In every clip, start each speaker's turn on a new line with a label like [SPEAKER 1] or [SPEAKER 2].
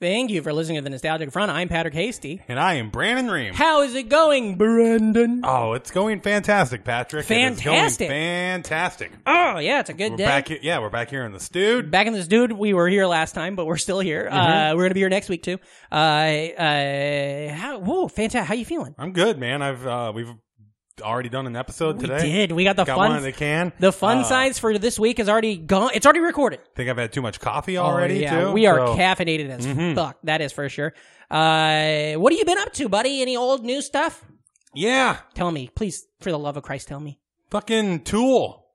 [SPEAKER 1] Thank you for listening to the Nostalgic Front. I'm Patrick Hasty.
[SPEAKER 2] And I am Brandon Ream.
[SPEAKER 1] How is it going, Brendan?
[SPEAKER 2] Oh, it's going fantastic, Patrick.
[SPEAKER 1] Fantastic.
[SPEAKER 2] It is going fantastic.
[SPEAKER 1] Oh, yeah, it's a good
[SPEAKER 2] We're
[SPEAKER 1] day.
[SPEAKER 2] back here. Yeah, we're back here in the Mm-hmm. stewed.
[SPEAKER 1] Back in this dude, we were here last time, but we're still here. Uh, we're gonna be here next week too. Uh, uh, how, whoa, fantastic! How you feeling?
[SPEAKER 2] I'm good, man. I've uh, we've already done an episode today.
[SPEAKER 1] Did we got the
[SPEAKER 2] Got
[SPEAKER 1] fun?
[SPEAKER 2] one in the can.
[SPEAKER 1] The fun
[SPEAKER 2] Uh,
[SPEAKER 1] size for this week is already gone. It's already recorded.
[SPEAKER 2] think I've had too much coffee already.
[SPEAKER 1] Oh, yeah,
[SPEAKER 2] too, Mm-hmm.
[SPEAKER 1] we are
[SPEAKER 2] so-
[SPEAKER 1] caffeinated as fuck. That is for sure. Uh, what have you been up to, buddy? Any old new stuff?
[SPEAKER 2] yeah,
[SPEAKER 1] Tell me, please, for the love of Christ, tell me.
[SPEAKER 2] fucking tool.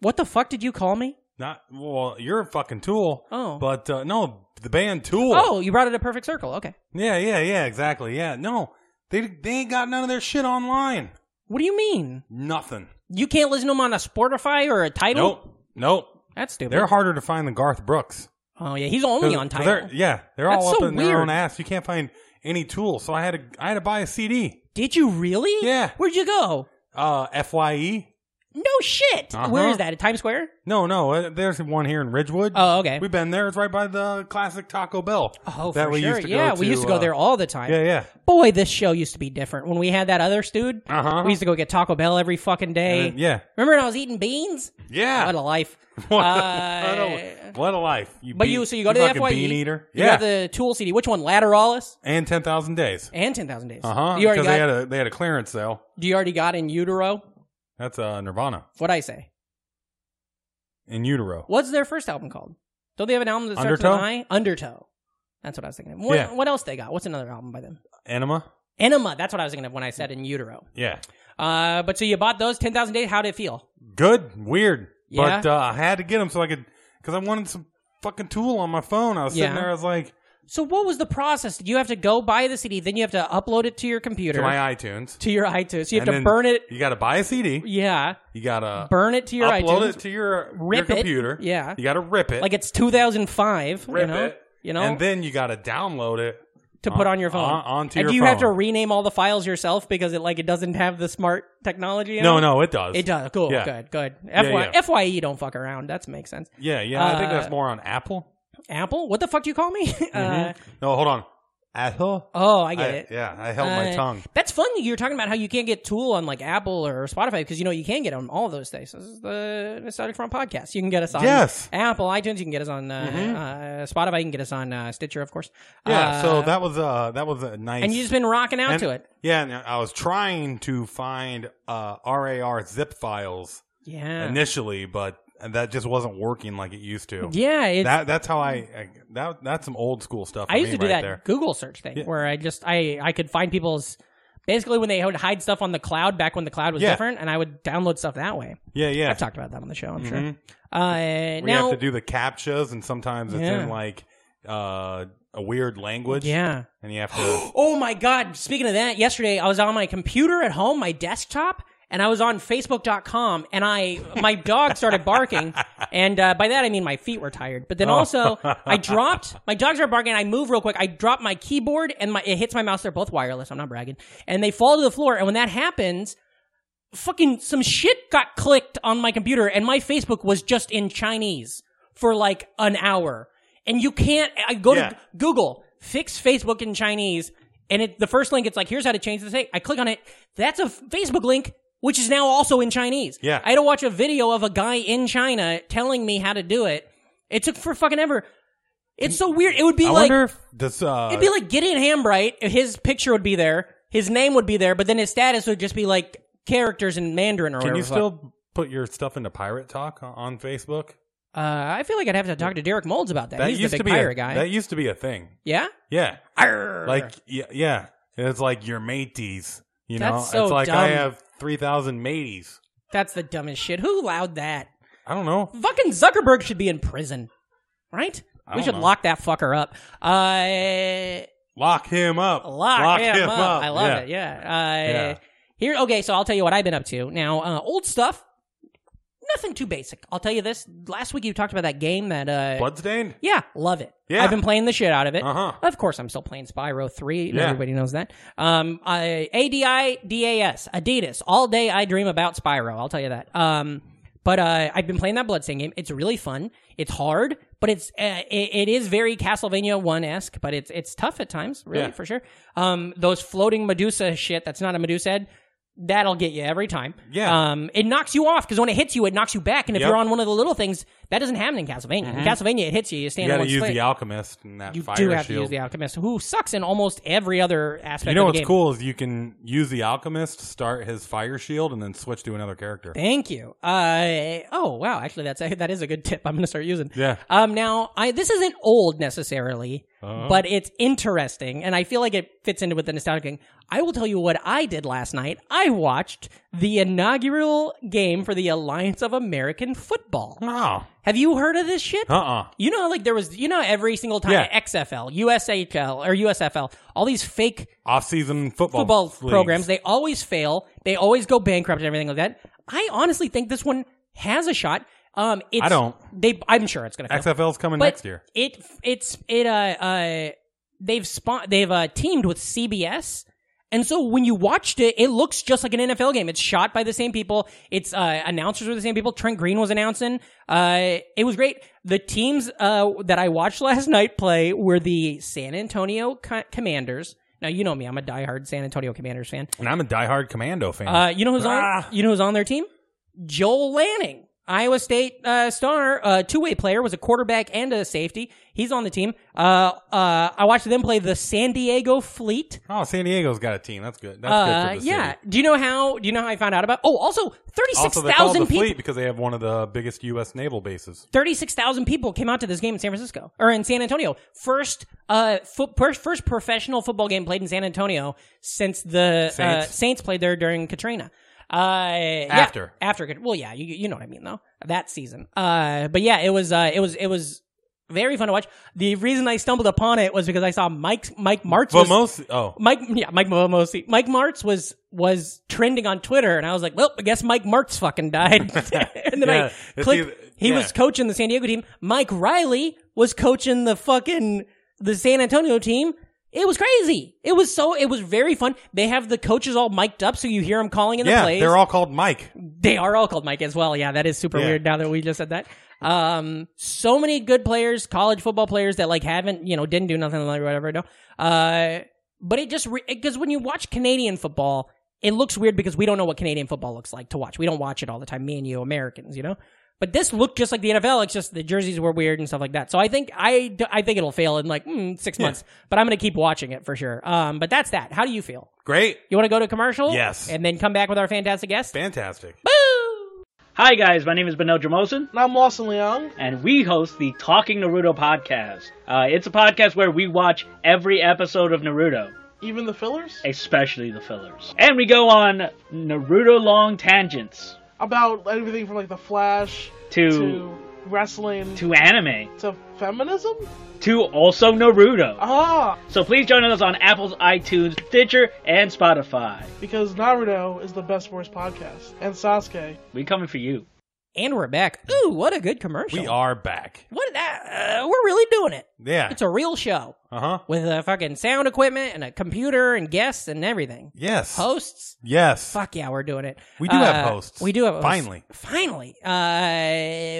[SPEAKER 1] What the fuck did you call me?
[SPEAKER 2] Not well. You're a fucking tool.
[SPEAKER 1] Oh.
[SPEAKER 2] but uh, no, the band Tool.
[SPEAKER 1] Oh, you brought it a perfect circle. Okay.
[SPEAKER 2] yeah, yeah, yeah. Exactly. Yeah. No, they they ain't got none of their shit online.
[SPEAKER 1] What do you mean?
[SPEAKER 2] Nothing.
[SPEAKER 1] You can't listen to them on a Spotify or a title?
[SPEAKER 2] Nope. Nope.
[SPEAKER 1] That's stupid.
[SPEAKER 2] They're harder to find than Garth Brooks.
[SPEAKER 1] oh, yeah. He's only
[SPEAKER 2] 'Cause-
[SPEAKER 1] on
[SPEAKER 2] 'cause
[SPEAKER 1] title.
[SPEAKER 2] They're, yeah, they're
[SPEAKER 1] That's
[SPEAKER 2] all up
[SPEAKER 1] so
[SPEAKER 2] in their
[SPEAKER 1] weird.
[SPEAKER 2] own ass. You can't find any tool, so I had to I had to buy a CD.
[SPEAKER 1] Did you really?
[SPEAKER 2] Yeah.
[SPEAKER 1] Where'd you go?
[SPEAKER 2] Uh, Fye.
[SPEAKER 1] No shit.
[SPEAKER 2] Uh-huh.
[SPEAKER 1] Where is that? At Times Square?
[SPEAKER 2] No, no, uh, there's one here in Ridgewood.
[SPEAKER 1] Oh, okay.
[SPEAKER 2] We've been there. It's right by the classic Taco Bell.
[SPEAKER 1] Oh,
[SPEAKER 2] that
[SPEAKER 1] for
[SPEAKER 2] we
[SPEAKER 1] sure.
[SPEAKER 2] used to go
[SPEAKER 1] yeah, we
[SPEAKER 2] to,
[SPEAKER 1] used to go
[SPEAKER 2] uh,
[SPEAKER 1] there all the time.
[SPEAKER 2] Yeah, yeah.
[SPEAKER 1] Boy, this show used to be different. When we had that other dude,
[SPEAKER 2] Uh-huh.
[SPEAKER 1] we used to go get Taco Bell every fucking day.
[SPEAKER 2] And then- yeah.
[SPEAKER 1] Remember when I was eating beans?
[SPEAKER 2] Yeah.
[SPEAKER 1] What a life.
[SPEAKER 2] What, a,
[SPEAKER 1] Uh,
[SPEAKER 2] what a- what a life. You
[SPEAKER 1] But
[SPEAKER 2] bean-
[SPEAKER 1] you, so you go to the
[SPEAKER 2] fucking
[SPEAKER 1] FYE.
[SPEAKER 2] Bean Eater.
[SPEAKER 1] You
[SPEAKER 2] yeah.
[SPEAKER 1] got the Tool CD. Which one? Lateralis
[SPEAKER 2] and 10,000 Days.
[SPEAKER 1] and 10,000 Days.
[SPEAKER 2] Uh huh.
[SPEAKER 1] You already
[SPEAKER 2] Because
[SPEAKER 1] got,
[SPEAKER 2] they, had a, they had a clearance sale.
[SPEAKER 1] do you already got In Utero?
[SPEAKER 2] That's uh, Nirvana.
[SPEAKER 1] What'd I say?
[SPEAKER 2] In utero.
[SPEAKER 1] What's their first album called? Don't they have an album that starts
[SPEAKER 2] Undertow?
[SPEAKER 1] with an I? Undertow. That's what I was thinking of. What,
[SPEAKER 2] Yeah.
[SPEAKER 1] what else they got? What's another album by them?
[SPEAKER 2] Enema.
[SPEAKER 1] Enema. That's what I was thinking of when I said In Utero.
[SPEAKER 2] Yeah.
[SPEAKER 1] Uh, but so you bought those 10,000 Days. How'd it feel?
[SPEAKER 2] good, weird.
[SPEAKER 1] Yeah.
[SPEAKER 2] But uh, I had to get them so I could, because I wanted some fucking tool on my phone. I was sitting
[SPEAKER 1] Yeah.
[SPEAKER 2] there, I was like,
[SPEAKER 1] So what was the process? Did you have to go buy the CD, then you have to upload it to your computer,
[SPEAKER 2] to my iTunes.
[SPEAKER 1] to your iTunes. So you have
[SPEAKER 2] And
[SPEAKER 1] to
[SPEAKER 2] then
[SPEAKER 1] burn it.
[SPEAKER 2] You got to buy a CD.
[SPEAKER 1] Yeah,
[SPEAKER 2] You got to
[SPEAKER 1] burn it to your
[SPEAKER 2] upload
[SPEAKER 1] iTunes.
[SPEAKER 2] it to your, your
[SPEAKER 1] Rip it.
[SPEAKER 2] computer.
[SPEAKER 1] Yeah.
[SPEAKER 2] You got to rip it.
[SPEAKER 1] like it's 2005. you
[SPEAKER 2] Rip
[SPEAKER 1] know,
[SPEAKER 2] it.
[SPEAKER 1] you know,
[SPEAKER 2] And then you got to download it.
[SPEAKER 1] to put on your phone.
[SPEAKER 2] on- onto
[SPEAKER 1] and
[SPEAKER 2] your
[SPEAKER 1] do you have to
[SPEAKER 2] phone.
[SPEAKER 1] rename all the files yourself because it like it doesn't have the smart technology? In
[SPEAKER 2] No,
[SPEAKER 1] it?
[SPEAKER 2] no, it does.
[SPEAKER 1] It does. Cool.
[SPEAKER 2] Yeah.
[SPEAKER 1] Good. Good.
[SPEAKER 2] Yeah,
[SPEAKER 1] FY,
[SPEAKER 2] yeah.
[SPEAKER 1] Fye E don't fuck around. That makes sense.
[SPEAKER 2] Yeah, yeah. I think that's more on Apple.
[SPEAKER 1] Apple. What the fuck do you call me? uh,
[SPEAKER 2] No, hold on. Apple?
[SPEAKER 1] oh, I get it.
[SPEAKER 2] Yeah, Mm-hmm. I held my
[SPEAKER 1] Uh,
[SPEAKER 2] tongue.
[SPEAKER 1] That's fun. that You're talking about how you can't get Tool on like Apple or Spotify because you know you can get on all of those things. This is the Nostalgic Front podcast. You can get us on
[SPEAKER 2] Yes. Mm-hmm.
[SPEAKER 1] Apple, iTunes. You can get us on uh, uh, Spotify. You can get us on uh, Stitcher, of course.
[SPEAKER 2] Yeah,
[SPEAKER 1] Uh,
[SPEAKER 2] so that was uh that was a nice
[SPEAKER 1] and you've just been rocking out
[SPEAKER 2] And-
[SPEAKER 1] to it.
[SPEAKER 2] Yeah, and I was trying to find uh, RAR zip files
[SPEAKER 1] Yeah.
[SPEAKER 2] initially, but that just wasn't working like it used to.
[SPEAKER 1] yeah. It's,
[SPEAKER 2] that that's how I, I that that's some old school stuff. for
[SPEAKER 1] I used to
[SPEAKER 2] me
[SPEAKER 1] do
[SPEAKER 2] right
[SPEAKER 1] that
[SPEAKER 2] there.
[SPEAKER 1] Google search thing where I just I I could find people's basically when they would hide stuff on the cloud back when the cloud was
[SPEAKER 2] Yeah.
[SPEAKER 1] different, and I would download stuff that way.
[SPEAKER 2] Yeah, yeah. Mm-hmm.
[SPEAKER 1] I've talked about that on the show, I'm sure. Uh,
[SPEAKER 2] we
[SPEAKER 1] now,
[SPEAKER 2] have to do the captchas, and sometimes it's
[SPEAKER 1] Yeah.
[SPEAKER 2] in like uh, a weird language.
[SPEAKER 1] yeah.
[SPEAKER 2] and you have to.
[SPEAKER 1] Oh my God! Speaking of that, yesterday I was on my computer at home, my desktop, and I was on Facebook.com, and I my dog started barking, and uh, by that I mean my feet were tired. But then also I dropped my dog started barking. And I move real quick. I drop my keyboard, and my it hits my mouse. They're both wireless. I'm not bragging, and they fall to the floor. And when that happens. Fucking some shit got clicked on my computer, and my Facebook was just in Chinese for like an hour. And you can't. I go
[SPEAKER 2] Yeah.
[SPEAKER 1] to Google fix Facebook in Chinese, and it the first link it's like here's how to change this thing. I click on it. That's a f- Facebook link which is now also in Chinese.
[SPEAKER 2] Yeah.
[SPEAKER 1] I had to watch a video of a guy in China telling me how to do it. It took for fucking ever. It's so weird. It would be
[SPEAKER 2] I
[SPEAKER 1] like
[SPEAKER 2] wonder if this. Uh,
[SPEAKER 1] it'd be like Gideon Hambright. if His picture would be there. His name would be there, but then his status would just be like characters in Mandarin or
[SPEAKER 2] can
[SPEAKER 1] whatever.
[SPEAKER 2] you
[SPEAKER 1] the fuck.
[SPEAKER 2] still put your stuff into pirate talk on- on Facebook?
[SPEAKER 1] Uh, I feel like I'd have to talk to Derek Molds about that.
[SPEAKER 2] That
[SPEAKER 1] He's
[SPEAKER 2] used
[SPEAKER 1] the
[SPEAKER 2] to
[SPEAKER 1] big
[SPEAKER 2] be
[SPEAKER 1] pirate
[SPEAKER 2] a,
[SPEAKER 1] guy.
[SPEAKER 2] That used to be a thing.
[SPEAKER 1] yeah.
[SPEAKER 2] Yeah,
[SPEAKER 1] Arr.
[SPEAKER 2] like yeah, yeah. It's like your mateys. You know,
[SPEAKER 1] That's so
[SPEAKER 2] it's like
[SPEAKER 1] dumb.
[SPEAKER 2] I have three thousand mateys.
[SPEAKER 1] That's the dumbest shit. Who allowed that?
[SPEAKER 2] I don't know.
[SPEAKER 1] Fucking Zuckerberg should be in prison, right? we
[SPEAKER 2] don't
[SPEAKER 1] should
[SPEAKER 2] know.
[SPEAKER 1] lock that fucker up. Uh,
[SPEAKER 2] Lock him up.
[SPEAKER 1] lock, him, up. I love
[SPEAKER 2] Yeah.
[SPEAKER 1] it. Yeah. Uh,
[SPEAKER 2] Yeah.
[SPEAKER 1] Here, okay. So I'll tell you what I've been up to now. Uh, old stuff. Nothing too basic. I'll tell you this. Last week you talked about that game that. Uh,
[SPEAKER 2] Bloodstained?
[SPEAKER 1] yeah, love it.
[SPEAKER 2] Yeah.
[SPEAKER 1] I've been playing the shit out of it.
[SPEAKER 2] Uh huh.
[SPEAKER 1] Of course, I'm still playing Spyro 3. and
[SPEAKER 2] Yeah.
[SPEAKER 1] Everybody knows that. Um, I, A-D-I-D-A-S, Adidas. All day I dream about Spyro. I'll tell you that. Um, but uh, I've been playing that Bloodstained game. It's really fun. It's hard, but it's uh, it, it is very Castlevania one esque. But it's it's tough at times, really
[SPEAKER 2] Yeah.
[SPEAKER 1] for sure. Um, those floating Medusa shit. That's not a Medusa head. That'll get you every time.
[SPEAKER 2] Yeah.
[SPEAKER 1] Um, it knocks you off because when it hits you, it knocks you back. And if
[SPEAKER 2] Yep. Mm-hmm.
[SPEAKER 1] you're on one of the little things, that doesn't happen in Castlevania. In Castlevania, it hits you. You
[SPEAKER 2] You
[SPEAKER 1] stand on
[SPEAKER 2] gotta
[SPEAKER 1] one
[SPEAKER 2] use
[SPEAKER 1] spot
[SPEAKER 2] the alchemist and that
[SPEAKER 1] you
[SPEAKER 2] fire
[SPEAKER 1] do have
[SPEAKER 2] shield.
[SPEAKER 1] to use the alchemist, who sucks in almost every other aspect.
[SPEAKER 2] you know
[SPEAKER 1] of the
[SPEAKER 2] what's
[SPEAKER 1] game.
[SPEAKER 2] cool is you can use the alchemist, start his fire shield, and then switch to another character.
[SPEAKER 1] Thank you. Uh, oh wow, actually, that's a, that is a good tip. I'm gonna start using.
[SPEAKER 2] Yeah.
[SPEAKER 1] Um. Now, I this isn't old necessarily,
[SPEAKER 2] Oh.
[SPEAKER 1] but it's interesting, and I feel like it fits into with the nostalgia thing. I will tell you what I did last night. I watched the inaugural game for the Alliance of American Football.
[SPEAKER 2] Oh.
[SPEAKER 1] Have you heard of this shit?
[SPEAKER 2] Uh uh
[SPEAKER 1] You know, like there was, you know, every single time
[SPEAKER 2] Yeah.
[SPEAKER 1] XFL, USHL, or USFL, all these fake
[SPEAKER 2] Off season football,
[SPEAKER 1] football
[SPEAKER 2] leagues.
[SPEAKER 1] programs. They always fail. They always go bankrupt and everything like that. I honestly think this one has a shot. Um, it's,
[SPEAKER 2] I don't.
[SPEAKER 1] They, I'm sure it's going to.
[SPEAKER 2] XFL's coming
[SPEAKER 1] but
[SPEAKER 2] next year.
[SPEAKER 1] It, it's, it, uh, uh, they've spawn, they've uh, teamed with CBS. And so when you watched it, it looks just like an NFL game. It's shot by the same people. It's uh, announcers were the same people. Trent Green was announcing. Uh, it was great. The teams uh, that I watched last night play were the San Antonio Co- Commanders. Now you know me; I'm a diehard San Antonio Commanders fan.
[SPEAKER 2] And I'm a diehard Commando fan.
[SPEAKER 1] Uh, you know who's
[SPEAKER 2] Ah.
[SPEAKER 1] on? You know who's on their team? Joel Lanning, Iowa State uh, star, uh, two-way player, was a quarterback and a safety. He's on the team. Uh, uh, I watched them play the San Diego Fleet.
[SPEAKER 2] oh, San Diego's got a team. That's good. That's
[SPEAKER 1] Uh,
[SPEAKER 2] good for the
[SPEAKER 1] yeah.
[SPEAKER 2] city.
[SPEAKER 1] Do you know how? Do you know how I found out about? Oh, also thirty-six
[SPEAKER 2] Also, they call it the
[SPEAKER 1] thousand people.
[SPEAKER 2] fleet because they have one of the biggest U.S. naval bases.
[SPEAKER 1] Thirty-six thousand people came out to this game in San Francisco or in San Antonio. First, uh, fo- first, first professional football game played in San Antonio since the Saints, uh,
[SPEAKER 2] Saints?
[SPEAKER 1] Saints played there during Katrina. Uh, yeah.
[SPEAKER 2] After.
[SPEAKER 1] after, well, yeah, you you know what I mean though that season. Uh, but yeah, it was uh, it was it was very fun to watch. The reason I stumbled upon it was because I saw Mike Mike Martz was
[SPEAKER 2] But most, oh,
[SPEAKER 1] Mike, yeah, Mike Mostly. Mike Martz was was trending on Twitter, and I was like, "Well, I guess Mike Martz fucking died." and then I
[SPEAKER 2] Yeah, it's
[SPEAKER 1] clicked.
[SPEAKER 2] either-
[SPEAKER 1] he
[SPEAKER 2] yeah.
[SPEAKER 1] was coaching the San Diego team. Mike Riley was coaching the fucking the San Antonio team. It was crazy. It was so. It was very fun. They have the coaches all mic'd up, so you hear them calling in the
[SPEAKER 2] yeah,
[SPEAKER 1] plays.
[SPEAKER 2] they're all called Mike.
[SPEAKER 1] They are all called Mike as well. Yeah, that is super
[SPEAKER 2] Yeah.
[SPEAKER 1] weird now that we just said that. Um, so many good players, college football players that like haven't, you know, didn't do nothing like whatever. No, uh, but it just because when you watch Canadian football, it looks weird because we don't know what Canadian football looks like to watch. We don't watch it all the time. Me and you, Americans, you know. But this looked just like the NFL. It's just the jerseys were weird and stuff like that. So I think I, I think it'll fail in like mm, six months. But I'm gonna keep watching it for sure. Um, but that's that. How do you feel?
[SPEAKER 2] Great,
[SPEAKER 1] You want to go to commercial?
[SPEAKER 2] Yes.
[SPEAKER 1] And then come back with our fantastic guest.
[SPEAKER 2] fantastic.
[SPEAKER 3] Hi, guys. My name is Benel Jamosin,
[SPEAKER 4] And I'm Lawson Leong.
[SPEAKER 3] and we host the Talking Naruto podcast. Uh, it's a podcast where we watch every episode of Naruto,
[SPEAKER 4] Even the fillers?
[SPEAKER 3] especially the fillers. And we go on Naruto long tangents
[SPEAKER 4] About everything from like The Flash
[SPEAKER 3] to,
[SPEAKER 4] to wrestling
[SPEAKER 3] to anime,
[SPEAKER 4] to feminism?
[SPEAKER 3] to also Naruto.
[SPEAKER 4] Ah!
[SPEAKER 3] So please join us on Apple's iTunes, Stitcher, and Spotify.
[SPEAKER 4] Because Naruto is the best worst podcast. And Sasuke.
[SPEAKER 3] We coming for you.
[SPEAKER 1] And we're back. Ooh, what a good commercial.
[SPEAKER 2] We are back.
[SPEAKER 1] What that? Uh, we're really doing it.
[SPEAKER 2] Yeah.
[SPEAKER 1] It's a real show
[SPEAKER 2] Uh huh.
[SPEAKER 1] with a fucking sound equipment and a computer and guests and everything.
[SPEAKER 2] Yes.
[SPEAKER 1] Hosts.
[SPEAKER 2] Yes.
[SPEAKER 1] Fuck yeah, we're doing it.
[SPEAKER 2] We do have
[SPEAKER 1] Uh,
[SPEAKER 2] hosts.
[SPEAKER 1] We do have hosts.
[SPEAKER 2] Finally.
[SPEAKER 1] Finally,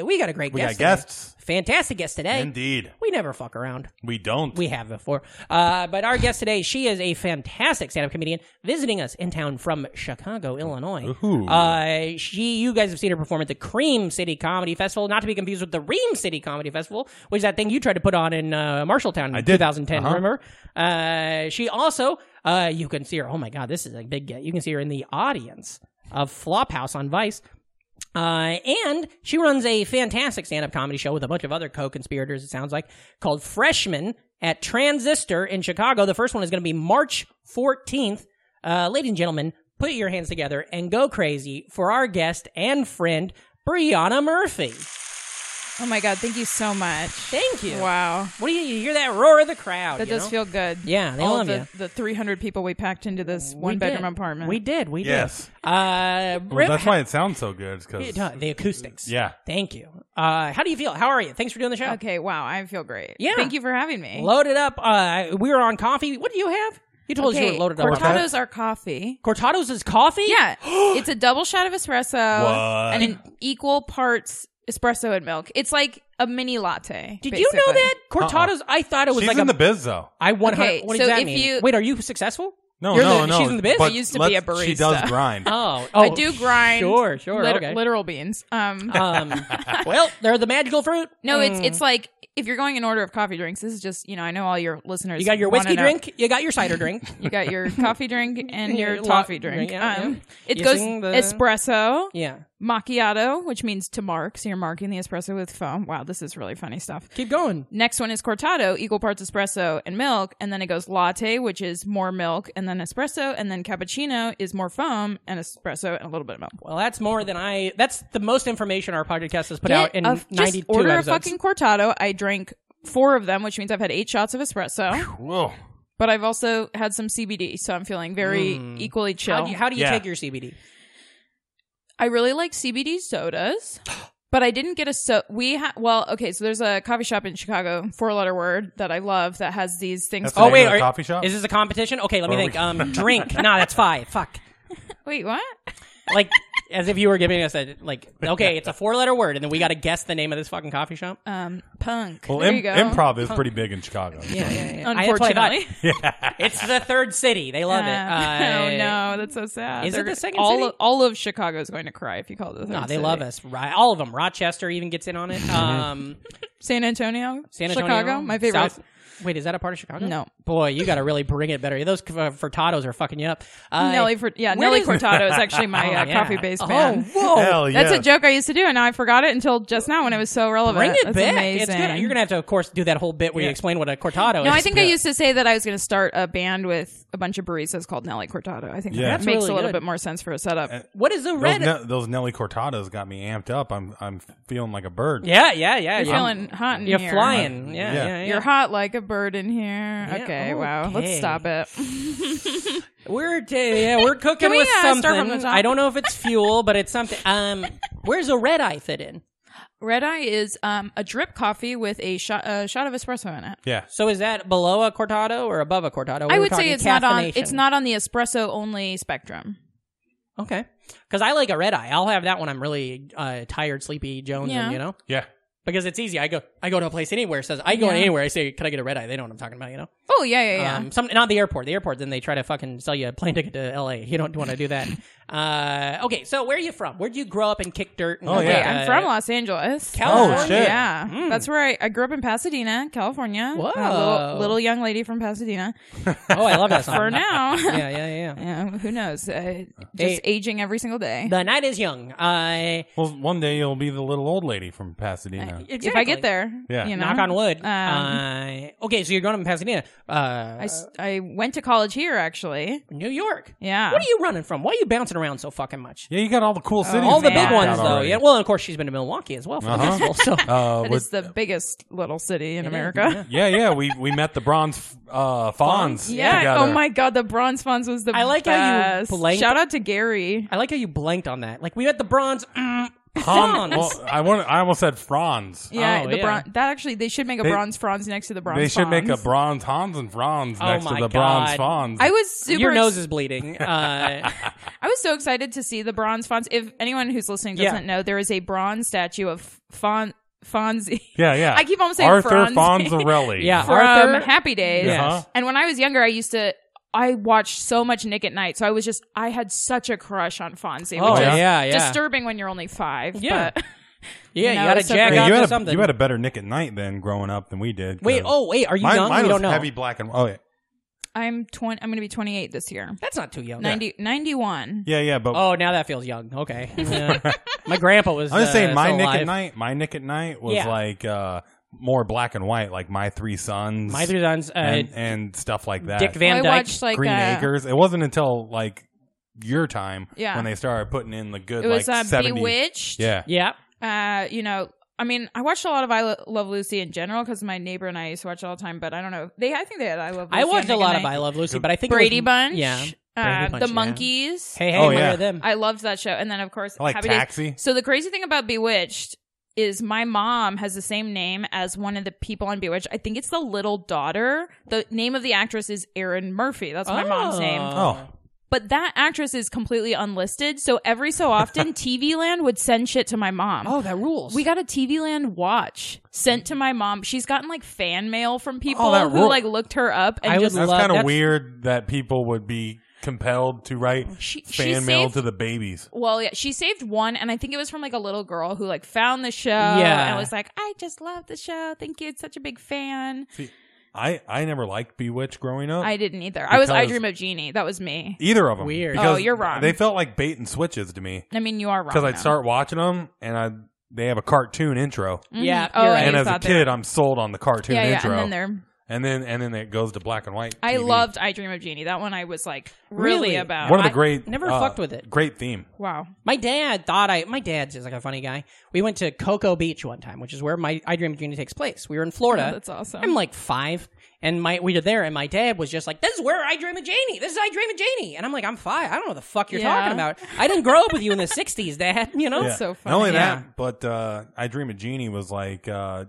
[SPEAKER 1] uh, we got a great
[SPEAKER 2] We
[SPEAKER 1] guest.
[SPEAKER 2] got guests.
[SPEAKER 1] Today. Fantastic guest today.
[SPEAKER 2] Indeed.
[SPEAKER 1] We never fuck around.
[SPEAKER 2] We don't.
[SPEAKER 1] We have before. Uh, but our guest today, she is a fantastic stand-up comedian visiting us in town from Chicago, Illinois.
[SPEAKER 2] Ooh.
[SPEAKER 1] Uh, she, you guys have seen her perform at the Cream City Comedy Festival, not to be confused with the Ream City Comedy Festival, which is that thing you tried to put on in uh, Marshalltown in
[SPEAKER 2] did.
[SPEAKER 1] 2010.
[SPEAKER 2] Uh-huh.
[SPEAKER 1] Remember? Uh, she also, uh, you can see her. Oh my God, this is a big get. You can see her in the audience of Flophouse on Vice. Uh, and she runs a fantastic stand-up comedy show with a bunch of other co-conspirators. It sounds like called Freshmen at Transistor in Chicago. The first one is going to be March 14th. Uh, ladies and gentlemen, put your hands together and go crazy for our guest and friend Brianna Murphy.
[SPEAKER 5] Oh my god, thank you so much.
[SPEAKER 1] Thank you.
[SPEAKER 5] Wow.
[SPEAKER 1] What do you, you hear that roar of the crowd?
[SPEAKER 5] That
[SPEAKER 1] you
[SPEAKER 5] does
[SPEAKER 1] know?
[SPEAKER 5] feel good.
[SPEAKER 1] Yeah, they
[SPEAKER 5] All
[SPEAKER 1] love
[SPEAKER 5] the, the 300 people we packed into this
[SPEAKER 1] We
[SPEAKER 5] one bedroom
[SPEAKER 1] did.
[SPEAKER 5] apartment.
[SPEAKER 1] We did. We did.
[SPEAKER 2] Yes.
[SPEAKER 1] Uh,
[SPEAKER 2] Well,
[SPEAKER 1] Rip,
[SPEAKER 2] that's why it sounds so good. Because
[SPEAKER 1] Yeah, no, the acoustics.
[SPEAKER 2] Yeah.
[SPEAKER 1] Thank you. Uh, how do you feel? How are you? Thanks for doing the show.
[SPEAKER 5] Okay, wow, I feel great.
[SPEAKER 1] Yeah.
[SPEAKER 5] Thank you for having me.
[SPEAKER 1] Loaded up. Uh, we were on coffee. What do you have? You told us
[SPEAKER 5] okay,
[SPEAKER 1] you were loaded up.
[SPEAKER 5] Cortado's our coffee.
[SPEAKER 1] Cortado's is coffee?
[SPEAKER 5] Yeah. it's a double shot of espresso
[SPEAKER 2] What?
[SPEAKER 5] and an equal parts espresso and milk. It's like a mini latte.
[SPEAKER 1] Did you know
[SPEAKER 5] basically.
[SPEAKER 1] that? Cortado's, I thought it was
[SPEAKER 2] Uh-uh. she's
[SPEAKER 1] like
[SPEAKER 2] in
[SPEAKER 1] a.
[SPEAKER 2] the biz though.
[SPEAKER 1] I 100.
[SPEAKER 5] Okay,
[SPEAKER 1] what
[SPEAKER 5] so
[SPEAKER 1] does that
[SPEAKER 5] if
[SPEAKER 1] mean?
[SPEAKER 5] you-
[SPEAKER 1] Wait, are you successful?
[SPEAKER 2] No,
[SPEAKER 1] You're
[SPEAKER 2] no,
[SPEAKER 1] the-
[SPEAKER 2] no.
[SPEAKER 1] she's in the biz?
[SPEAKER 2] But
[SPEAKER 5] I used to be
[SPEAKER 2] let's-
[SPEAKER 5] a
[SPEAKER 2] She
[SPEAKER 5] barista.
[SPEAKER 2] does grind.
[SPEAKER 1] Oh,
[SPEAKER 5] I
[SPEAKER 1] oh,
[SPEAKER 5] do grind.
[SPEAKER 1] Sure, sure.
[SPEAKER 5] Liter-
[SPEAKER 1] okay.
[SPEAKER 5] Literal beans. Um,
[SPEAKER 1] um, well, they're the magical fruit.
[SPEAKER 5] no, it's
[SPEAKER 1] Mm.
[SPEAKER 5] it's like if you're going in order of coffee drinks, this is just you know I know all your listeners.
[SPEAKER 1] You got your
[SPEAKER 5] wanna
[SPEAKER 1] whiskey
[SPEAKER 5] know.
[SPEAKER 1] drink, you got your cider drink.
[SPEAKER 5] You got your coffee drink and your
[SPEAKER 1] Your lo-
[SPEAKER 5] toffee drink.
[SPEAKER 1] yeah, yeah.
[SPEAKER 5] um, It
[SPEAKER 1] Using the-
[SPEAKER 5] goes espresso,
[SPEAKER 1] yeah.
[SPEAKER 5] macchiato, which means to mark. So you're marking the espresso with foam. Wow, this is really funny stuff.
[SPEAKER 1] Keep going.
[SPEAKER 5] Next one is cortado, equal parts espresso and milk. And then it goes latte, which is more milk and then espresso. And then cappuccino is more foam and espresso and a little bit of milk.
[SPEAKER 1] Well, that's more than I. That's the most information our podcast has put out in
[SPEAKER 5] a-
[SPEAKER 1] 92
[SPEAKER 5] just order
[SPEAKER 1] episodes.
[SPEAKER 5] a fucking cortado. I drank four of them, which means I've had eight shots of espresso.
[SPEAKER 2] Whoa.
[SPEAKER 5] But I've also had some CBD, so I'm feeling very equally chill.
[SPEAKER 1] how do Hmm. you, how do you
[SPEAKER 2] Yeah.
[SPEAKER 1] take your CBD?
[SPEAKER 5] I really like CBD sodas, but I didn't get a so we ha- well okay. So there's a coffee shop in Chicago, four letter word that I love that has these things.
[SPEAKER 2] That's the
[SPEAKER 1] Oh,
[SPEAKER 2] name
[SPEAKER 1] wait,
[SPEAKER 2] of the
[SPEAKER 1] are-
[SPEAKER 2] coffee shop.
[SPEAKER 1] Is this a competition? Okay, let me
[SPEAKER 2] Or we-
[SPEAKER 1] think. Um, drink. nah, that's five. Fuck.
[SPEAKER 5] Wait, what?
[SPEAKER 1] Like as if you were giving us a like. Okay, it's a four-letter word, and then we got to guess the name of this fucking coffee shop.
[SPEAKER 5] Um, punk.
[SPEAKER 2] well,
[SPEAKER 5] there
[SPEAKER 2] im-
[SPEAKER 5] you go.
[SPEAKER 2] improv is pretty big in Chicago.
[SPEAKER 1] Yeah, yeah, yeah. I- that's what I thought.
[SPEAKER 5] Unfortunately,
[SPEAKER 1] it's the third city. They love it. Uh,
[SPEAKER 5] oh no, that's so sad.
[SPEAKER 1] Is it
[SPEAKER 5] They're-
[SPEAKER 1] the second
[SPEAKER 5] all
[SPEAKER 1] city?
[SPEAKER 5] Of, all of Chicago is going to cry if you call it the third
[SPEAKER 1] No, they
[SPEAKER 5] city.
[SPEAKER 1] love us. Right, all of them. Rochester even gets in on it.
[SPEAKER 2] Mm-hmm.
[SPEAKER 1] Um,
[SPEAKER 5] San Antonio,
[SPEAKER 1] San Antonio,
[SPEAKER 5] Chicago, my favorite.
[SPEAKER 1] South- wait, is that a part of Chicago?
[SPEAKER 5] No.
[SPEAKER 1] Boy, you got to really bring it better. Those uh, furtados are fucking you up. Uh,
[SPEAKER 5] Nelly, for, yeah,
[SPEAKER 1] where
[SPEAKER 5] Nelly
[SPEAKER 1] is-
[SPEAKER 5] Cortado is actually
[SPEAKER 1] Oh,
[SPEAKER 5] my uh,
[SPEAKER 1] yeah.
[SPEAKER 5] coffee-based
[SPEAKER 1] Oh,
[SPEAKER 5] band.
[SPEAKER 1] whoa.
[SPEAKER 2] Hell yeah.
[SPEAKER 5] That's a joke I used to do, and now I forgot it until just now when it was so relevant.
[SPEAKER 1] Bring it
[SPEAKER 5] That's
[SPEAKER 1] back.
[SPEAKER 5] Amazing.
[SPEAKER 1] It's good. You're gonna have to, of course, do that whole bit where you explain what a cortado
[SPEAKER 5] No,
[SPEAKER 1] is.
[SPEAKER 5] I think I used to say that I was going to start a band with a bunch of baristas called Nelly Cortado. I think
[SPEAKER 2] Yeah.
[SPEAKER 5] that
[SPEAKER 2] That's
[SPEAKER 5] makes
[SPEAKER 1] really
[SPEAKER 5] a little
[SPEAKER 1] good.
[SPEAKER 5] bit more sense for a setup.
[SPEAKER 1] What is the
[SPEAKER 2] Those,
[SPEAKER 1] red?
[SPEAKER 2] ne- those Nelly Cortados got me amped up. I'm I'm feeling like a bird.
[SPEAKER 1] yeah, yeah, yeah.
[SPEAKER 5] you're
[SPEAKER 1] yeah.
[SPEAKER 5] feeling hot in
[SPEAKER 1] You're
[SPEAKER 5] here.
[SPEAKER 1] flying. Yeah, yeah.
[SPEAKER 2] Yeah.
[SPEAKER 1] yeah, Oh,
[SPEAKER 5] You're hot like a bird in here. okay, wow. Let's
[SPEAKER 1] okay.
[SPEAKER 5] stop it.
[SPEAKER 1] We're t- yeah, we're cooking
[SPEAKER 5] Can we,
[SPEAKER 1] with
[SPEAKER 5] uh,
[SPEAKER 1] something.
[SPEAKER 5] start from the top?
[SPEAKER 1] I don't know if it's fuel, but it's something. Um, where's a red eye fit in?
[SPEAKER 5] Red Eye is um, a drip coffee with a shot, a shot of espresso in it.
[SPEAKER 2] Yeah.
[SPEAKER 1] So is that below a cortado or above a cortado? Oh, We
[SPEAKER 5] I
[SPEAKER 1] were
[SPEAKER 5] would say
[SPEAKER 1] talking
[SPEAKER 5] it's not on
[SPEAKER 1] caffeination.
[SPEAKER 5] it's not on the espresso only spectrum.
[SPEAKER 1] okay. Because I like a red eye. I'll have that when I'm really uh, tired, sleepy, Jones,
[SPEAKER 5] Yeah.
[SPEAKER 1] you know.
[SPEAKER 2] Yeah.
[SPEAKER 1] Because it's easy. I go I go to a place anywhere says I go
[SPEAKER 5] Yeah.
[SPEAKER 1] anywhere. I say, can I get a red eye? They know what I'm talking about, you know.
[SPEAKER 5] Oh yeah, yeah, yeah.
[SPEAKER 1] Um, some not the airport. The airport, then they try to fucking sell you a plane ticket to L.A. You don't want to do that. uh, okay, so where are you from? Where'd you grow up and kick dirt? And
[SPEAKER 2] Oh,
[SPEAKER 5] Okay,
[SPEAKER 2] yeah.
[SPEAKER 5] I'm from Los Angeles.
[SPEAKER 1] uh, California. Mm.
[SPEAKER 2] Oh, shit.
[SPEAKER 5] Yeah, that's where I, I grew up in Pasadena, California.
[SPEAKER 1] Whoa.
[SPEAKER 5] A little, little young lady from Pasadena.
[SPEAKER 1] Oh, I love that song.
[SPEAKER 5] For now,
[SPEAKER 1] Yeah, yeah, yeah.
[SPEAKER 5] Yeah, who knows? Uh, just
[SPEAKER 1] Hey.
[SPEAKER 5] aging every single day.
[SPEAKER 1] The night is young. I
[SPEAKER 2] Well, one day you'll be the little old lady from
[SPEAKER 1] Uh,
[SPEAKER 2] Pasadena.
[SPEAKER 5] If I get there,
[SPEAKER 2] Yeah.
[SPEAKER 5] you know,
[SPEAKER 1] knock on wood.
[SPEAKER 5] Um,
[SPEAKER 1] I- okay, so you're growing up in Pasadena, uh,
[SPEAKER 5] I, s- I went to college here actually.
[SPEAKER 1] New York.
[SPEAKER 5] Yeah,
[SPEAKER 1] What are you running from? Why are you bouncing around so fucking much?
[SPEAKER 2] yeah, you got all the cool cities.
[SPEAKER 1] Uh, All the big
[SPEAKER 2] mapped out
[SPEAKER 1] ones, though.
[SPEAKER 2] already.
[SPEAKER 1] Yeah. Well, and of course, she's been to Milwaukee as well for
[SPEAKER 2] Uh-huh.
[SPEAKER 1] the festival. So
[SPEAKER 2] Uh,
[SPEAKER 5] That
[SPEAKER 2] with-
[SPEAKER 5] is the biggest little city in
[SPEAKER 1] It is,
[SPEAKER 5] America.
[SPEAKER 2] yeah, yeah. We we met the bronze uh, fawns.
[SPEAKER 5] Yeah.
[SPEAKER 2] Together.
[SPEAKER 5] Oh my god, the Bronze Fonz was the
[SPEAKER 1] I like how you
[SPEAKER 5] best.
[SPEAKER 1] blanked-
[SPEAKER 5] Shout out to Gary.
[SPEAKER 1] I like how you blanked on that. Like we had the bronze. Mm,
[SPEAKER 2] Fawns.
[SPEAKER 1] fawns.
[SPEAKER 2] Well, I want. I almost said fronds.
[SPEAKER 5] Yeah,
[SPEAKER 1] Oh,
[SPEAKER 5] the
[SPEAKER 1] yeah.
[SPEAKER 5] bron- that actually they should make a
[SPEAKER 2] They-
[SPEAKER 5] bronze Franz next to the bronze.
[SPEAKER 2] they should make a
[SPEAKER 5] Fonz.
[SPEAKER 2] bronze Hans and Franz
[SPEAKER 1] Oh
[SPEAKER 2] next to
[SPEAKER 1] my
[SPEAKER 2] the bronze
[SPEAKER 1] God.
[SPEAKER 2] fawns.
[SPEAKER 5] I was super.
[SPEAKER 1] Your
[SPEAKER 5] ex-
[SPEAKER 1] nose is bleeding. Uh,
[SPEAKER 5] I was so excited to see the bronze Fonz. If anyone who's listening
[SPEAKER 1] Yeah.
[SPEAKER 5] doesn't know, there is a bronze statue of Fon Fonzie.
[SPEAKER 2] yeah, yeah.
[SPEAKER 5] I keep almost saying
[SPEAKER 2] Arthur
[SPEAKER 5] Franz.
[SPEAKER 2] Fonzarelli.
[SPEAKER 1] yeah,
[SPEAKER 5] from
[SPEAKER 1] Arthur.
[SPEAKER 5] Happy Days.
[SPEAKER 2] Yes. Uh-huh.
[SPEAKER 5] And when I was younger, I used to. I watched so much Nick at Night, so I was just I had such a crush on Fonzie,
[SPEAKER 1] oh
[SPEAKER 5] which
[SPEAKER 1] yeah,
[SPEAKER 2] yeah.
[SPEAKER 1] yeah,
[SPEAKER 5] is
[SPEAKER 1] yeah.
[SPEAKER 5] disturbing when you're only five.
[SPEAKER 1] Yeah.
[SPEAKER 5] but-
[SPEAKER 1] yeah,
[SPEAKER 5] No,
[SPEAKER 1] you got
[SPEAKER 5] it's
[SPEAKER 1] to
[SPEAKER 5] so
[SPEAKER 1] jack
[SPEAKER 5] great.
[SPEAKER 2] Yeah,
[SPEAKER 1] off
[SPEAKER 2] you,
[SPEAKER 1] to
[SPEAKER 2] had a,
[SPEAKER 1] something.
[SPEAKER 2] you had a better Nick at Night then growing up than we did. 'cause
[SPEAKER 1] wait. Oh, wait. Are you
[SPEAKER 2] mine,
[SPEAKER 1] young?
[SPEAKER 2] mine
[SPEAKER 1] we
[SPEAKER 2] was
[SPEAKER 1] don't know.
[SPEAKER 2] heavy black and oh yeah,
[SPEAKER 5] I'm twenty. I'm going to be 28 this year.
[SPEAKER 1] That's not too young.
[SPEAKER 5] 90, 91.
[SPEAKER 2] yeah, yeah. But
[SPEAKER 1] Oh, now that feels young. Okay. Yeah. My grandpa was.
[SPEAKER 2] I'm just
[SPEAKER 1] uh,
[SPEAKER 2] saying, my
[SPEAKER 1] still
[SPEAKER 2] Nick
[SPEAKER 1] alive.
[SPEAKER 2] at Night, my Nick at Night was
[SPEAKER 1] Yeah.
[SPEAKER 2] like uh, more black and white, like My Three Sons,
[SPEAKER 1] My three sons. Uh,
[SPEAKER 2] and, and stuff like that.
[SPEAKER 1] Dick Van
[SPEAKER 5] I
[SPEAKER 1] Dyke.
[SPEAKER 5] watched like
[SPEAKER 2] Green
[SPEAKER 5] uh,
[SPEAKER 2] Acres. It wasn't until like your time
[SPEAKER 5] Yeah.
[SPEAKER 2] when they started putting in the good
[SPEAKER 5] It was
[SPEAKER 2] like
[SPEAKER 5] uh,
[SPEAKER 2] 70s.
[SPEAKER 5] Bewitched.
[SPEAKER 2] Yeah.
[SPEAKER 1] yeah.
[SPEAKER 5] Uh, you know, I mean, I watched a lot of I Lo- Love Lucy in general because my neighbor and I used to watch it all the time. But I don't know. They, I think they had I Love. Lucy
[SPEAKER 1] I watched
[SPEAKER 5] on
[SPEAKER 1] a lot of
[SPEAKER 5] Nick
[SPEAKER 1] I
[SPEAKER 5] at Night.
[SPEAKER 1] Love Lucy, but I think it was-
[SPEAKER 5] Brady Bunch.
[SPEAKER 1] Yeah.
[SPEAKER 5] uh,
[SPEAKER 1] Brady Bunch,
[SPEAKER 5] the
[SPEAKER 1] yeah.
[SPEAKER 5] Monkeys.
[SPEAKER 1] Hey, hey,
[SPEAKER 2] Oh,
[SPEAKER 1] where
[SPEAKER 2] yeah.
[SPEAKER 1] are them?
[SPEAKER 5] I loved that show. And then of course,
[SPEAKER 2] I like
[SPEAKER 5] Happy Days-
[SPEAKER 2] Taxi.
[SPEAKER 5] So the crazy thing about Bewitched is my mom has the same name as one of the people on Bewitched. I think it's the little daughter. The name of the actress is Erin Murphy. That's my mom's name.
[SPEAKER 2] Oh,
[SPEAKER 5] But that actress is completely unlisted. So every so often, TV Land would send shit to my mom.
[SPEAKER 1] Oh, that rules.
[SPEAKER 5] We got a TV Land watch sent to my mom. She's gotten like fan mail from people
[SPEAKER 2] that
[SPEAKER 5] who
[SPEAKER 2] rule-
[SPEAKER 5] like looked her up and
[SPEAKER 1] Oh, I would
[SPEAKER 5] just
[SPEAKER 2] that's
[SPEAKER 1] Love-
[SPEAKER 2] kind of
[SPEAKER 1] that's-
[SPEAKER 2] weird that people would be compelled to write
[SPEAKER 5] She- she
[SPEAKER 2] fan mail
[SPEAKER 5] saved-
[SPEAKER 2] to the babies.
[SPEAKER 5] Well, yeah, she saved one, and I think it was from like a little girl who like found the show
[SPEAKER 1] Yeah.
[SPEAKER 5] and was like, "I just love the show. Thank you. It's such a big fan."
[SPEAKER 2] See, I I never liked Bewitched growing up.
[SPEAKER 5] I didn't either. I was I
[SPEAKER 2] Oh. Because-
[SPEAKER 5] Dream of Jeannie. That was me.
[SPEAKER 2] Either of them.
[SPEAKER 1] Weird.
[SPEAKER 5] Oh,
[SPEAKER 2] Because
[SPEAKER 5] you're wrong.
[SPEAKER 2] They felt like bait and switches to me
[SPEAKER 5] I mean, you are wrong.
[SPEAKER 2] because I'd
[SPEAKER 5] though.
[SPEAKER 2] start watching them and I they have a cartoon intro.
[SPEAKER 5] Mhm.
[SPEAKER 1] Yeah,
[SPEAKER 5] Oh,
[SPEAKER 1] you're right.
[SPEAKER 2] And
[SPEAKER 5] you
[SPEAKER 2] as a
[SPEAKER 5] thought they were-
[SPEAKER 2] kid, I'm sold on the cartoon
[SPEAKER 5] yeah, yeah,
[SPEAKER 2] intro.
[SPEAKER 5] and then they're.
[SPEAKER 2] and then and then it goes to black and white.
[SPEAKER 5] I
[SPEAKER 2] TV.
[SPEAKER 5] loved I Dream of Jeannie. That one I was like really,
[SPEAKER 1] Really?
[SPEAKER 5] about.
[SPEAKER 2] one of the
[SPEAKER 1] I
[SPEAKER 2] great.
[SPEAKER 1] never
[SPEAKER 2] uh,
[SPEAKER 1] fucked with it.
[SPEAKER 2] Great theme.
[SPEAKER 5] wow.
[SPEAKER 1] My dad thought I. My dad's just like a funny guy. We went to Cocoa Beach one time, which is where my I Dream of Jeannie takes place. We were in Florida.
[SPEAKER 5] Oh, that's awesome.
[SPEAKER 1] I'm like five, and my we were there, and my dad was just like, "This is where I Dream of Janie. This is I Dream of Janie." And I'm like, "I'm five. I don't know what the fuck you're
[SPEAKER 5] Yeah.
[SPEAKER 1] talking about. I didn't grow up with you in the '60s, Dad. You know."
[SPEAKER 2] Yeah.
[SPEAKER 5] so
[SPEAKER 2] Not only
[SPEAKER 5] funny.
[SPEAKER 2] that, but uh, I Dream of Jeannie was like uh,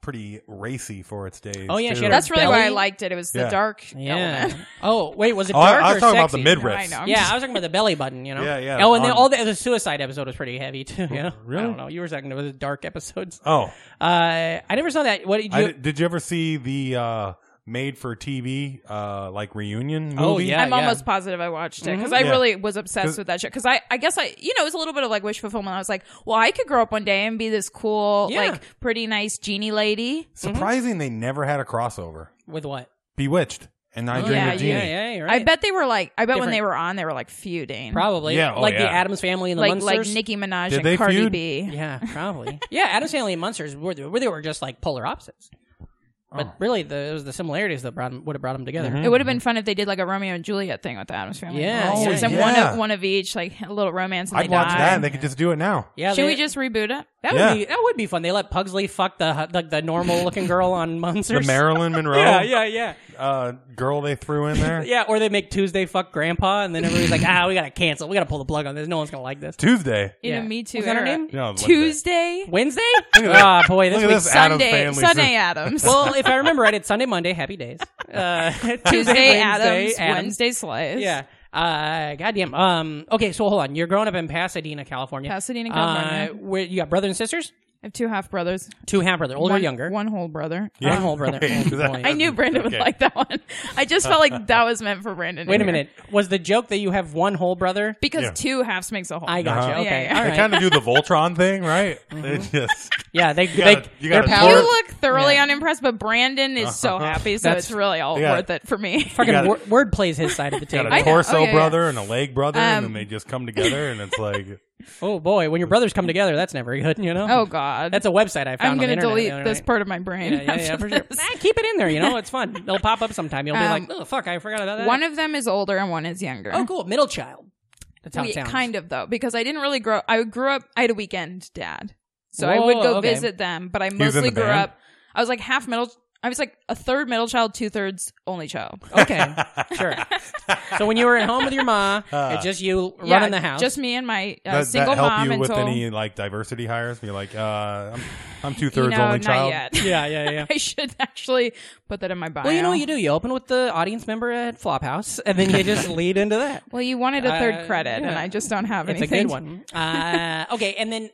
[SPEAKER 2] pretty racy for its days.
[SPEAKER 1] Oh, yeah,
[SPEAKER 2] too.
[SPEAKER 1] she had her
[SPEAKER 5] That's really why I
[SPEAKER 1] Belly?
[SPEAKER 5] liked it. It was the
[SPEAKER 2] Yeah.
[SPEAKER 5] dark
[SPEAKER 1] Yeah.
[SPEAKER 5] element.
[SPEAKER 1] oh wait, was it
[SPEAKER 2] Oh, I,
[SPEAKER 1] dark
[SPEAKER 2] I
[SPEAKER 1] or
[SPEAKER 2] was talking about the
[SPEAKER 1] sexy?
[SPEAKER 2] mid
[SPEAKER 5] I know. I'm
[SPEAKER 1] Yeah,
[SPEAKER 5] just-
[SPEAKER 1] I was talking about the belly button, you know.
[SPEAKER 2] Yeah, yeah,
[SPEAKER 1] Oh, and then
[SPEAKER 2] on-
[SPEAKER 1] all the, the suicide episode was pretty heavy too. Yeah,
[SPEAKER 2] really?
[SPEAKER 1] I don't know. You were talking about the dark episodes.
[SPEAKER 2] Oh,
[SPEAKER 1] Uh, I never saw that. What did
[SPEAKER 2] I
[SPEAKER 1] you?
[SPEAKER 2] di- did you ever see the uh, made for TV uh, like reunion movie?
[SPEAKER 1] Oh, yeah.
[SPEAKER 5] I'm almost positive I watched it because I
[SPEAKER 2] Yeah.
[SPEAKER 5] really was obsessed with that shit. Because I, I guess I, you know, it was a little bit of like wish fulfillment. I was like, well, I could grow up one day and be this cool,
[SPEAKER 1] Yeah.
[SPEAKER 5] like pretty nice genie lady.
[SPEAKER 1] Mm-hmm.
[SPEAKER 2] Surprising, they never had a crossover.
[SPEAKER 1] with what?
[SPEAKER 2] Bewitched and I
[SPEAKER 1] Oh,
[SPEAKER 2] Dream of
[SPEAKER 5] yeah, yeah,
[SPEAKER 2] Jeannie.
[SPEAKER 1] Yeah, yeah, you're right.
[SPEAKER 5] I bet they were like, I bet when
[SPEAKER 1] Different.
[SPEAKER 5] they were on, they were like feuding,
[SPEAKER 1] probably.
[SPEAKER 2] Yeah, oh,
[SPEAKER 1] like the
[SPEAKER 2] yeah.
[SPEAKER 1] Adams Family and the
[SPEAKER 5] like
[SPEAKER 1] Munsters.
[SPEAKER 5] like Nicki Minaj
[SPEAKER 2] Did
[SPEAKER 5] and
[SPEAKER 2] they
[SPEAKER 5] Cardi
[SPEAKER 2] feud?
[SPEAKER 5] B.
[SPEAKER 1] yeah, probably. yeah, Adams Family and Munsters were they, were they were just like polar opposites,
[SPEAKER 2] Oh.
[SPEAKER 1] but really the, it was the similarities that brought 'em- would have brought them together.
[SPEAKER 2] Mm-hmm.
[SPEAKER 5] It would have been fun if they did like a Romeo and Juliet thing with the Adams Family.
[SPEAKER 1] Yeah,
[SPEAKER 5] so
[SPEAKER 1] yeah,
[SPEAKER 5] it's a
[SPEAKER 2] yeah.
[SPEAKER 5] one of one of each, like a little romance. And
[SPEAKER 2] I'd
[SPEAKER 5] they
[SPEAKER 2] watch
[SPEAKER 5] die.
[SPEAKER 2] that and they could just do it now.
[SPEAKER 1] Yeah,
[SPEAKER 5] Should
[SPEAKER 1] they-
[SPEAKER 5] we just reboot it?
[SPEAKER 1] that
[SPEAKER 2] Yeah.
[SPEAKER 1] would be that would be fun. They let Pugsley fuck the the, the normal looking girl on
[SPEAKER 2] The
[SPEAKER 1] Munsters.
[SPEAKER 2] Marilyn Monroe
[SPEAKER 1] yeah, yeah, yeah.
[SPEAKER 2] Uh, girl they threw in there.
[SPEAKER 1] Yeah, or they make Tuesday fuck grandpa, and then everybody's like, ah, we gotta cancel. We gotta pull the plug on this. No one's gonna like this.
[SPEAKER 2] Tuesday.
[SPEAKER 5] In
[SPEAKER 1] Yeah.
[SPEAKER 5] a Me Too
[SPEAKER 1] Was that her
[SPEAKER 5] era.
[SPEAKER 1] name?
[SPEAKER 2] No, Wednesday.
[SPEAKER 5] Tuesday,
[SPEAKER 1] Wednesday?
[SPEAKER 2] at that.
[SPEAKER 1] Ah, boy, this
[SPEAKER 2] Look at
[SPEAKER 1] week's
[SPEAKER 2] this Adams
[SPEAKER 5] Sunday,
[SPEAKER 2] family.
[SPEAKER 5] Sunday Adams.
[SPEAKER 1] Well, if I remember right, it's Sunday, Monday, happy days. Uh, Tuesday,
[SPEAKER 5] Tuesday
[SPEAKER 1] Wednesday,
[SPEAKER 5] Adams,
[SPEAKER 1] Adams.
[SPEAKER 5] Wednesday Slice.
[SPEAKER 1] Yeah. Uh, goddamn. Um, okay, so hold on. You're growing up in Pasadena, California.
[SPEAKER 5] Pasadena,
[SPEAKER 1] Uh,
[SPEAKER 5] California.
[SPEAKER 1] where, you got brothers and sisters?
[SPEAKER 5] I have two half brothers.
[SPEAKER 1] Two half brother, older,
[SPEAKER 5] one,
[SPEAKER 1] younger.
[SPEAKER 5] One whole brother.
[SPEAKER 1] One whole brother. Oh,
[SPEAKER 2] Wait, is that-
[SPEAKER 1] boy.
[SPEAKER 5] I knew Brandon would
[SPEAKER 2] Okay.
[SPEAKER 5] like that one. I just felt like that was meant for Brandon. to
[SPEAKER 1] Wait a
[SPEAKER 5] hear.
[SPEAKER 1] minute. Was the joke that you have one whole brother?
[SPEAKER 5] Because
[SPEAKER 2] Yeah.
[SPEAKER 5] two halves makes a whole.
[SPEAKER 1] I gotcha.
[SPEAKER 2] Uh-huh.
[SPEAKER 1] Okay.
[SPEAKER 5] Yeah, yeah.
[SPEAKER 1] All
[SPEAKER 2] They
[SPEAKER 1] right. Mm-hmm.
[SPEAKER 2] kind of do the Voltron thing, right? They just
[SPEAKER 1] yeah. They.
[SPEAKER 2] gotta-
[SPEAKER 1] they
[SPEAKER 2] you
[SPEAKER 1] their
[SPEAKER 2] gotta
[SPEAKER 1] power.
[SPEAKER 5] You
[SPEAKER 2] Or- Uh-huh.
[SPEAKER 5] look thoroughly unimpressed, but Brandon is so happy, so
[SPEAKER 1] That's-
[SPEAKER 5] it's really all
[SPEAKER 2] Yeah.
[SPEAKER 5] worth it for me.
[SPEAKER 1] Fucking
[SPEAKER 2] gotta-
[SPEAKER 1] wor- word plays his side of the
[SPEAKER 2] got
[SPEAKER 1] table.
[SPEAKER 2] a torso
[SPEAKER 5] Oh, yeah, yeah.
[SPEAKER 2] brother and a leg brother,
[SPEAKER 5] Um,
[SPEAKER 2] and then they just come together, and it's like
[SPEAKER 1] Oh boy, when your brothers come together, that's never good, you know.
[SPEAKER 5] Oh God,
[SPEAKER 1] that's a website I found.
[SPEAKER 5] I'm
[SPEAKER 1] going to
[SPEAKER 5] delete this part of my brain.
[SPEAKER 1] Yeah, yeah, yeah,
[SPEAKER 5] after
[SPEAKER 1] for sure.
[SPEAKER 5] this.
[SPEAKER 1] Nah, keep it in there, you know. It's fun. It'll pop up sometime. You'll
[SPEAKER 5] Um,
[SPEAKER 1] be like, oh fuck, I forgot about that.
[SPEAKER 5] One of them is older and one is younger.
[SPEAKER 1] oh cool, middle child. That's how
[SPEAKER 5] We-
[SPEAKER 1] it sounds.
[SPEAKER 5] kind of though, because I didn't really grow. I grew up. I had a weekend dad, so I
[SPEAKER 1] Whoa,
[SPEAKER 5] would go
[SPEAKER 1] okay.
[SPEAKER 5] visit them. But I
[SPEAKER 2] was in
[SPEAKER 5] mostly
[SPEAKER 2] the
[SPEAKER 5] grew
[SPEAKER 2] band?
[SPEAKER 5] up. I was like half middle. I was like a third middle child, two thirds only child.
[SPEAKER 1] Okay, sure. So when you were at home with your ma, it's just you
[SPEAKER 5] Yeah,
[SPEAKER 1] running the house.
[SPEAKER 5] Just me and my uh,
[SPEAKER 2] that, that
[SPEAKER 5] single
[SPEAKER 2] help
[SPEAKER 5] mom
[SPEAKER 2] you with
[SPEAKER 5] until
[SPEAKER 2] any like diversity hires. Be like, uh, I'm, I'm two
[SPEAKER 5] you
[SPEAKER 2] thirds
[SPEAKER 5] know,
[SPEAKER 2] only
[SPEAKER 5] not
[SPEAKER 2] child.
[SPEAKER 5] yet.
[SPEAKER 1] yeah, yeah, yeah.
[SPEAKER 5] I should actually put that in my bio.
[SPEAKER 1] Well, you know what you do. You open with the audience member at Flophouse, and then you just lead into that.
[SPEAKER 5] Well, you wanted a third
[SPEAKER 1] Uh,
[SPEAKER 5] credit, and
[SPEAKER 1] yeah.
[SPEAKER 5] I just don't have
[SPEAKER 1] It's a
[SPEAKER 5] anything.
[SPEAKER 1] good one. Uh, okay, and then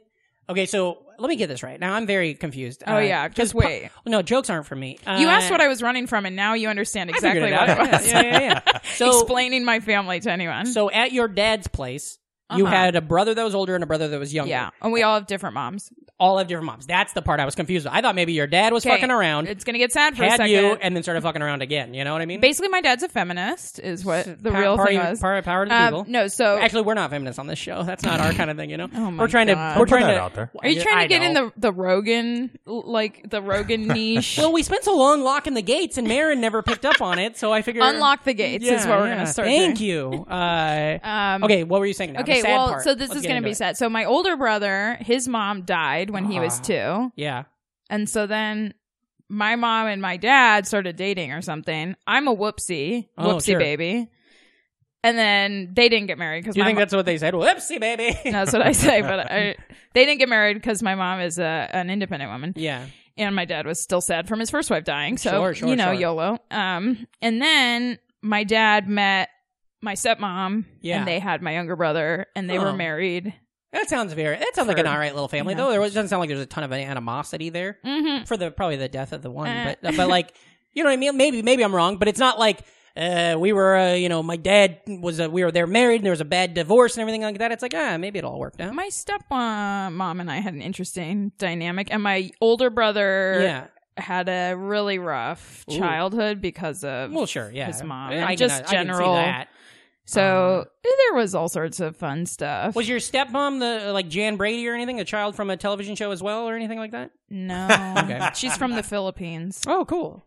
[SPEAKER 1] okay, so let me get this right. Now I'm very confused.
[SPEAKER 5] Oh,
[SPEAKER 1] Uh,
[SPEAKER 5] yeah,
[SPEAKER 1] 'cause
[SPEAKER 5] just
[SPEAKER 1] pu-
[SPEAKER 5] wait.
[SPEAKER 1] no, jokes aren't for me. Uh,
[SPEAKER 5] You asked what I was running from, and now you understand
[SPEAKER 1] I figured
[SPEAKER 5] exactly
[SPEAKER 1] it out.
[SPEAKER 5] what it was.
[SPEAKER 1] Yeah, yeah, yeah. yeah. So
[SPEAKER 5] Explaining my family to anyone.
[SPEAKER 1] So at your dad's place, you
[SPEAKER 5] Mm-hmm. Uh-huh.
[SPEAKER 1] had a brother that was older and a brother that was younger.
[SPEAKER 5] yeah, and we all have different moms.
[SPEAKER 1] All have different moms. That's the part I was confused with. I thought maybe your dad was
[SPEAKER 5] Okay,
[SPEAKER 1] fucking around,
[SPEAKER 5] It's gonna get sad for a
[SPEAKER 1] had
[SPEAKER 5] second.
[SPEAKER 1] you, and then started fucking around again. You know what I mean?
[SPEAKER 5] Basically, my dad's a feminist, is what the
[SPEAKER 1] Pa-
[SPEAKER 5] real
[SPEAKER 1] party-
[SPEAKER 5] thing was.
[SPEAKER 1] Power, power to the
[SPEAKER 5] Um,
[SPEAKER 1] people.
[SPEAKER 5] no, so
[SPEAKER 1] Actually, we're not feminists on this show. That's not our kind of thing, you know.
[SPEAKER 5] my
[SPEAKER 1] we're trying
[SPEAKER 5] God.
[SPEAKER 1] to. We're
[SPEAKER 2] Put
[SPEAKER 1] trying
[SPEAKER 2] that
[SPEAKER 1] to.
[SPEAKER 2] out there.
[SPEAKER 5] are you
[SPEAKER 1] I-
[SPEAKER 5] trying to
[SPEAKER 1] I
[SPEAKER 5] get in
[SPEAKER 1] know.
[SPEAKER 5] the the Rogan like the Rogan niche?
[SPEAKER 1] Well, we spent so long locking the gates, and Marin never picked up on it. So I figured
[SPEAKER 5] Unlock the gates
[SPEAKER 1] Yeah,
[SPEAKER 5] is what we're
[SPEAKER 1] yeah.
[SPEAKER 5] gonna start.
[SPEAKER 1] Thank
[SPEAKER 5] doing.
[SPEAKER 1] you. Uh,
[SPEAKER 5] Um,
[SPEAKER 1] okay, what were you saying? Now? The
[SPEAKER 5] Okay,
[SPEAKER 1] sad
[SPEAKER 5] well,
[SPEAKER 1] part.
[SPEAKER 5] so this
[SPEAKER 1] Let's
[SPEAKER 5] is
[SPEAKER 1] get
[SPEAKER 5] going
[SPEAKER 1] into
[SPEAKER 5] to be
[SPEAKER 1] it.
[SPEAKER 5] sad. So my older brother, his mom died when he was
[SPEAKER 1] Ah.
[SPEAKER 5] two.
[SPEAKER 1] Yeah.
[SPEAKER 5] And so then my mom and my dad started dating or something. I'm a whoopsie,
[SPEAKER 1] Oh,
[SPEAKER 5] whoopsie
[SPEAKER 1] sure.
[SPEAKER 5] baby. And then they didn't get married because
[SPEAKER 1] Do you
[SPEAKER 5] my
[SPEAKER 1] think
[SPEAKER 5] mo-
[SPEAKER 1] that's what they said? Whoopsie, baby.
[SPEAKER 5] that's what I say, but I, they didn't get married because my mom is a, an independent woman,
[SPEAKER 1] Yeah.
[SPEAKER 5] and my dad was still sad from his first wife dying. So
[SPEAKER 1] Sure, sure,
[SPEAKER 5] you know,
[SPEAKER 1] sure.
[SPEAKER 5] YOLO. Um, and then my dad met my stepmom,
[SPEAKER 1] Yeah.
[SPEAKER 5] and they had my younger brother, and they were
[SPEAKER 1] Oh.
[SPEAKER 5] married.
[SPEAKER 1] That sounds very. That sounds like an
[SPEAKER 5] For-
[SPEAKER 1] all right little family,
[SPEAKER 5] yeah.
[SPEAKER 1] though. There was- doesn't sound like there's a ton of animosity there
[SPEAKER 5] Mm-hmm.
[SPEAKER 1] for the probably the death of the one,
[SPEAKER 5] Eh.
[SPEAKER 1] but but like you know what I mean. Maybe maybe I'm wrong, but it's not like uh, we were. Uh, you know, my dad was. Uh, we were there married, and there was a bad divorce and everything like that. It's like ah, maybe it all worked out.
[SPEAKER 5] My stepmom mom and I had an interesting dynamic, and my older brother
[SPEAKER 1] yeah.
[SPEAKER 5] had a really rough
[SPEAKER 1] Ooh.
[SPEAKER 5] childhood because of
[SPEAKER 1] Well, sure. Yeah.
[SPEAKER 5] his mom
[SPEAKER 1] I-
[SPEAKER 5] and
[SPEAKER 1] I can-
[SPEAKER 5] just
[SPEAKER 1] I can see
[SPEAKER 5] general-
[SPEAKER 1] that. uh-huh.
[SPEAKER 5] so eh, there was all sorts of fun stuff.
[SPEAKER 1] Was your stepmom the like Jan Brady or anything? A child from a television show as well, or anything like that?
[SPEAKER 5] no,
[SPEAKER 1] Okay.
[SPEAKER 5] she's from the Philippines.
[SPEAKER 1] Oh, cool.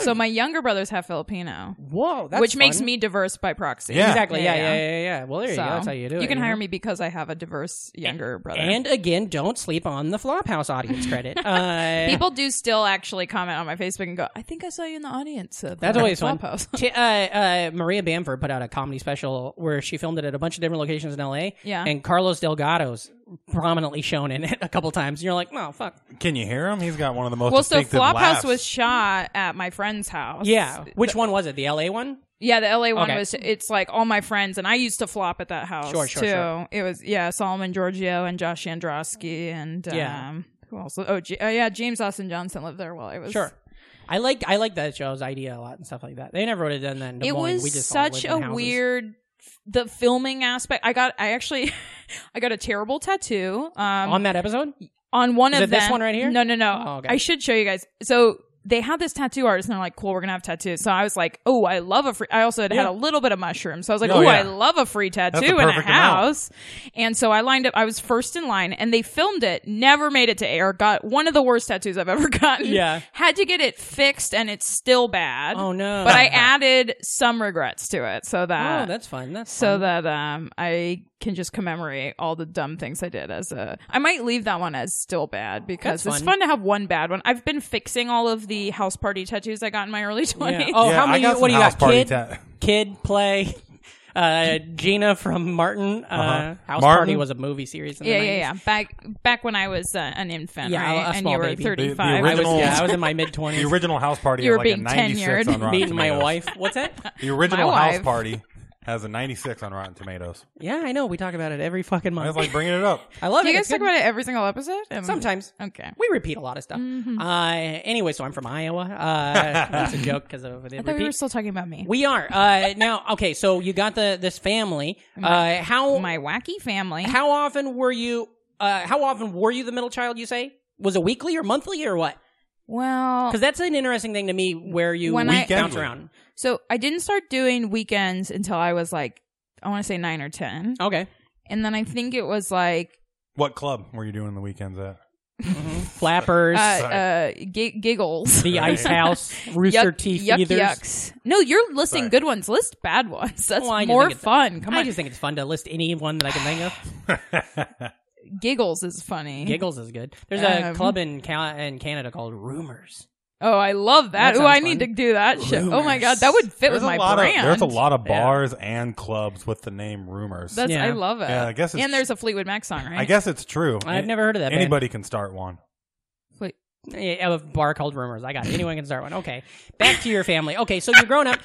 [SPEAKER 5] So my younger brothers have Filipino,
[SPEAKER 1] Whoa, that's
[SPEAKER 5] which makes
[SPEAKER 1] fun.
[SPEAKER 5] me diverse by proxy.
[SPEAKER 2] Yeah.
[SPEAKER 1] exactly. Yeah,
[SPEAKER 5] Yeah,
[SPEAKER 1] yeah,
[SPEAKER 5] yeah.
[SPEAKER 1] yeah, yeah. Well, there you
[SPEAKER 5] So
[SPEAKER 1] go. That's how you do it.
[SPEAKER 5] You can
[SPEAKER 1] know?
[SPEAKER 5] hire me because I have a diverse younger brother.
[SPEAKER 1] And again, don't sleep on the Flophouse audience credit. Uh,
[SPEAKER 5] people do still actually comment on my Facebook and go, "I think I saw you in the audience." At
[SPEAKER 1] That's
[SPEAKER 5] the
[SPEAKER 1] always fun.
[SPEAKER 5] Flophouse."
[SPEAKER 1] T- uh, uh, Maria Bamford put out a comedy special where she filmed it at a bunch of different locations in LA.
[SPEAKER 5] Yeah.
[SPEAKER 1] And Carlos Delgado's prominently shown in it a couple times. And you're like, oh, fuck.
[SPEAKER 2] Can you hear him? He's got one of the most
[SPEAKER 5] well, so
[SPEAKER 2] distinctive
[SPEAKER 5] Flophouse
[SPEAKER 2] laughs.
[SPEAKER 5] was shot at my friend's house.
[SPEAKER 1] Yeah. Which one was it? The LA one?
[SPEAKER 5] Yeah, the LA one
[SPEAKER 1] Okay.
[SPEAKER 5] was it's like all my friends and I used to flop at that house
[SPEAKER 1] Sure, sure,
[SPEAKER 5] too.
[SPEAKER 1] sure.
[SPEAKER 5] It was yeah, Solomon Giorgio and Josh Androsky and um
[SPEAKER 1] Yeah.
[SPEAKER 5] who else? Oh, G- oh yeah, James Austin Johnson lived there while I was
[SPEAKER 1] Sure. I like I like that show's idea a lot and stuff like that. They never would have done that in Des
[SPEAKER 5] It
[SPEAKER 1] Moines.
[SPEAKER 5] was
[SPEAKER 1] we just all
[SPEAKER 5] such
[SPEAKER 1] lived in
[SPEAKER 5] a
[SPEAKER 1] houses.
[SPEAKER 5] weird the filming aspect. I got I actually I got a terrible tattoo um
[SPEAKER 1] on that episode.
[SPEAKER 5] on one
[SPEAKER 1] Is
[SPEAKER 5] of
[SPEAKER 1] it this
[SPEAKER 5] them-
[SPEAKER 1] one right here?
[SPEAKER 5] No, no, no.
[SPEAKER 1] Oh, okay.
[SPEAKER 5] I should show you guys. So they had this tattoo artist, and they're like, "Cool, we're gonna have tattoos." So I was like, "Oh, I love a free." I also had had
[SPEAKER 1] Yeah.
[SPEAKER 5] a little bit of mushroom, so I was like,
[SPEAKER 2] Oh,
[SPEAKER 5] "Oh,
[SPEAKER 2] yeah.
[SPEAKER 5] I love a free tattoo
[SPEAKER 2] the
[SPEAKER 5] in a
[SPEAKER 2] perfect amount.
[SPEAKER 5] house." And so I lined up. I was first in line, and they filmed it. Never made it to air. Got one of the worst tattoos I've ever gotten.
[SPEAKER 1] Yeah.
[SPEAKER 5] had to get it fixed, and it's still bad.
[SPEAKER 1] Oh no.
[SPEAKER 5] But I added some regrets to it, so that
[SPEAKER 1] Oh, that's fun. That's
[SPEAKER 5] so
[SPEAKER 1] fun.
[SPEAKER 5] that um I can just commemorate all the dumb things I did as a I might leave that one as still bad because
[SPEAKER 1] That's
[SPEAKER 5] it's
[SPEAKER 1] fun.
[SPEAKER 5] fun to have one bad one. I've been fixing all of the house party tattoos I got in my early 20s.
[SPEAKER 1] Yeah. Oh,
[SPEAKER 2] Yeah,
[SPEAKER 1] how
[SPEAKER 2] I
[SPEAKER 1] many?
[SPEAKER 2] got
[SPEAKER 1] What do
[SPEAKER 2] some
[SPEAKER 1] you
[SPEAKER 2] house
[SPEAKER 1] got?
[SPEAKER 2] party
[SPEAKER 1] Kid,
[SPEAKER 2] ta-
[SPEAKER 1] kid play. Uh, Gina from Martin. Uh, House
[SPEAKER 2] Martin?
[SPEAKER 1] Party was a movie series. In
[SPEAKER 5] yeah,
[SPEAKER 1] the
[SPEAKER 5] yeah,
[SPEAKER 1] 90s.
[SPEAKER 5] yeah. Back back when I was uh, an infant,
[SPEAKER 1] Yeah,
[SPEAKER 5] right?
[SPEAKER 1] a- a
[SPEAKER 5] and
[SPEAKER 1] small
[SPEAKER 5] you were
[SPEAKER 1] baby. The- the
[SPEAKER 5] 35.
[SPEAKER 1] I was,
[SPEAKER 2] original-
[SPEAKER 1] yeah, I was in my mid
[SPEAKER 2] the
[SPEAKER 1] twenties,
[SPEAKER 2] original house party
[SPEAKER 5] You were
[SPEAKER 2] has like a
[SPEAKER 5] being
[SPEAKER 2] 96
[SPEAKER 5] tenured.
[SPEAKER 2] on Rotten
[SPEAKER 1] beating my
[SPEAKER 2] Tomatoes.
[SPEAKER 1] wife. What's that?
[SPEAKER 2] The original
[SPEAKER 5] My
[SPEAKER 2] house
[SPEAKER 5] wife.
[SPEAKER 2] party has a 96 on Rotten Tomatoes.
[SPEAKER 1] Yeah, I know. We talk about it every fucking
[SPEAKER 2] I
[SPEAKER 1] month.
[SPEAKER 2] was like bringing it up.
[SPEAKER 1] I love
[SPEAKER 5] Do
[SPEAKER 1] it.
[SPEAKER 5] you guys
[SPEAKER 1] It's
[SPEAKER 5] talk
[SPEAKER 1] good.
[SPEAKER 5] about it every single episode? Um,
[SPEAKER 1] Sometimes
[SPEAKER 5] Okay.
[SPEAKER 1] we repeat a lot of stuff.
[SPEAKER 5] Mm-hmm.
[SPEAKER 1] Uh, anyway, so I'm from Iowa. Uh, that's a joke because of the
[SPEAKER 5] I thought
[SPEAKER 1] repeat.
[SPEAKER 5] we were still talking about me.
[SPEAKER 1] We are uh, now okay. So you got the this family. Uh, how
[SPEAKER 5] my wacky family.
[SPEAKER 1] how often were you? Uh, how often were you the middle child? You say was it weekly or monthly or what?
[SPEAKER 5] well,
[SPEAKER 1] Because that's an interesting thing to me where you
[SPEAKER 5] Oh. When I-
[SPEAKER 1] bounce
[SPEAKER 2] Weekendly.
[SPEAKER 1] around.
[SPEAKER 5] so I didn't start doing weekends until I was like I want to say 9 or 10.
[SPEAKER 1] Okay,
[SPEAKER 5] And then I think it was like
[SPEAKER 2] What club were you doing the weekends at?
[SPEAKER 1] flappers,
[SPEAKER 5] uh, uh, gi- giggles.
[SPEAKER 1] the ice house, rooster
[SPEAKER 5] Yuck-
[SPEAKER 1] teeth,
[SPEAKER 5] yuck,
[SPEAKER 1] eathers.
[SPEAKER 5] yucks. No, you're listing
[SPEAKER 2] Sorry.
[SPEAKER 5] good ones. List bad ones. That's
[SPEAKER 1] Well, Oh, I just
[SPEAKER 5] more
[SPEAKER 1] think it's-
[SPEAKER 5] fun. Come
[SPEAKER 1] I
[SPEAKER 5] on,
[SPEAKER 1] just think it's fun to list any one that I can think of.
[SPEAKER 5] giggles is funny.
[SPEAKER 1] Giggles is good. There's a
[SPEAKER 5] Um,
[SPEAKER 1] club in Cal- in Canada called Rumors.
[SPEAKER 5] Oh, I love that.
[SPEAKER 1] That
[SPEAKER 5] oh, I
[SPEAKER 1] sounds
[SPEAKER 5] need to
[SPEAKER 1] fun.
[SPEAKER 5] do that shit. Oh my god, that would fit
[SPEAKER 2] There's
[SPEAKER 5] with
[SPEAKER 2] a
[SPEAKER 5] my
[SPEAKER 2] lot
[SPEAKER 5] brand.
[SPEAKER 2] Of, there's a lot of
[SPEAKER 5] Yeah.
[SPEAKER 2] bars and clubs with the name Rumors.
[SPEAKER 5] That's
[SPEAKER 1] Yeah.
[SPEAKER 5] I love it.
[SPEAKER 2] Yeah, I guess it's-
[SPEAKER 5] and there's a Fleetwood Mac song, right?
[SPEAKER 2] I guess it's true.
[SPEAKER 1] I've
[SPEAKER 2] A-
[SPEAKER 1] never heard of that. band.
[SPEAKER 2] Anybody can start one.
[SPEAKER 5] Fle-
[SPEAKER 1] Yeah, a bar called Rumors. I got it. Anyone can start one. Okay, back to your family. Okay, so you're grown up.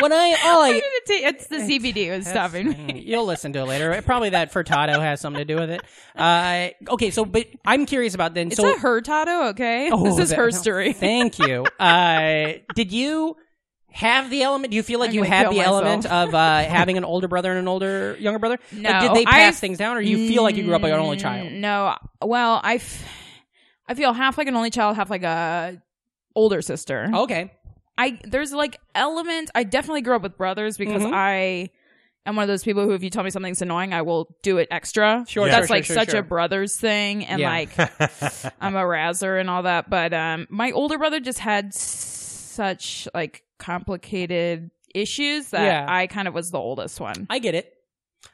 [SPEAKER 1] When I all I
[SPEAKER 5] I
[SPEAKER 1] Mm,
[SPEAKER 5] didn't ta- it's the CBD was stopping me.
[SPEAKER 1] You'll listen to it later. Probably that Furtado has something to do with it. Uh, okay, so but I'm curious about then.
[SPEAKER 5] It's
[SPEAKER 1] so
[SPEAKER 5] a her tattoo, okay?
[SPEAKER 1] Oh,
[SPEAKER 5] this is
[SPEAKER 1] that-
[SPEAKER 5] her
[SPEAKER 1] no,
[SPEAKER 5] story.
[SPEAKER 1] Thank you. Uh, did you have the element? Do you feel like
[SPEAKER 5] I'm
[SPEAKER 1] you
[SPEAKER 5] gonna
[SPEAKER 1] had the
[SPEAKER 5] kill
[SPEAKER 1] element
[SPEAKER 5] myself.
[SPEAKER 1] of uh, having an older brother and an older younger brother? Like,
[SPEAKER 5] No,
[SPEAKER 1] did they pass
[SPEAKER 5] I-
[SPEAKER 1] things down, or you feel like you grew up like an only child?
[SPEAKER 5] Mm, No, well, I, f- I feel half like an only child, half like a older sister.
[SPEAKER 1] Okay.
[SPEAKER 5] I there's like element. I definitely grew up with brothers because
[SPEAKER 1] Mhm.
[SPEAKER 5] I am one of those people who, if you tell me something's annoying, I will do it extra.
[SPEAKER 1] Sure,
[SPEAKER 5] that's
[SPEAKER 1] sure,
[SPEAKER 5] like
[SPEAKER 1] sure,
[SPEAKER 5] such
[SPEAKER 1] sure.
[SPEAKER 5] a brothers thing, and
[SPEAKER 1] Yeah.
[SPEAKER 5] like I'm a razzer and all that. But um, my older brother just had s- such like complicated issues that
[SPEAKER 1] Yeah.
[SPEAKER 5] I kind of was the oldest one.
[SPEAKER 1] I get it.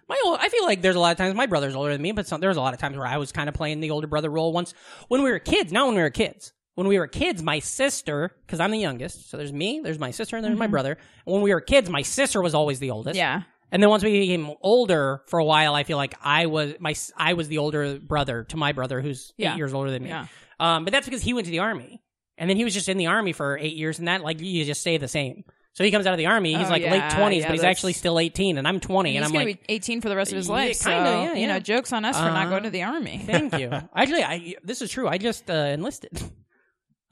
[SPEAKER 1] My old, I feel like there's a lot of times my brother's older than me, but some, there was a lot of times where I was kind of playing the older brother role. Once when we were kids, not when we were kids. When we were kids, my sister, because I'm the youngest, so there's me, there's my sister, and there's my
[SPEAKER 5] Mm-hmm.
[SPEAKER 1] brother. And when we were kids, my sister was always the oldest.
[SPEAKER 5] Yeah.
[SPEAKER 1] And then once we became older for a while, I feel like I was my s- I was the older brother to my brother, who's
[SPEAKER 5] Yeah.
[SPEAKER 1] eight years older than me.
[SPEAKER 5] Yeah.
[SPEAKER 1] Um, but that's because he went to the army, and then he was just in the army for eight years, and that like you just stay the same. So he comes out of the army, he's
[SPEAKER 5] Oh,
[SPEAKER 1] like
[SPEAKER 5] yeah,
[SPEAKER 1] late twenties,
[SPEAKER 5] yeah,
[SPEAKER 1] but he's
[SPEAKER 5] that's-
[SPEAKER 1] actually still eighteen, and I'm twenty, and
[SPEAKER 5] he's
[SPEAKER 1] I'm
[SPEAKER 5] gonna
[SPEAKER 1] like,
[SPEAKER 5] be 18 for the rest of his
[SPEAKER 1] Yeah,
[SPEAKER 5] life.
[SPEAKER 1] kinda,
[SPEAKER 5] so,
[SPEAKER 1] yeah,
[SPEAKER 5] you
[SPEAKER 1] yeah.
[SPEAKER 5] know, jokes on us for
[SPEAKER 1] Uh,
[SPEAKER 5] not going to the army.
[SPEAKER 1] thank you. Actually, I this is true. I just uh, enlisted.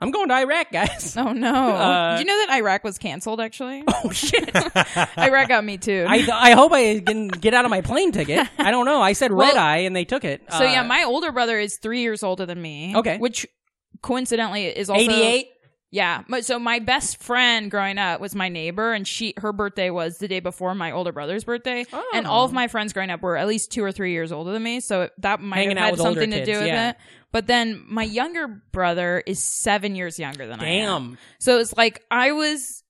[SPEAKER 1] I'm going to Iraq, guys.
[SPEAKER 5] Oh no!
[SPEAKER 1] Uh,
[SPEAKER 5] Did you know that Iraq was canceled? Actually,
[SPEAKER 1] oh shit!
[SPEAKER 5] Iraq got me too.
[SPEAKER 1] I, I hope I can get out of my plane ticket. I don't know. I said red eye, and they took it.
[SPEAKER 5] so yeah,
[SPEAKER 1] Uh,
[SPEAKER 5] my older brother is three years older than me.
[SPEAKER 1] Okay.
[SPEAKER 5] which coincidentally is also
[SPEAKER 1] 88.
[SPEAKER 5] Yeah. But- So my best friend growing up was my neighbor, and she her birthday was the day before my older brother's birthday, and all
[SPEAKER 1] Oh.
[SPEAKER 5] of my friends growing up were at least two or three years older than me, so it- that might
[SPEAKER 1] Hanging out
[SPEAKER 5] have had
[SPEAKER 1] with older
[SPEAKER 5] something to do
[SPEAKER 1] kids,
[SPEAKER 5] with
[SPEAKER 1] yeah.
[SPEAKER 5] it. But then my younger brother is seven years younger than I am.
[SPEAKER 1] Damn.
[SPEAKER 5] So it's like I was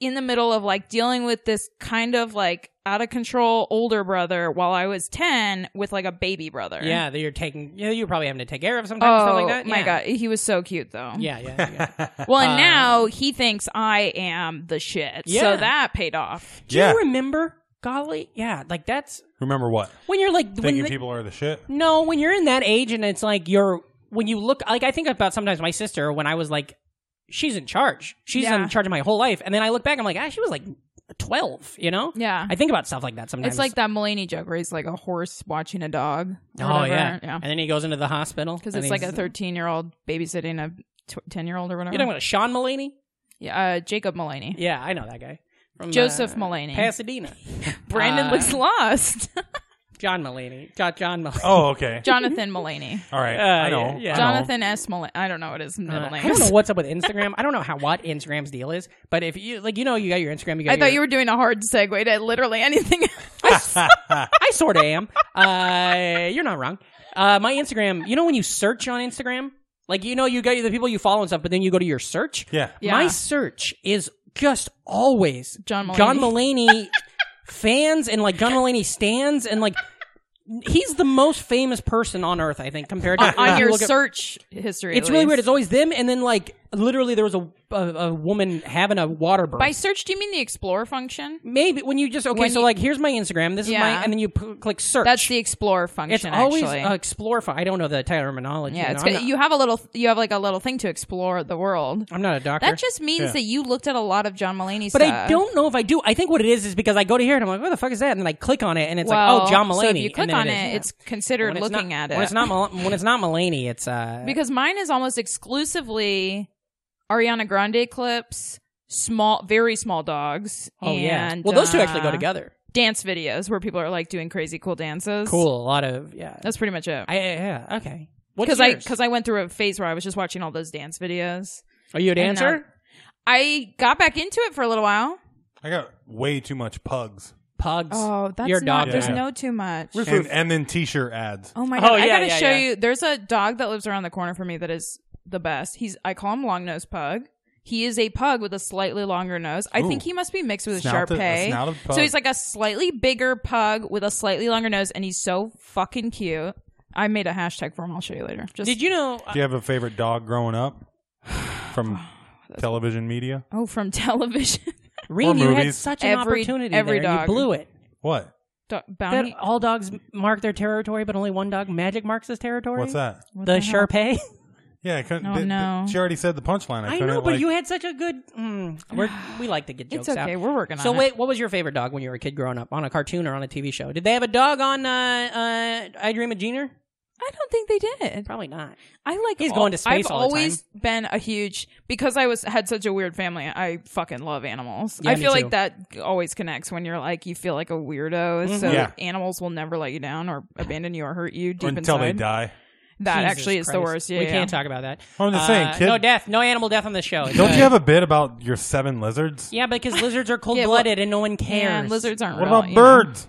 [SPEAKER 5] in the middle of like dealing with this kind of like out of control older brother while I was 10 with like a baby brother.
[SPEAKER 1] Yeah, that you're taking. Yeah, you're probably having to take care of sometimes.
[SPEAKER 5] Oh
[SPEAKER 1] stuff like that.
[SPEAKER 5] my
[SPEAKER 1] yeah.
[SPEAKER 5] God. He was so cute though.
[SPEAKER 1] Yeah, yeah, yeah.
[SPEAKER 5] Well, and
[SPEAKER 1] Uh,
[SPEAKER 5] now he thinks I am the shit.
[SPEAKER 1] Yeah.
[SPEAKER 5] So that paid off.
[SPEAKER 1] Do
[SPEAKER 2] Yeah.
[SPEAKER 1] you remember? Golly, yeah. Like that's
[SPEAKER 2] Remember what?
[SPEAKER 1] when you're like when
[SPEAKER 2] Thinking
[SPEAKER 1] the-
[SPEAKER 2] people are the shit.
[SPEAKER 1] No, when you're in that age and it's like you're when you look like I think about sometimes my sister when I was like she's in charge. She's
[SPEAKER 5] Yeah.
[SPEAKER 1] in charge of my whole life, and then I look back, I'm like, ah, she was like 12. You know?
[SPEAKER 5] Yeah.
[SPEAKER 1] I think about stuff like that sometimes.
[SPEAKER 5] It's like that Mulaney joke where he's like a horse watching a dog. or
[SPEAKER 1] Oh
[SPEAKER 5] whatever.
[SPEAKER 1] yeah.
[SPEAKER 5] Yeah.
[SPEAKER 1] and then he goes into the hospital
[SPEAKER 5] Because
[SPEAKER 1] and
[SPEAKER 5] it's like a
[SPEAKER 1] he's-
[SPEAKER 5] 13 year old babysitting a 10 year old or whatever.
[SPEAKER 1] You're talking about Sean Mulaney?
[SPEAKER 5] yeah, uh, Jacob Mulaney.
[SPEAKER 1] Yeah, I know that guy. From,
[SPEAKER 5] Joseph
[SPEAKER 1] uh,
[SPEAKER 5] Mulaney.
[SPEAKER 1] Pasadena.
[SPEAKER 5] Brandon
[SPEAKER 1] Uh,
[SPEAKER 5] looks lost.
[SPEAKER 1] John Mulaney. John, John Mulaney.
[SPEAKER 2] Oh, okay.
[SPEAKER 5] Jonathan Mulaney.
[SPEAKER 2] All right.
[SPEAKER 1] Uh,
[SPEAKER 2] I
[SPEAKER 1] yeah,
[SPEAKER 2] know.
[SPEAKER 1] yeah.
[SPEAKER 2] I know.
[SPEAKER 5] Jonathan S. Mulaney. I don't know what his middle
[SPEAKER 1] Uh,
[SPEAKER 5] name
[SPEAKER 1] I don't know
[SPEAKER 5] is.
[SPEAKER 1] what's up with Instagram. I don't know how what Instagram's deal is, but if you like, you know, you got your Instagram. You got
[SPEAKER 5] I thought
[SPEAKER 1] your-
[SPEAKER 5] you were doing a hard segue to literally anything.
[SPEAKER 1] I sort of am. Uh, you're not wrong. Uh, my Instagram. You know when you search on Instagram, like you know you got the people you follow and stuff, but then you go to your search.
[SPEAKER 2] Yeah.
[SPEAKER 5] Yeah.
[SPEAKER 1] My search is just always
[SPEAKER 5] John Mulaney.
[SPEAKER 1] John Mulaney fans and like John Mulaney stands and like he's the most famous person on earth. I think compared to if
[SPEAKER 5] on
[SPEAKER 1] you
[SPEAKER 5] your
[SPEAKER 1] look at-
[SPEAKER 5] search history.
[SPEAKER 1] It's
[SPEAKER 5] at
[SPEAKER 1] really
[SPEAKER 5] least.
[SPEAKER 1] weird. It's always them, and then like literally there was a a, a woman having a water burst.
[SPEAKER 5] By search, do you mean the explore function?
[SPEAKER 1] Maybe when you just okay,
[SPEAKER 5] When
[SPEAKER 1] so
[SPEAKER 5] you-
[SPEAKER 1] like here's my Instagram, this is
[SPEAKER 5] Yeah.
[SPEAKER 1] my, and then you p- click search.
[SPEAKER 5] That's the explore function.
[SPEAKER 1] it's always
[SPEAKER 5] actually.
[SPEAKER 1] uh, explore. fi- I don't know the terminology.
[SPEAKER 5] yeah,
[SPEAKER 1] you
[SPEAKER 5] it's
[SPEAKER 1] know, I'm
[SPEAKER 5] good.
[SPEAKER 1] not-
[SPEAKER 5] you have a little. You have like a little thing to explore the world.
[SPEAKER 1] I'm not a doctor.
[SPEAKER 5] That just means that you looked at a lot of John Mulaney
[SPEAKER 1] but
[SPEAKER 5] stuff.
[SPEAKER 1] I don't know if I do. I think what it is is because I go to here and I'm like, what the fuck is that? And then I click on it and it's like,
[SPEAKER 5] Well,
[SPEAKER 1] oh, John Mulaney.
[SPEAKER 5] So if you
[SPEAKER 1] and
[SPEAKER 5] click
[SPEAKER 1] then
[SPEAKER 5] on it,
[SPEAKER 1] is, yeah.
[SPEAKER 5] it's considered
[SPEAKER 1] When it's
[SPEAKER 5] looking
[SPEAKER 1] not-
[SPEAKER 5] at it.
[SPEAKER 1] When it's not Mul- when it's not Mulaney, it's uh.
[SPEAKER 5] because mine is almost exclusively Ariana Grande clips, small, very small dogs.
[SPEAKER 1] Oh yeah.
[SPEAKER 5] and,
[SPEAKER 1] Well, those two actually
[SPEAKER 5] uh,
[SPEAKER 1] go together.
[SPEAKER 5] Dance videos where people are like doing crazy cool dances.
[SPEAKER 1] Cool. A lot of yeah.
[SPEAKER 5] That's pretty much it.
[SPEAKER 1] I, yeah. Okay. What's
[SPEAKER 5] Because I
[SPEAKER 1] yours?
[SPEAKER 5] because I went through a phase where I was just watching all those dance videos.
[SPEAKER 1] are you a
[SPEAKER 5] and uh, now-
[SPEAKER 1] dancer?
[SPEAKER 5] I got back into it for a little while.
[SPEAKER 2] I got way too much pugs.
[SPEAKER 1] Pugs.
[SPEAKER 5] Oh, that's
[SPEAKER 1] Your
[SPEAKER 5] not.
[SPEAKER 1] dog.
[SPEAKER 5] There's
[SPEAKER 2] Yeah.
[SPEAKER 5] no too much.
[SPEAKER 2] And, and then t-shirt ads.
[SPEAKER 5] Oh my
[SPEAKER 1] Oh,
[SPEAKER 5] god! I
[SPEAKER 1] yeah,
[SPEAKER 5] gotta
[SPEAKER 1] yeah,
[SPEAKER 5] show
[SPEAKER 1] yeah.
[SPEAKER 5] you. There's a dog that lives around the corner from me that is the best. He's I call him long nose pug. He is a pug with a slightly longer nose. I think
[SPEAKER 2] Ooh.
[SPEAKER 5] he must be mixed with a
[SPEAKER 2] Snout
[SPEAKER 5] Shar
[SPEAKER 2] to- a
[SPEAKER 5] Pei.
[SPEAKER 2] snouted pug.
[SPEAKER 5] So he's like a slightly bigger pug with a slightly longer nose, and he's so fucking cute. I made a hashtag for him. I'll show you later. Just
[SPEAKER 1] Did you know? uh,
[SPEAKER 2] Do you have a favorite dog growing up from television media?
[SPEAKER 5] oh from television
[SPEAKER 1] Reem, you had
[SPEAKER 2] movies.
[SPEAKER 1] such an
[SPEAKER 5] Every-
[SPEAKER 1] opportunity
[SPEAKER 5] every
[SPEAKER 1] there.
[SPEAKER 5] dog.
[SPEAKER 1] You blew it.
[SPEAKER 2] What?
[SPEAKER 5] Dog-
[SPEAKER 1] That
[SPEAKER 5] bounty.
[SPEAKER 1] all dogs mark their territory, but only one dog magic marks his territory.
[SPEAKER 2] What's that?
[SPEAKER 1] The Shar Pei.
[SPEAKER 2] Yeah, I couldn't.
[SPEAKER 5] Oh,
[SPEAKER 2] th- th-
[SPEAKER 5] no.
[SPEAKER 2] she already said the punchline. I,
[SPEAKER 1] I
[SPEAKER 2] couldn't,
[SPEAKER 1] know, but
[SPEAKER 2] like-
[SPEAKER 1] you had such a good. Mm, we're, we like to get jokes
[SPEAKER 5] It's okay.
[SPEAKER 1] out.
[SPEAKER 5] We're working on
[SPEAKER 1] so
[SPEAKER 5] it.
[SPEAKER 1] wait, what was your favorite dog when you were a kid growing up? On a cartoon or on a TV show? Did they have a dog on uh, uh, I Dream of Jeannie?
[SPEAKER 5] I don't think they did.
[SPEAKER 1] Probably not.
[SPEAKER 5] I like.
[SPEAKER 1] He's
[SPEAKER 5] all-
[SPEAKER 1] going to space
[SPEAKER 5] I've
[SPEAKER 1] all the
[SPEAKER 5] always been a huge because I was had such a weird family. I fucking love animals.
[SPEAKER 1] Yeah,
[SPEAKER 5] I
[SPEAKER 1] me
[SPEAKER 5] feel
[SPEAKER 1] too.
[SPEAKER 5] like that always connects when you're like you feel like a weirdo.
[SPEAKER 1] Mm-hmm.
[SPEAKER 5] So
[SPEAKER 2] Yeah.
[SPEAKER 5] animals will never let you down or abandon you or hurt you deep
[SPEAKER 2] until they
[SPEAKER 5] inside.
[SPEAKER 2] die.
[SPEAKER 5] That
[SPEAKER 1] Jesus
[SPEAKER 5] actually is the
[SPEAKER 1] Christ.
[SPEAKER 5] worst. Yeah,
[SPEAKER 1] we
[SPEAKER 5] yeah.
[SPEAKER 1] can't talk about that.
[SPEAKER 2] I'm just saying,
[SPEAKER 1] Uh,
[SPEAKER 2] kid-
[SPEAKER 1] No death. No animal death on this show. It's
[SPEAKER 2] Don't
[SPEAKER 1] good.
[SPEAKER 2] you have a bit about your seven lizards?
[SPEAKER 1] Yeah, because lizards are cold blooded and no one cares.
[SPEAKER 5] Yeah, lizards aren't.
[SPEAKER 2] What
[SPEAKER 5] real,
[SPEAKER 2] about
[SPEAKER 5] you know.
[SPEAKER 2] birds?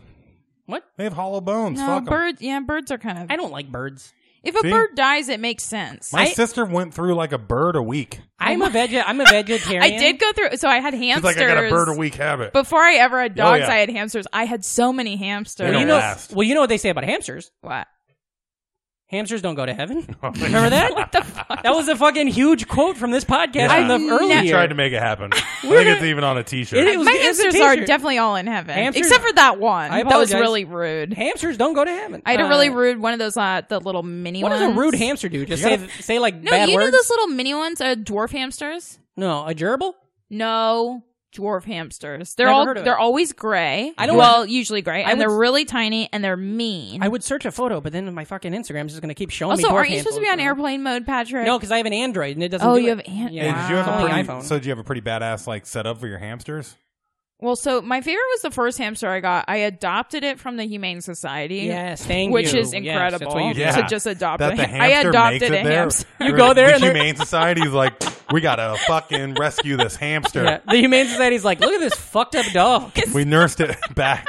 [SPEAKER 1] What?
[SPEAKER 2] They have hollow bones.
[SPEAKER 5] No,
[SPEAKER 2] Fuck 'em.
[SPEAKER 5] birds. Yeah, birds are kind of.
[SPEAKER 1] I don't like birds.
[SPEAKER 5] If a
[SPEAKER 2] See?
[SPEAKER 5] bird dies, it makes sense.
[SPEAKER 2] My
[SPEAKER 1] I-
[SPEAKER 2] sister went through like a bird a week.
[SPEAKER 1] I'm a veg. I'm a vegetarian.
[SPEAKER 5] I did go through. So I had
[SPEAKER 2] It's
[SPEAKER 5] hamsters.
[SPEAKER 2] like I got a bird a week habit.
[SPEAKER 5] Before I ever had
[SPEAKER 2] Oh,
[SPEAKER 5] dogs,
[SPEAKER 2] yeah.
[SPEAKER 5] I had hamsters. I had so many hamsters.
[SPEAKER 2] They
[SPEAKER 1] Well, you know.
[SPEAKER 2] don't last.
[SPEAKER 1] Well, you know what they say about hamsters.
[SPEAKER 5] what?
[SPEAKER 1] Hamsters don't go to heaven. Remember that?
[SPEAKER 5] What the fuck?
[SPEAKER 1] That was a fucking huge quote from this podcast from
[SPEAKER 2] Yeah.
[SPEAKER 1] the
[SPEAKER 5] I've
[SPEAKER 1] earlier.
[SPEAKER 5] never-
[SPEAKER 2] I tried to make it happen. I think it's even on a t-shirt.
[SPEAKER 1] It was-
[SPEAKER 5] My
[SPEAKER 1] it's a
[SPEAKER 5] hamsters are
[SPEAKER 1] t-shirt.
[SPEAKER 5] definitely all in heaven,
[SPEAKER 1] Hamsters-
[SPEAKER 5] except for that one.
[SPEAKER 1] I
[SPEAKER 5] That was
[SPEAKER 1] apologize.
[SPEAKER 5] really rude.
[SPEAKER 1] hamsters don't go to heaven.
[SPEAKER 5] I had a
[SPEAKER 1] Uh,
[SPEAKER 5] really rude one of those, uh, the little mini
[SPEAKER 1] What
[SPEAKER 5] ones.
[SPEAKER 1] does a rude hamster do? Just say say like
[SPEAKER 5] No,
[SPEAKER 1] bad
[SPEAKER 5] you
[SPEAKER 1] words.
[SPEAKER 5] know those little mini ones are dwarf hamsters.
[SPEAKER 1] no, a gerbil.
[SPEAKER 5] No, dwarf hamsters. They're
[SPEAKER 1] Never
[SPEAKER 5] all
[SPEAKER 1] heard of
[SPEAKER 5] they're
[SPEAKER 1] it.
[SPEAKER 5] always gray.
[SPEAKER 1] I don't
[SPEAKER 5] well, usually gray,
[SPEAKER 1] I would-
[SPEAKER 5] and they're really tiny and they're mean.
[SPEAKER 1] I would search a photo, but then my fucking Instagram is just gonna keep showing me.
[SPEAKER 5] also,
[SPEAKER 1] dwarf
[SPEAKER 5] aren't you supposed to be on
[SPEAKER 1] hamsters.
[SPEAKER 5] airplane mode, Patrick?
[SPEAKER 1] No, because I have an Android and it doesn't.
[SPEAKER 5] Oh,
[SPEAKER 1] do
[SPEAKER 5] you
[SPEAKER 1] it.
[SPEAKER 5] have an-
[SPEAKER 1] Yeah,
[SPEAKER 2] Hey, did you
[SPEAKER 1] it's
[SPEAKER 2] have a
[SPEAKER 1] only
[SPEAKER 2] pretty,
[SPEAKER 1] iPhone.
[SPEAKER 2] So did you have a pretty badass like setup for your hamsters?
[SPEAKER 5] Well, so my favorite was the first hamster I got. I adopted it from the Humane Society.
[SPEAKER 1] Yes, thank
[SPEAKER 5] which
[SPEAKER 1] you.
[SPEAKER 5] is
[SPEAKER 1] Yes,
[SPEAKER 5] incredible.
[SPEAKER 1] that's what you do.
[SPEAKER 2] Yeah.
[SPEAKER 5] To just adopt
[SPEAKER 2] That
[SPEAKER 5] a
[SPEAKER 2] the
[SPEAKER 5] ham- I
[SPEAKER 2] hamster
[SPEAKER 5] adopted
[SPEAKER 2] makes it
[SPEAKER 5] a
[SPEAKER 2] there.
[SPEAKER 5] hamster.
[SPEAKER 1] You go there
[SPEAKER 2] The
[SPEAKER 1] and they're-
[SPEAKER 2] humane society's like, we gotta fucking rescue this hamster.
[SPEAKER 1] Yeah, the Humane Society's like, look at this fucked up dog.
[SPEAKER 2] We nursed it back.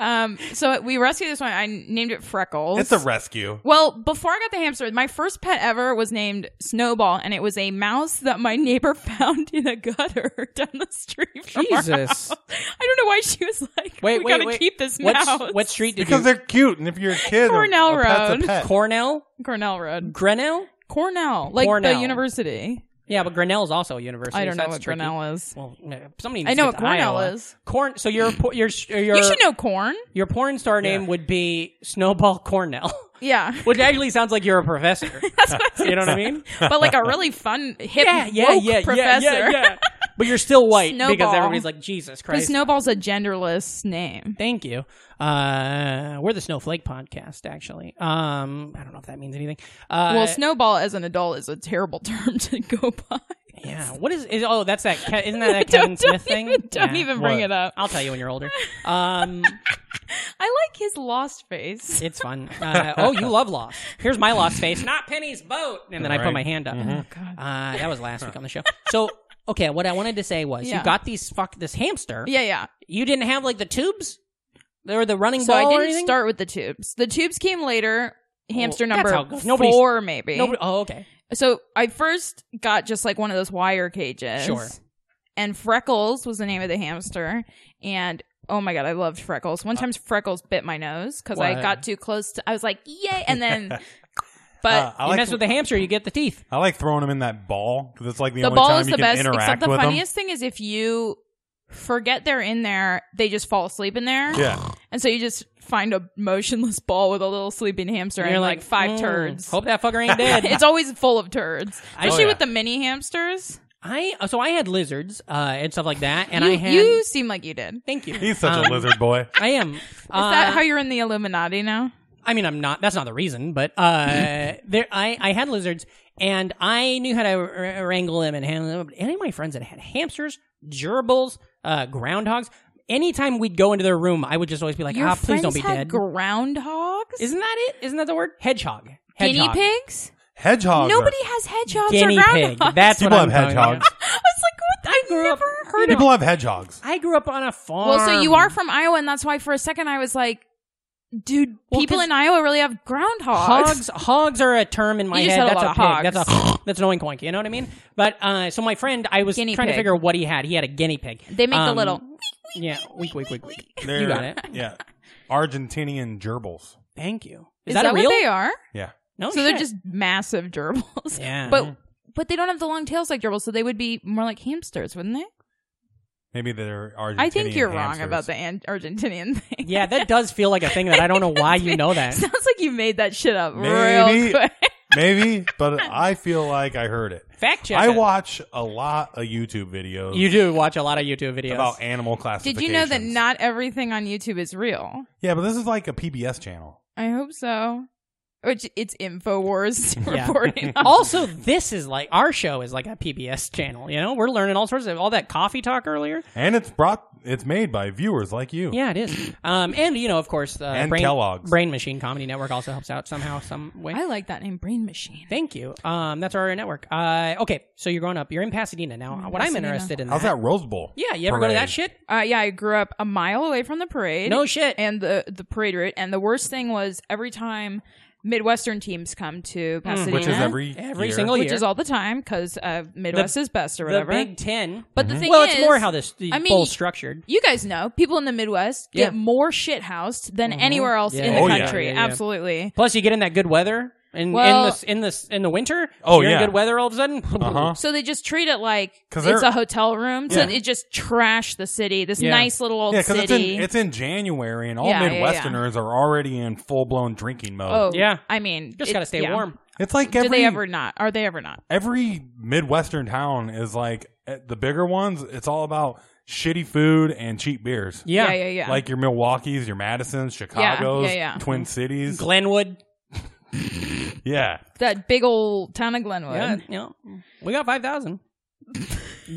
[SPEAKER 5] Um, so we rescued this one. I named it Freckles.
[SPEAKER 2] It's a rescue.
[SPEAKER 5] well, before I got the hamster, my first pet ever was named Snowball, and it was a mouse that my neighbor found in a gutter down the street. From our
[SPEAKER 1] Jesus.
[SPEAKER 5] house. I don't know why she was like,
[SPEAKER 1] Wait,
[SPEAKER 5] "We
[SPEAKER 1] wait,
[SPEAKER 5] gotta
[SPEAKER 1] wait.
[SPEAKER 5] keep this
[SPEAKER 1] What,
[SPEAKER 5] mouse."
[SPEAKER 1] what street did
[SPEAKER 2] Because
[SPEAKER 1] you?
[SPEAKER 2] they're cute, and if you're a kid,
[SPEAKER 5] Cornell
[SPEAKER 2] a, pet's
[SPEAKER 5] Road.
[SPEAKER 2] A pet.
[SPEAKER 1] Cornell,
[SPEAKER 5] Cornell Road,
[SPEAKER 1] Grinnell.
[SPEAKER 5] Cornell, like the
[SPEAKER 1] Cornell.
[SPEAKER 5] university.
[SPEAKER 1] Yeah, but Grinnell's also a university.
[SPEAKER 5] I don't
[SPEAKER 1] so
[SPEAKER 5] know
[SPEAKER 1] that's
[SPEAKER 5] what
[SPEAKER 1] tricky.
[SPEAKER 5] Cornell is.
[SPEAKER 1] Well, no, somebody.
[SPEAKER 5] I
[SPEAKER 1] needs
[SPEAKER 5] know
[SPEAKER 1] to
[SPEAKER 5] what
[SPEAKER 1] get to
[SPEAKER 5] Cornell
[SPEAKER 1] Iowa.
[SPEAKER 5] is.
[SPEAKER 1] Corn. So your po- your your
[SPEAKER 5] You should know corn.
[SPEAKER 1] your porn star name would be Snowball Cornell,
[SPEAKER 5] Yeah.
[SPEAKER 1] which actually sounds like you're a professor. That's what you know what I mean?
[SPEAKER 5] but like a really fun hip woke professor.
[SPEAKER 1] yeah, yeah. But you're still white because
[SPEAKER 5] Snowball.
[SPEAKER 1] everybody's like Jesus Christ.
[SPEAKER 5] Snowball's a genderless name.
[SPEAKER 1] Thank you. Uh, we're the Snowflake Podcast, actually. Um, I don't know if that means anything. Uh,
[SPEAKER 5] well, Snowball as an adult is a terrible term to go by.
[SPEAKER 1] yeah. What is, is? Oh, that's that. Ke- Isn't that that
[SPEAKER 5] Don't-
[SPEAKER 1] Kevin
[SPEAKER 5] don't
[SPEAKER 1] Smith thing?
[SPEAKER 5] even- don't
[SPEAKER 1] Yeah.
[SPEAKER 5] even bring
[SPEAKER 2] What?
[SPEAKER 5] it up.
[SPEAKER 1] I'll tell you when you're older. Um,
[SPEAKER 5] I like his lost face.
[SPEAKER 1] it's fun. Uh, oh, you love Lost. Here's my Lost face. Not Penny's boat. And then I put
[SPEAKER 2] Right. Mm-hmm.
[SPEAKER 1] my hand up.
[SPEAKER 5] God.
[SPEAKER 1] Uh, that was last week on the show. So, okay, what I wanted to say was,
[SPEAKER 5] Yeah.
[SPEAKER 1] you got these fuck this hamster.
[SPEAKER 5] Yeah, yeah.
[SPEAKER 1] You didn't have like the tubes. They were the running
[SPEAKER 5] So
[SPEAKER 1] ball
[SPEAKER 5] I
[SPEAKER 1] or
[SPEAKER 5] didn't
[SPEAKER 1] anything?
[SPEAKER 5] start with the tubes. The tubes came later. Hamster
[SPEAKER 1] that's how it
[SPEAKER 5] number
[SPEAKER 1] goes. Nobody's-
[SPEAKER 5] four, maybe.
[SPEAKER 1] Nobody, oh, okay.
[SPEAKER 5] so I first got just like one of those wire cages.
[SPEAKER 1] Sure.
[SPEAKER 5] And Freckles was the name of the hamster. And oh my God, I loved Freckles.
[SPEAKER 1] Uh,
[SPEAKER 5] One time Freckles bit my nose because I
[SPEAKER 1] Why?
[SPEAKER 5] got too close to, I was like, yay. And then, but
[SPEAKER 2] Uh, I
[SPEAKER 1] you
[SPEAKER 2] like
[SPEAKER 1] mess with the hamster, you get the teeth.
[SPEAKER 2] I like throwing them in that ball because it's like the,
[SPEAKER 5] the
[SPEAKER 2] only
[SPEAKER 5] ball
[SPEAKER 2] time
[SPEAKER 5] is
[SPEAKER 2] you
[SPEAKER 5] the
[SPEAKER 2] can
[SPEAKER 5] best.
[SPEAKER 2] interact
[SPEAKER 5] Except the
[SPEAKER 2] with 'em.
[SPEAKER 5] funniest thing is if you forget they're in there, they just fall asleep in there.
[SPEAKER 2] Yeah,
[SPEAKER 5] And so you just find a motionless ball with a little sleeping hamster and,
[SPEAKER 1] you're
[SPEAKER 5] like, five
[SPEAKER 1] "Mm,
[SPEAKER 5] turds.
[SPEAKER 1] Hope that fucker ain't dead.
[SPEAKER 5] it's always full of turds.
[SPEAKER 1] I-
[SPEAKER 5] Especially
[SPEAKER 2] Oh, yeah.
[SPEAKER 5] with the mini hamsters.
[SPEAKER 1] I so I had lizards uh, and stuff like that, and
[SPEAKER 5] you,
[SPEAKER 1] I had.
[SPEAKER 5] you seem like you did. Is
[SPEAKER 1] thank you.
[SPEAKER 2] he's such
[SPEAKER 1] Um,
[SPEAKER 2] a lizard boy.
[SPEAKER 1] I am. Is Uh,
[SPEAKER 5] that how you're in the Illuminati now?
[SPEAKER 1] I mean, I'm not. That's not the reason, but uh, there, I, I had lizards, and I knew how to r- wrangle them and handle them. But Any of my friends that had hamsters, gerbils, uh, groundhogs, anytime we'd go into their room, I would just always be like,
[SPEAKER 5] Your
[SPEAKER 1] "Ah, please
[SPEAKER 5] friends
[SPEAKER 1] don't be
[SPEAKER 5] had
[SPEAKER 1] dead."
[SPEAKER 5] groundhogs?
[SPEAKER 1] Isn't that it? Isn't that the word? Hedgehog.
[SPEAKER 5] Guinea
[SPEAKER 1] Hedgehog.
[SPEAKER 5] pigs?
[SPEAKER 2] Hedgehog.
[SPEAKER 5] Nobody has hedgehogs
[SPEAKER 1] Guinea
[SPEAKER 5] or
[SPEAKER 1] pig.
[SPEAKER 5] groundhogs.
[SPEAKER 1] That's
[SPEAKER 2] People
[SPEAKER 1] what
[SPEAKER 2] have
[SPEAKER 1] I'm talking about.
[SPEAKER 2] hedgehogs.
[SPEAKER 5] I was like, what? I've
[SPEAKER 1] grew up-
[SPEAKER 5] never heard of
[SPEAKER 2] People have hedgehogs.
[SPEAKER 1] I grew up on a farm.
[SPEAKER 5] Well, so you are from Iowa, and that's why for a second I was like, dude,
[SPEAKER 1] Well,
[SPEAKER 5] people
[SPEAKER 1] 'cause
[SPEAKER 5] in Iowa really have groundhogs.
[SPEAKER 1] Hogs, hogs are a term in my
[SPEAKER 5] You just
[SPEAKER 1] head.
[SPEAKER 5] had a
[SPEAKER 1] that's
[SPEAKER 5] lot
[SPEAKER 1] a
[SPEAKER 5] of
[SPEAKER 1] pig.
[SPEAKER 5] hogs.
[SPEAKER 1] That's a that's an oink oink. You know what I mean? But uh, so my friend, I was
[SPEAKER 5] Guinea
[SPEAKER 1] trying
[SPEAKER 5] pig.
[SPEAKER 1] to figure out what he had. He had a guinea pig.
[SPEAKER 5] They make the
[SPEAKER 1] Um,
[SPEAKER 5] little.
[SPEAKER 1] Yeah, weak, weak, weak, weak.
[SPEAKER 2] They're-
[SPEAKER 1] got it.
[SPEAKER 2] Yeah, Argentinian gerbils.
[SPEAKER 1] Thank you.
[SPEAKER 5] Is,
[SPEAKER 1] Is,
[SPEAKER 5] that,
[SPEAKER 1] real?
[SPEAKER 5] what they are?
[SPEAKER 2] Yeah,
[SPEAKER 1] No,
[SPEAKER 5] so they're
[SPEAKER 1] Oh, shit.
[SPEAKER 5] just massive gerbils.
[SPEAKER 1] Yeah.
[SPEAKER 5] But but they don't have the long tails like gerbils, so they would be more like hamsters, wouldn't they?
[SPEAKER 2] maybe they're Argentinian.
[SPEAKER 5] I think you're wrong
[SPEAKER 2] hamsters.
[SPEAKER 5] about the an- Argentinian thing.
[SPEAKER 1] yeah, that does feel like a thing that I don't know why you know that.
[SPEAKER 5] Sounds like you made that shit up real
[SPEAKER 2] Maybe.
[SPEAKER 5] quick.
[SPEAKER 2] Maybe, but I feel like I heard it.
[SPEAKER 1] Fact check.
[SPEAKER 2] I
[SPEAKER 1] it.
[SPEAKER 2] watch a lot of YouTube videos
[SPEAKER 1] You do watch a lot of YouTube videos.
[SPEAKER 2] about animal
[SPEAKER 5] Did
[SPEAKER 2] classifications.
[SPEAKER 5] you know that not everything on YouTube is real?
[SPEAKER 2] Yeah, but this is like a PBS channel.
[SPEAKER 5] I hope so. Which it's Infowars
[SPEAKER 1] Yeah.
[SPEAKER 5] reporting. on.
[SPEAKER 1] also, this is like our show is like a PBS channel. You know, we're learning all sorts of all that coffee talk earlier.
[SPEAKER 2] And it's brought it's made by viewers like you.
[SPEAKER 1] Yeah, it is. Um, and you know, of course, uh,
[SPEAKER 2] And
[SPEAKER 1] Brain,
[SPEAKER 2] Kellogg's.
[SPEAKER 1] Brain Machine Comedy Network also helps out somehow, some way.
[SPEAKER 5] I like that name, Brain Machine.
[SPEAKER 1] Thank you. Um, that's our network. Uh, okay, so you're growing up. You're in Pasadena now. what I'm
[SPEAKER 5] Pasadena.
[SPEAKER 1] interested in.
[SPEAKER 2] How's that Rose Bowl?
[SPEAKER 1] Yeah, you ever go to that
[SPEAKER 2] parade?
[SPEAKER 1] shit?
[SPEAKER 5] Uh, yeah, I grew up a mile away from the parade.
[SPEAKER 1] No shit.
[SPEAKER 5] and the the parade route. And the worst thing was every time Midwestern teams come to Pasadena,
[SPEAKER 2] Which is every
[SPEAKER 1] Hmm, Every
[SPEAKER 2] year.
[SPEAKER 1] single
[SPEAKER 5] which
[SPEAKER 1] year.
[SPEAKER 5] is all the time because uh, Midwest is best or whatever.
[SPEAKER 1] The Big Ten.
[SPEAKER 5] but
[SPEAKER 2] Mm-hmm.
[SPEAKER 5] the thing
[SPEAKER 1] well,
[SPEAKER 5] is,
[SPEAKER 1] it's more how this the
[SPEAKER 5] I mean,
[SPEAKER 1] bowl's structured.
[SPEAKER 5] you guys know people in the Midwest
[SPEAKER 1] Yeah. Mm-hmm.
[SPEAKER 5] get more shit housed than anywhere else
[SPEAKER 1] Yeah.
[SPEAKER 5] in the
[SPEAKER 2] Oh, yeah.
[SPEAKER 5] country.
[SPEAKER 1] Yeah, yeah, yeah.
[SPEAKER 5] Absolutely.
[SPEAKER 1] Plus, you get in that good weather in
[SPEAKER 5] Well-
[SPEAKER 1] in the in the in the winter.
[SPEAKER 2] Oh,
[SPEAKER 1] you're
[SPEAKER 2] yeah.
[SPEAKER 1] in good weather all of a sudden.
[SPEAKER 2] Uh-huh.
[SPEAKER 5] So they just treat it like
[SPEAKER 2] 'Cause
[SPEAKER 5] it's
[SPEAKER 2] they're-
[SPEAKER 5] a hotel room. So
[SPEAKER 2] Yeah.
[SPEAKER 5] it just trash the city. This
[SPEAKER 1] Yeah.
[SPEAKER 5] nice little old
[SPEAKER 2] Yeah, because it's
[SPEAKER 5] city.
[SPEAKER 2] in, it's in January, and all
[SPEAKER 5] Yeah, yeah, yeah.
[SPEAKER 2] Midwesterners are already in full blown drinking mode.
[SPEAKER 5] oh
[SPEAKER 1] Yeah.
[SPEAKER 5] I mean,
[SPEAKER 1] Just
[SPEAKER 5] it-
[SPEAKER 1] gotta stay
[SPEAKER 5] yeah.
[SPEAKER 1] warm.
[SPEAKER 2] It's like
[SPEAKER 5] Do
[SPEAKER 2] every
[SPEAKER 5] they ever not? Are they ever not?
[SPEAKER 2] every Midwestern town is like eh, the bigger ones. It's all about shitty food and cheap beers.
[SPEAKER 1] Yeah.
[SPEAKER 5] yeah, yeah. yeah.
[SPEAKER 2] Like your Milwaukee's, your Madison's, Chicago's,
[SPEAKER 5] yeah.
[SPEAKER 2] Twin Cities.
[SPEAKER 1] Glenwood.
[SPEAKER 2] yeah.
[SPEAKER 5] that big old town of Glenwood.
[SPEAKER 1] Yeah, you know, we got five thousand.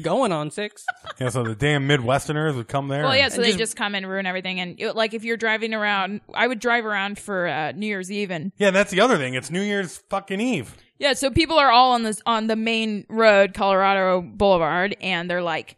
[SPEAKER 1] Going on six.
[SPEAKER 2] Yeah, so the damn Midwesterners would come there.
[SPEAKER 5] Well, yeah,
[SPEAKER 2] and-
[SPEAKER 5] so they just come and ruin everything. And it, like, if you're driving around, I would drive around for uh, New Year's Eve, and
[SPEAKER 2] Yeah, that's the other thing. It's New Year's fucking Eve.
[SPEAKER 5] yeah, so people are all on this on the main road, Colorado Boulevard, and they're like,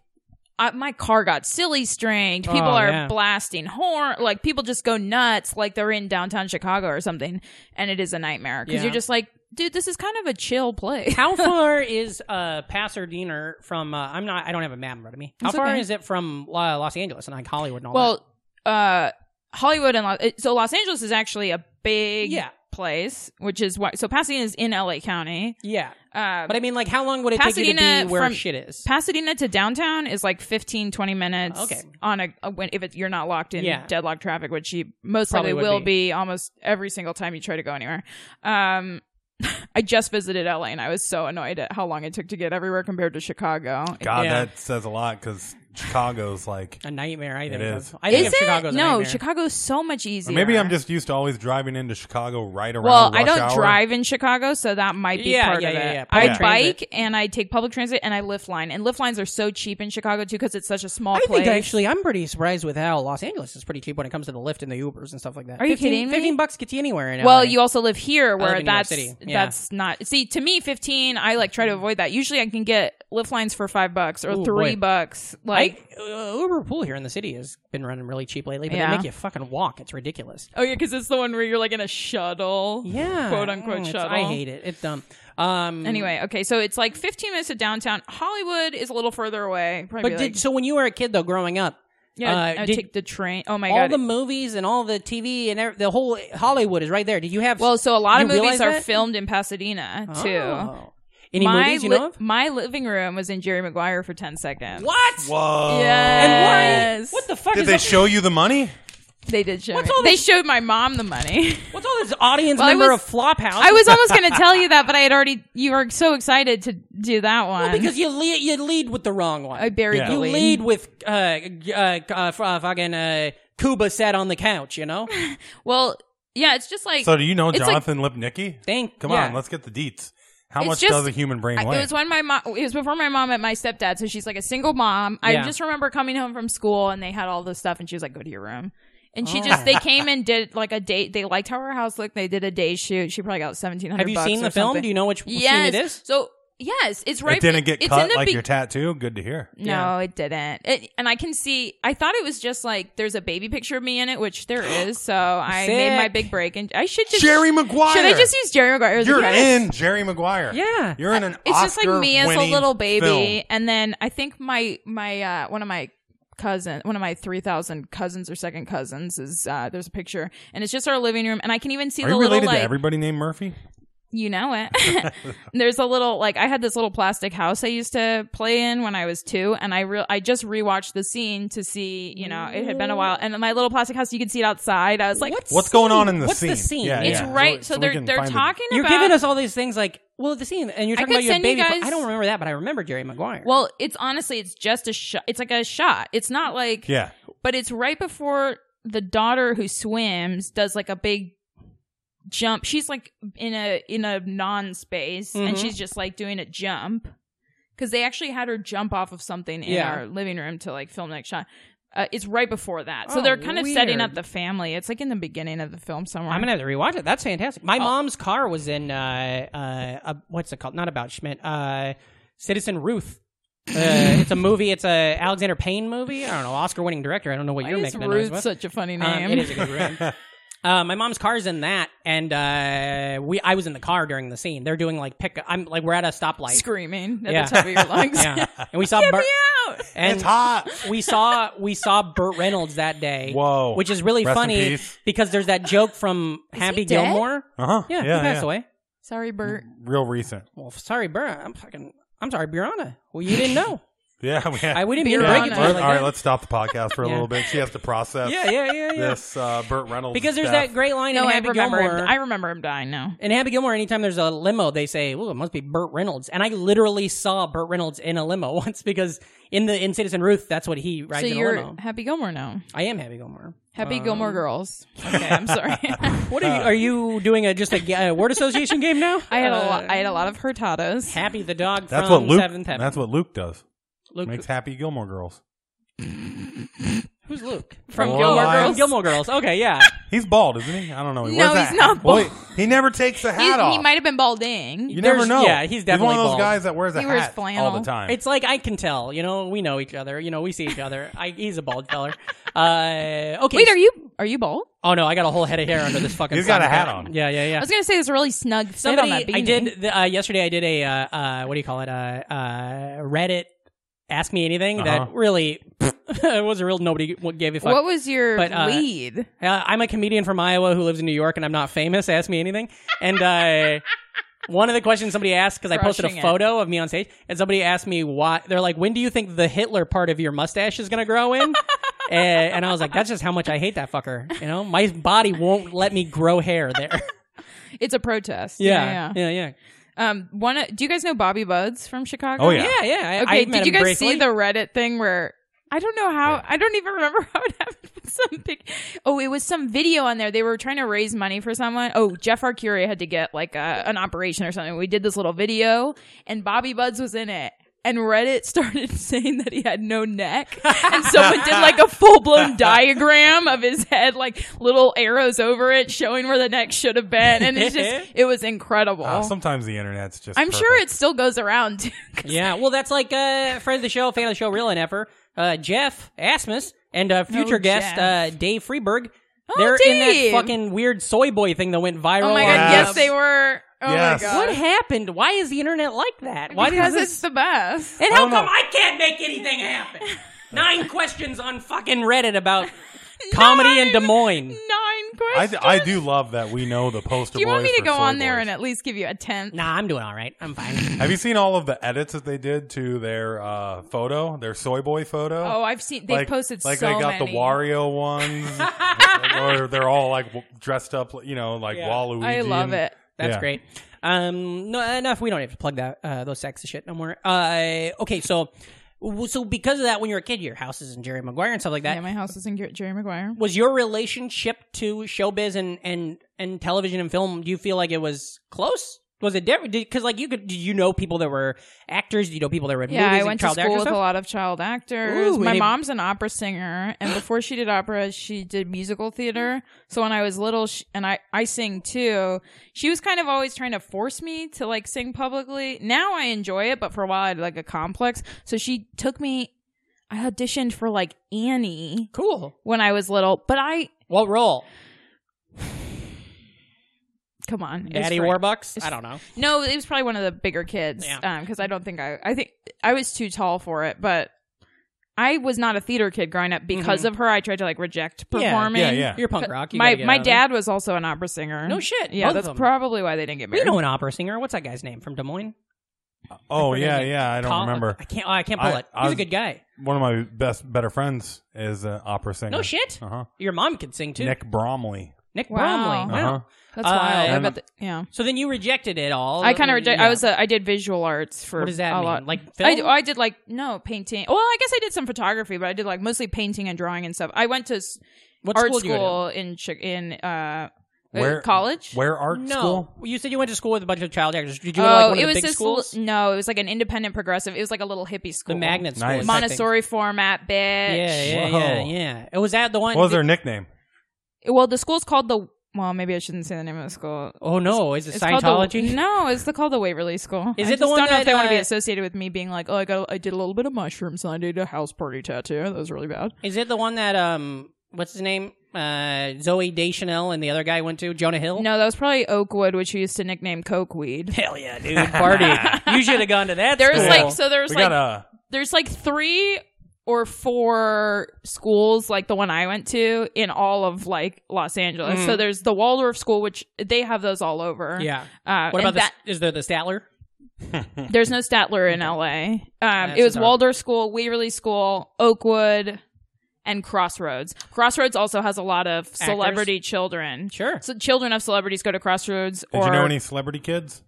[SPEAKER 5] I, "My car got silly stringed." People
[SPEAKER 1] Oh,
[SPEAKER 5] are
[SPEAKER 1] yeah.
[SPEAKER 5] blasting horn, like people just go nuts, like they're in downtown Chicago or something, and it is a nightmare because
[SPEAKER 1] Yeah.
[SPEAKER 5] you're just like, dude, this is kind of a chill place.
[SPEAKER 1] How far is uh, Pasadena from? Uh, I'm not. I don't have a map in front of me. How
[SPEAKER 5] It's
[SPEAKER 1] far
[SPEAKER 5] okay.
[SPEAKER 1] is it from uh, Los Angeles and like Hollywood and all
[SPEAKER 5] well, uh, Hollywood and Los- so Los Angeles is actually a big
[SPEAKER 1] Yeah.
[SPEAKER 5] place, which is why so Pasadena is in LA County.
[SPEAKER 1] that? Yeah,
[SPEAKER 5] Uh,
[SPEAKER 1] but I mean, like, how long would it take you to
[SPEAKER 5] Pasadena
[SPEAKER 1] be where
[SPEAKER 5] from-
[SPEAKER 1] shit is?
[SPEAKER 5] Pasadena to downtown is like 15, 20 minutes
[SPEAKER 1] Okay.
[SPEAKER 5] on a, a when if it, you're not locked in
[SPEAKER 1] Yeah.
[SPEAKER 5] deadlock traffic, which you most
[SPEAKER 1] Probably
[SPEAKER 5] likely
[SPEAKER 1] would
[SPEAKER 5] will be. almost every single time you try to go anywhere. Um, I just visited LA and I was so annoyed at how long it took to get everywhere compared to Chicago.
[SPEAKER 2] God,
[SPEAKER 1] Yeah.
[SPEAKER 2] that says a lot because Chicago's like.
[SPEAKER 1] a nightmare. I think.
[SPEAKER 2] It
[SPEAKER 1] of-
[SPEAKER 2] is.
[SPEAKER 1] I think
[SPEAKER 5] is
[SPEAKER 1] of
[SPEAKER 5] it?
[SPEAKER 1] Chicago's a
[SPEAKER 5] no,
[SPEAKER 1] nightmare.
[SPEAKER 5] Chicago's so much easier.
[SPEAKER 2] Maybe I'm just used to always driving into Chicago right around.
[SPEAKER 5] Well, I
[SPEAKER 2] rush
[SPEAKER 5] don't
[SPEAKER 2] hour.
[SPEAKER 5] drive in Chicago, so that might be
[SPEAKER 1] Yeah,
[SPEAKER 5] part
[SPEAKER 1] yeah,
[SPEAKER 5] of
[SPEAKER 1] yeah,
[SPEAKER 5] it.
[SPEAKER 1] yeah.
[SPEAKER 5] I
[SPEAKER 1] Public transit.
[SPEAKER 5] bike and I take public transit and I lift line. And lift lines are so cheap in Chicago too because it's such a small
[SPEAKER 1] I
[SPEAKER 5] place.
[SPEAKER 1] think actually, I'm pretty surprised with how Los Angeles is pretty cheap when it comes to the Lyft and the Ubers and stuff like that.
[SPEAKER 5] Are you
[SPEAKER 1] 15
[SPEAKER 5] kidding me?
[SPEAKER 1] Fifteen bucks gets you anywhere. In
[SPEAKER 5] well,
[SPEAKER 1] LA.
[SPEAKER 5] you also live here where
[SPEAKER 1] live in New York
[SPEAKER 5] that's
[SPEAKER 1] City. Yeah.
[SPEAKER 5] that's not see to me fifteen. I like try to avoid that. Usually, I can get lift lines for five bucks or
[SPEAKER 1] Ooh,
[SPEAKER 5] three
[SPEAKER 1] boy.
[SPEAKER 5] bucks.
[SPEAKER 1] I,
[SPEAKER 5] Like
[SPEAKER 1] uh, Uber pool here in the city has been running really cheap lately, but
[SPEAKER 5] Yeah.
[SPEAKER 1] they make you fucking walk. It's ridiculous.
[SPEAKER 5] oh yeah, because it's the one where you're like in a shuttle.
[SPEAKER 1] Yeah,
[SPEAKER 5] quote unquote
[SPEAKER 1] Oh, It's-
[SPEAKER 5] shuttle.
[SPEAKER 1] I hate it. It's dumb. Um,
[SPEAKER 5] Mm. Anyway, okay, so it's like fifteen minutes to downtown. Hollywood is a little further away. Probably
[SPEAKER 1] But
[SPEAKER 5] like-
[SPEAKER 1] did, so when you were a kid though, growing up,
[SPEAKER 5] yeah,
[SPEAKER 1] uh,
[SPEAKER 5] I would
[SPEAKER 1] did-
[SPEAKER 5] take the train. Oh my
[SPEAKER 1] all
[SPEAKER 5] god,
[SPEAKER 1] the movies and all the TV and ev- the whole Hollywood is right there. Did you have
[SPEAKER 5] Well, so a lot of
[SPEAKER 1] You
[SPEAKER 5] movies
[SPEAKER 1] realize
[SPEAKER 5] are
[SPEAKER 1] that?
[SPEAKER 5] filmed in Pasadena too.
[SPEAKER 1] Oh. Any
[SPEAKER 5] my
[SPEAKER 1] movies you
[SPEAKER 5] li-
[SPEAKER 1] know of?
[SPEAKER 5] my living room was in Jerry Maguire for ten seconds.
[SPEAKER 1] What?
[SPEAKER 2] Whoa!
[SPEAKER 1] And why?
[SPEAKER 5] Yes,
[SPEAKER 1] What the fuck
[SPEAKER 2] Did
[SPEAKER 1] is
[SPEAKER 2] they
[SPEAKER 1] up-
[SPEAKER 2] show you the money?
[SPEAKER 5] They did show.
[SPEAKER 1] What's
[SPEAKER 5] me-
[SPEAKER 1] all
[SPEAKER 5] They
[SPEAKER 1] this-
[SPEAKER 5] showed my mom the money.
[SPEAKER 1] What's all this audience
[SPEAKER 5] Well, I
[SPEAKER 1] member
[SPEAKER 5] was-
[SPEAKER 1] of Flophouse?
[SPEAKER 5] I was almost going to tell you that, but I had already. You were so excited to do that one.
[SPEAKER 1] Well, because you lead, you lead with the wrong one.
[SPEAKER 5] I buried
[SPEAKER 2] Yeah.
[SPEAKER 5] the
[SPEAKER 1] you
[SPEAKER 5] lead.
[SPEAKER 1] lead with uh, g- uh, g- uh, f- uh fucking uh, Cuba sat on the couch. You know.
[SPEAKER 5] Well, yeah, it's just like
[SPEAKER 2] So do you know
[SPEAKER 5] it's like-
[SPEAKER 2] Jonathan Lipnicki?
[SPEAKER 1] Thank.
[SPEAKER 2] Come
[SPEAKER 1] yeah.
[SPEAKER 2] on, let's get the deets. How
[SPEAKER 5] It's
[SPEAKER 2] much
[SPEAKER 5] just-
[SPEAKER 2] does a human brain
[SPEAKER 5] I-
[SPEAKER 2] weigh?
[SPEAKER 5] It was when my mom. It was before my mom met my stepdad, so she's like a single mom. I
[SPEAKER 1] Yeah.
[SPEAKER 5] just remember coming home from school and they had all this stuff, and she was like, "Go to your room." And she
[SPEAKER 1] Oh.
[SPEAKER 5] just they came and did like a date. They liked how her house looked. They did a day shoot. She probably got seventeen
[SPEAKER 1] Have
[SPEAKER 5] hundred.
[SPEAKER 1] you seen the film? Do you know which
[SPEAKER 5] yes.
[SPEAKER 1] scene it is?
[SPEAKER 5] So yes, it's right.
[SPEAKER 2] it didn't get
[SPEAKER 5] it's in
[SPEAKER 2] cut
[SPEAKER 5] the
[SPEAKER 2] like
[SPEAKER 5] be-
[SPEAKER 2] your tattoo. Good to hear.
[SPEAKER 5] No, it didn't. It, and I can see. I thought it was just like there's a baby picture of me in it, which there is. So I made my
[SPEAKER 1] Sick.
[SPEAKER 5] big break, and I should just
[SPEAKER 2] Jerry Maguire.
[SPEAKER 5] Should I just use Jerry Maguire? as a
[SPEAKER 2] You're
[SPEAKER 5] credit?
[SPEAKER 2] in Jerry Maguire.
[SPEAKER 1] Yeah.
[SPEAKER 2] You're in an
[SPEAKER 5] It's just like me as a
[SPEAKER 2] Oscar-winning
[SPEAKER 5] little baby,
[SPEAKER 2] film.
[SPEAKER 5] and then I think my my uh, one of my cousin, one of my three thousand cousins or second cousins is uh, there's a picture, and it's just our living room, and I can even see
[SPEAKER 2] Are
[SPEAKER 5] the
[SPEAKER 2] you
[SPEAKER 5] little
[SPEAKER 2] related
[SPEAKER 5] like
[SPEAKER 2] to everybody named Murphy?
[SPEAKER 5] you know it. There's a little like I had this little plastic house I used to play in when I was two, and I re- I just rewatched the scene to see you know it had been a while, and in my little plastic house you could see it outside. I was like,
[SPEAKER 1] What's-
[SPEAKER 2] What's going on in the
[SPEAKER 1] What's
[SPEAKER 2] scene?
[SPEAKER 1] the scene?
[SPEAKER 2] Yeah,
[SPEAKER 5] It's
[SPEAKER 2] yeah.
[SPEAKER 5] right. So,
[SPEAKER 2] we
[SPEAKER 5] they're
[SPEAKER 2] can
[SPEAKER 5] they're
[SPEAKER 2] find the-
[SPEAKER 5] talking.
[SPEAKER 1] You're
[SPEAKER 5] about,
[SPEAKER 1] giving us all these things like, well, the scene, and you're
[SPEAKER 5] I
[SPEAKER 1] talking
[SPEAKER 5] could
[SPEAKER 1] about your
[SPEAKER 5] send you
[SPEAKER 1] baby.
[SPEAKER 5] guys-
[SPEAKER 1] I don't remember that, but I remember Jerry Maguire.
[SPEAKER 5] Well, it's honestly, it's just a shot. It's like a shot. It's not like
[SPEAKER 2] Yeah.
[SPEAKER 5] but it's right before the daughter who swims does like a big jump she's like in a in a non-space and
[SPEAKER 1] Mhm.
[SPEAKER 5] she's just like doing a jump because they actually had her jump off of something in
[SPEAKER 1] Yeah.
[SPEAKER 5] our living room to like film next shot uh, it's right before that so
[SPEAKER 1] Oh,
[SPEAKER 5] they're kind of setting
[SPEAKER 1] weird.
[SPEAKER 5] up the family it's like in the beginning of the film somewhere
[SPEAKER 1] I'm gonna have to rewatch it. That's fantastic.
[SPEAKER 5] Oh.
[SPEAKER 1] My mom's car was in uh, uh, uh, what's it called? Not about Schmidt. Uh, Citizen Ruth. Uh, it's a movie. It's a Alexander Payne movie. I don't know. Oscar-winning director. I don't know what
[SPEAKER 5] Why
[SPEAKER 1] you're
[SPEAKER 5] is
[SPEAKER 1] making a
[SPEAKER 5] Ruth
[SPEAKER 1] noise with.
[SPEAKER 5] such a funny
[SPEAKER 1] Um,
[SPEAKER 5] name
[SPEAKER 1] it is a good name. Uh, my mom's car's in that, and uh, we I was in the car during the scene. They're doing like pick. I'm like we're at a stoplight.
[SPEAKER 5] Screaming at
[SPEAKER 1] Yeah.
[SPEAKER 5] the top of your lungs.
[SPEAKER 1] Yeah, and we saw
[SPEAKER 5] Get
[SPEAKER 1] Burt.
[SPEAKER 5] me out!
[SPEAKER 1] And
[SPEAKER 2] It's hot.
[SPEAKER 1] we saw we saw Burt Reynolds that day.
[SPEAKER 2] Whoa.
[SPEAKER 1] which is really
[SPEAKER 2] Rest in
[SPEAKER 1] funny
[SPEAKER 2] peace.
[SPEAKER 1] because there's that joke from Happy
[SPEAKER 5] he dead?
[SPEAKER 1] Gilmore.
[SPEAKER 2] Uh huh.
[SPEAKER 1] Yeah, he passed away.
[SPEAKER 5] Sorry, Bert.
[SPEAKER 2] Real recent.
[SPEAKER 1] Well, sorry, Burt. I'm fucking. I'm sorry, Brianna. Well, you didn't know.
[SPEAKER 2] Yeah. We had,
[SPEAKER 1] I we didn't mean to break it to you
[SPEAKER 2] All
[SPEAKER 1] like
[SPEAKER 2] right,
[SPEAKER 1] that.
[SPEAKER 2] let's stop the podcast for a
[SPEAKER 1] Yeah.
[SPEAKER 2] little bit. She has to process
[SPEAKER 1] yeah, yeah, yeah, yeah.
[SPEAKER 2] this uh, Burt Reynolds.
[SPEAKER 1] Because there's
[SPEAKER 2] death.
[SPEAKER 1] that great line
[SPEAKER 5] No,
[SPEAKER 1] in
[SPEAKER 5] I
[SPEAKER 1] Happy
[SPEAKER 5] remember.
[SPEAKER 1] Gilmore.
[SPEAKER 5] Him, I remember him dying. No,
[SPEAKER 1] in Happy Gilmore, anytime there's a limo, they say, "Well, it must be Burt Reynolds." And I literally saw Burt Reynolds in a limo once because in the in Citizen Ruth, that's what he rides
[SPEAKER 5] so
[SPEAKER 1] in
[SPEAKER 5] you're
[SPEAKER 1] a limo.
[SPEAKER 5] Happy Gilmore now.
[SPEAKER 1] I am Happy Gilmore. Um,
[SPEAKER 5] Happy Gilmore Girls. Okay, I'm sorry.
[SPEAKER 1] What are you? Are you doing a just a g- a word association game now?
[SPEAKER 5] I had a
[SPEAKER 1] Uh,
[SPEAKER 5] lot. I had a lot of hurtados.
[SPEAKER 1] Happy the dog
[SPEAKER 2] That's
[SPEAKER 1] from
[SPEAKER 2] what Luke.
[SPEAKER 1] Seventh Heaven.
[SPEAKER 2] That's what Luke does.
[SPEAKER 1] Luke,
[SPEAKER 2] Makes Happy Gilmore Girls.
[SPEAKER 1] who's Luke
[SPEAKER 5] From
[SPEAKER 2] Oh,
[SPEAKER 5] Gilmore
[SPEAKER 2] I-
[SPEAKER 5] Girls.
[SPEAKER 1] Gilmore Girls. Okay, yeah.
[SPEAKER 2] He's bald, isn't he? I don't know. He
[SPEAKER 5] No,
[SPEAKER 2] wears that-
[SPEAKER 5] he's not bald.
[SPEAKER 2] Wait, he never takes the
[SPEAKER 5] He,
[SPEAKER 2] hat off.
[SPEAKER 5] he might have been balding.
[SPEAKER 2] you never
[SPEAKER 1] There's-
[SPEAKER 2] know.
[SPEAKER 1] yeah, he's
[SPEAKER 2] one
[SPEAKER 1] definitely
[SPEAKER 2] of those
[SPEAKER 1] bald.
[SPEAKER 2] guys that wears a
[SPEAKER 5] He
[SPEAKER 2] hat
[SPEAKER 5] wears flannel.
[SPEAKER 2] all the time.
[SPEAKER 1] It's like I can tell. You know, we know each other. You know, we see each other. I, he's a bald feller. Uh, okay.
[SPEAKER 5] Wait, are you are you bald?
[SPEAKER 1] Oh no, I got a whole head of hair under this fucking.
[SPEAKER 2] He's got a
[SPEAKER 1] sun.
[SPEAKER 2] hat on.
[SPEAKER 1] Yeah, yeah,
[SPEAKER 5] I
[SPEAKER 1] yeah.
[SPEAKER 5] was gonna say there's a really snug fit
[SPEAKER 1] Somebody,
[SPEAKER 5] on that beanie.
[SPEAKER 1] I did the, uh, yesterday. I did a uh, uh, what do you call it? Uh, uh, Reddit. Ask me anything
[SPEAKER 2] Uh-huh.
[SPEAKER 1] that really it was a real nobody gave a fuck.
[SPEAKER 5] What was your
[SPEAKER 1] But, uh,
[SPEAKER 5] lead?
[SPEAKER 1] Uh, I'm a comedian from Iowa who lives in New York, and I'm not famous. Ask me anything. And uh, one of the questions somebody asked because I posted
[SPEAKER 5] Crushing
[SPEAKER 1] a
[SPEAKER 5] it.
[SPEAKER 1] photo of me on stage, and somebody asked me why. They're like, "When do you think the Hitler part of your mustache is going to grow in?" Uh, and I was like, "That's just how much I hate that fucker. You know, my body won't let me grow hair there."
[SPEAKER 5] It's a protest.
[SPEAKER 1] yeah,
[SPEAKER 5] Yeah.
[SPEAKER 1] yeah, yeah,
[SPEAKER 5] Um. One. of- Do you guys know Bobby Buds from Chicago?
[SPEAKER 2] Oh, yeah.
[SPEAKER 1] yeah, yeah. I-
[SPEAKER 5] Okay.
[SPEAKER 1] I met
[SPEAKER 5] did you
[SPEAKER 1] him
[SPEAKER 5] guys
[SPEAKER 1] briefly.
[SPEAKER 5] see the Reddit thing where? I don't know how. I don't even remember how it happened. But some big, oh, it was some video on there. They were trying to raise money for someone. Oh, Jeff Arcuri had to get like a, an operation or something. We did this little video, and Bobby Buds was in it. And Reddit started saying that he had no neck, and someone did like a full blown diagram of his head, like little arrows over it, showing where the neck should have been. And it's just, it was incredible.
[SPEAKER 2] Uh, sometimes the internet's just.
[SPEAKER 5] I'm sure
[SPEAKER 2] perfect.
[SPEAKER 5] it still goes around. too, 'cause
[SPEAKER 1] Yeah, well, that's like uh, friend of the show, fan of the show, real and effer, uh, Jeff Asmus, and uh, future
[SPEAKER 5] No,
[SPEAKER 1] guest uh,
[SPEAKER 5] Jeff.
[SPEAKER 1] Dave Freeberg.
[SPEAKER 5] Oh,
[SPEAKER 1] They're in
[SPEAKER 5] Dave!
[SPEAKER 1] that fucking weird soy boy thing that went viral.
[SPEAKER 5] Oh my
[SPEAKER 1] on- uh,
[SPEAKER 5] god,
[SPEAKER 2] Yes.
[SPEAKER 5] yes they were. Oh
[SPEAKER 2] Yes.
[SPEAKER 5] my god.
[SPEAKER 1] What happened? Why is the internet like that? Why
[SPEAKER 5] because
[SPEAKER 1] does this?
[SPEAKER 5] it's the best.
[SPEAKER 1] and
[SPEAKER 2] I
[SPEAKER 1] how
[SPEAKER 2] don't
[SPEAKER 1] come
[SPEAKER 2] know.
[SPEAKER 1] I can't make anything happen? Nine questions on fucking Reddit about comedy in Des Moines.
[SPEAKER 5] Nine
[SPEAKER 2] I,
[SPEAKER 5] questions.
[SPEAKER 2] d- I do love that we know the poster.
[SPEAKER 5] Do you want
[SPEAKER 2] boys
[SPEAKER 5] me to
[SPEAKER 2] for
[SPEAKER 5] go
[SPEAKER 2] soy
[SPEAKER 5] on there
[SPEAKER 2] boys.
[SPEAKER 5] and at least give you a ten?
[SPEAKER 1] Nah, I'm doing all right. I'm fine.
[SPEAKER 2] Have you seen all of the edits that they did to their uh, photo, their soy boy photo?
[SPEAKER 5] Oh, I've seen they've posted
[SPEAKER 2] like
[SPEAKER 5] so
[SPEAKER 2] they got
[SPEAKER 5] many.
[SPEAKER 2] the Wario ones, or they're all like w- dressed up, you know, like
[SPEAKER 1] Yeah.
[SPEAKER 2] Waluigi.
[SPEAKER 5] I love
[SPEAKER 2] and-
[SPEAKER 5] it.
[SPEAKER 1] That's
[SPEAKER 2] Yeah.
[SPEAKER 1] great. Um, no, enough. We don't have to plug that uh, those sacks of shit no more. Uh, okay, so w- so because of that, when you were a kid, your house is in Jerry Maguire and stuff like that.
[SPEAKER 5] Yeah, my house is in Ger- Jerry Maguire.
[SPEAKER 1] was your relationship to showbiz and and and television and film do you feel like it was close was it different because like you could did you know people that were actors did you know people that were in
[SPEAKER 5] Yeah,
[SPEAKER 1] movies
[SPEAKER 5] I went
[SPEAKER 1] and
[SPEAKER 5] to
[SPEAKER 1] child
[SPEAKER 5] school
[SPEAKER 1] actors
[SPEAKER 5] with a lot of child actors.
[SPEAKER 1] Ooh,
[SPEAKER 5] my
[SPEAKER 1] any-
[SPEAKER 5] mom's an opera singer, and before she did opera, she did musical theater. So when I was little, she, and I I sing too, she was kind of always trying to force me to like sing publicly. Now I enjoy it, but for a while I had like a complex. So she took me. I auditioned for like Annie
[SPEAKER 1] cool
[SPEAKER 5] when I was little, but I
[SPEAKER 1] what role
[SPEAKER 5] come on, it was
[SPEAKER 1] daddy
[SPEAKER 5] for-
[SPEAKER 1] warbucks i don't know
[SPEAKER 5] No, it was probably one of the bigger kids.
[SPEAKER 1] Yeah.
[SPEAKER 5] because I don't think I, I think I was too tall for it, but I was not a theater kid growing up because of her. I tried to like reject
[SPEAKER 1] Mm-hmm. Yeah, yeah,
[SPEAKER 5] performing.
[SPEAKER 2] Yeah, yeah.
[SPEAKER 1] you're punk rock you
[SPEAKER 5] My
[SPEAKER 1] gotta get
[SPEAKER 5] my
[SPEAKER 1] out of it.
[SPEAKER 5] dad was also an opera singer.
[SPEAKER 1] No shit,
[SPEAKER 5] Yeah,
[SPEAKER 1] both
[SPEAKER 5] that's
[SPEAKER 1] of 'em.
[SPEAKER 5] probably why they didn't get married.
[SPEAKER 1] you know an opera singer what's that guy's name from des moines
[SPEAKER 2] Oh
[SPEAKER 1] forget
[SPEAKER 2] yeah,
[SPEAKER 1] it.
[SPEAKER 2] yeah. I don't
[SPEAKER 1] Col-
[SPEAKER 2] remember.
[SPEAKER 1] i can't oh, i can't pull
[SPEAKER 2] I-
[SPEAKER 1] it
[SPEAKER 2] I
[SPEAKER 1] he's a
[SPEAKER 2] was-
[SPEAKER 1] good guy
[SPEAKER 2] One of my best, better friends is an opera singer.
[SPEAKER 1] no shit
[SPEAKER 2] Uh huh.
[SPEAKER 1] your mom could sing too nick,
[SPEAKER 2] Nick Bromley.
[SPEAKER 1] nick
[SPEAKER 5] Wow.
[SPEAKER 1] bromley Oh, wow
[SPEAKER 2] Uh-huh.
[SPEAKER 5] that's
[SPEAKER 1] Uh,
[SPEAKER 5] wild. I
[SPEAKER 2] and-
[SPEAKER 5] bet th- yeah,
[SPEAKER 1] so then you rejected it all
[SPEAKER 5] I kind of reject.
[SPEAKER 1] rejected.
[SPEAKER 5] I was a, I did visual arts for
[SPEAKER 1] what does that
[SPEAKER 5] a
[SPEAKER 1] mean
[SPEAKER 5] lot.
[SPEAKER 1] like film?
[SPEAKER 5] I, d- I did like no painting. Well, I guess I did some photography, but I did like mostly painting and drawing and stuff. I went to s-
[SPEAKER 1] what
[SPEAKER 5] art
[SPEAKER 1] school, do you go to?
[SPEAKER 5] school in Chi- in uh, uh,
[SPEAKER 2] Where
[SPEAKER 5] college.
[SPEAKER 2] Where art
[SPEAKER 1] no.
[SPEAKER 2] school?
[SPEAKER 1] You said you went to school with a bunch of child actors. Did you
[SPEAKER 5] Oh,
[SPEAKER 1] go to like one of the big
[SPEAKER 5] this
[SPEAKER 1] schools?
[SPEAKER 5] l- no, it was like an independent progressive. It was like a little hippie
[SPEAKER 1] the
[SPEAKER 5] school.
[SPEAKER 1] magnet school.
[SPEAKER 2] Nice.
[SPEAKER 1] is that thing.
[SPEAKER 5] Montessori format, bitch.
[SPEAKER 1] Yeah, yeah,
[SPEAKER 2] Whoa.
[SPEAKER 1] yeah, yeah. It was that the one.
[SPEAKER 2] What was their nickname?
[SPEAKER 5] Well, the school's called the. Well, maybe I shouldn't say the name of the school.
[SPEAKER 1] oh no, is it
[SPEAKER 5] It's Called
[SPEAKER 1] Scientology?
[SPEAKER 5] the, no, it's the, called the Waverly School.
[SPEAKER 1] Is
[SPEAKER 5] I
[SPEAKER 1] it the
[SPEAKER 5] just
[SPEAKER 1] one
[SPEAKER 5] don't know
[SPEAKER 1] that,
[SPEAKER 5] if they want to be
[SPEAKER 1] uh,
[SPEAKER 5] associated with me being like, oh, I got, I did a little bit of mushrooms and I did a house party tattoo. That was really bad.
[SPEAKER 1] Is it the one that um what's his name? Uh, Zoe Deschanel and the other guy went to Jonah Hill.
[SPEAKER 5] No, that was probably Oakwood, which we used to nickname Coke Weed.
[SPEAKER 1] Hell yeah, dude, party! you should have gone to that.
[SPEAKER 5] There's
[SPEAKER 1] school.
[SPEAKER 5] like so there's
[SPEAKER 2] we
[SPEAKER 5] like
[SPEAKER 2] got uh, a
[SPEAKER 5] there's like three or four schools like the one I went to in all of like Los Angeles.
[SPEAKER 1] Mm.
[SPEAKER 5] So there's the Waldorf school, which they have those all over.
[SPEAKER 1] yeah.
[SPEAKER 5] Uh,
[SPEAKER 1] What
[SPEAKER 5] and
[SPEAKER 1] about the
[SPEAKER 5] that?
[SPEAKER 1] the? Is there the Statler?
[SPEAKER 5] There's no Statler in LA. Um,
[SPEAKER 1] That's
[SPEAKER 5] it was
[SPEAKER 1] another-
[SPEAKER 5] Waldorf School, Waverly School, Oakwood, and Crossroads. Crossroads also has a lot of celebrity children.
[SPEAKER 1] Sure.
[SPEAKER 5] So children of celebrities go to Crossroads.
[SPEAKER 2] Did
[SPEAKER 5] or,
[SPEAKER 2] you know any celebrity kids?